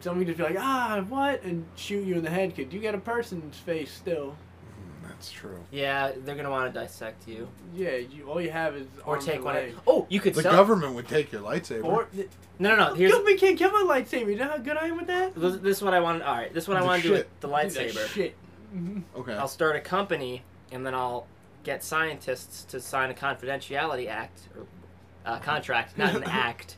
[SPEAKER 2] somebody just be like, ah, what, and shoot you in the head, kid. You got a person's face still.
[SPEAKER 3] Mm, That's true.
[SPEAKER 1] Yeah, they're gonna want to dissect you
[SPEAKER 2] Yeah, you all you have is
[SPEAKER 1] or
[SPEAKER 2] arms
[SPEAKER 1] take
[SPEAKER 2] and
[SPEAKER 1] one.
[SPEAKER 2] legs.
[SPEAKER 1] Of, oh, you could
[SPEAKER 3] The
[SPEAKER 1] sell.
[SPEAKER 3] government would take your lightsaber.
[SPEAKER 2] Or th-
[SPEAKER 1] no, no, no. Uh, Here's
[SPEAKER 2] Yo, we can't kill my lightsaber. You know how good I am with that?
[SPEAKER 1] this, this is what I want. All right, this is what I
[SPEAKER 3] The
[SPEAKER 1] want to do with
[SPEAKER 3] shit.
[SPEAKER 1] the
[SPEAKER 2] Dude, that
[SPEAKER 1] lightsaber.
[SPEAKER 2] Shit. Mhm.
[SPEAKER 3] okay.
[SPEAKER 1] I'll start a company and then I'll get scientists to sign a confidentiality act or uh, contract, not an act,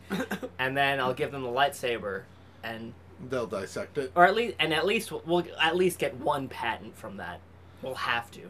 [SPEAKER 1] and then I'll give them the lightsaber and
[SPEAKER 3] They'll dissect it.
[SPEAKER 1] or at least and at least we'll, we'll at least get one patent from that we'll have to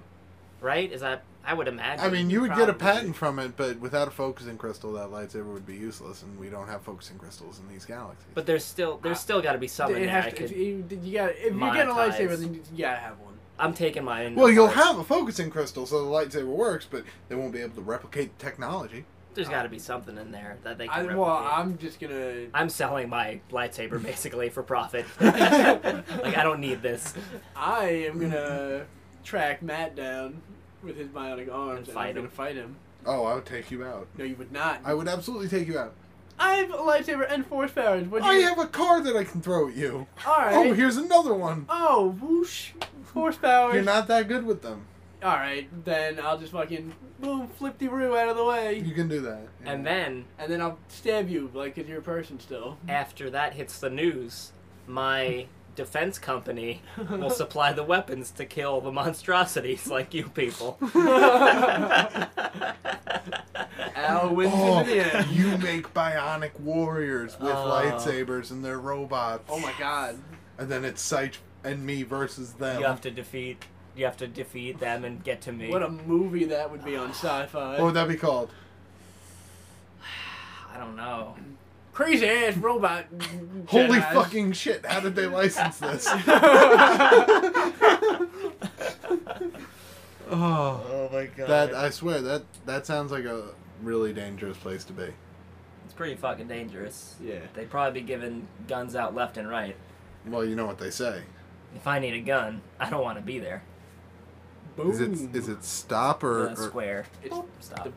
[SPEAKER 1] right is that i would imagine
[SPEAKER 3] I mean, you would get a
[SPEAKER 1] probably.
[SPEAKER 3] patent from it, but without a focusing crystal, that lightsaber would be useless, and we don't have focusing crystals in these galaxies.
[SPEAKER 1] but there's still there's still got to be something
[SPEAKER 2] It
[SPEAKER 1] that
[SPEAKER 2] has
[SPEAKER 1] I
[SPEAKER 2] to,
[SPEAKER 1] could,
[SPEAKER 2] if you, you got if you're getting a
[SPEAKER 1] monetize.
[SPEAKER 2] lightsaber, then you gotta have one.
[SPEAKER 1] i'm taking mine
[SPEAKER 3] well, you'll
[SPEAKER 1] first.
[SPEAKER 3] have a focusing crystal, so the lightsaber works, but they won't be able to replicate the technology.
[SPEAKER 1] there's got to be something in there that they
[SPEAKER 2] I,
[SPEAKER 1] can
[SPEAKER 2] well,
[SPEAKER 1] replicate.
[SPEAKER 2] I'm just gonna.
[SPEAKER 1] I'm selling my lightsaber basically for profit. like I don't need this.
[SPEAKER 2] I am gonna track Matt down with his bionic arms, and,
[SPEAKER 1] fight
[SPEAKER 2] I'm gonna
[SPEAKER 1] him.
[SPEAKER 2] fight him.
[SPEAKER 3] Oh, I would take you out.
[SPEAKER 2] No, you would not.
[SPEAKER 3] I would absolutely take you out.
[SPEAKER 2] I have a lightsaber and force powers. What do
[SPEAKER 3] I
[SPEAKER 2] you?
[SPEAKER 3] have a car that I can throw at you.
[SPEAKER 2] All right.
[SPEAKER 3] Oh, here's another one.
[SPEAKER 2] Oh, whoosh, force powers.
[SPEAKER 3] You're not that good with them.
[SPEAKER 2] All right, then I'll just fucking boom, flip the roo out of the way,
[SPEAKER 3] You can do that. Yeah.
[SPEAKER 1] And then
[SPEAKER 2] and then I'll stab you like if you're a person still.
[SPEAKER 1] after that hits the news, my defense company will supply the weapons to kill the monstrosities like you people.
[SPEAKER 2] Al wins
[SPEAKER 3] Oh,
[SPEAKER 2] in the end.
[SPEAKER 3] you make bionic warriors with
[SPEAKER 1] Oh.
[SPEAKER 3] lightsabers and they're robots.
[SPEAKER 2] Oh my god.
[SPEAKER 3] And then it's Sight and me versus them.
[SPEAKER 1] You have to defeat. You have to defeat them and get to me.
[SPEAKER 2] What a movie that would be on sci-fi.
[SPEAKER 3] What would Oh, that be called?
[SPEAKER 1] I don't know.
[SPEAKER 2] Crazy ass robot.
[SPEAKER 3] Holy
[SPEAKER 2] Jedis.
[SPEAKER 3] fucking shit, how did they license this? oh,
[SPEAKER 1] Oh my god.
[SPEAKER 3] that I swear that that sounds like a really dangerous place to be.
[SPEAKER 1] it's pretty fucking dangerous.
[SPEAKER 2] Yeah.
[SPEAKER 1] They'd probably be giving guns out left and right.
[SPEAKER 3] Well, you know what they say.
[SPEAKER 1] If I need a gun, I don't want to be there.
[SPEAKER 2] Boom.
[SPEAKER 3] Is it is it stop or,
[SPEAKER 1] Uh,
[SPEAKER 3] or
[SPEAKER 1] square.
[SPEAKER 2] It's
[SPEAKER 1] Stop.
[SPEAKER 2] the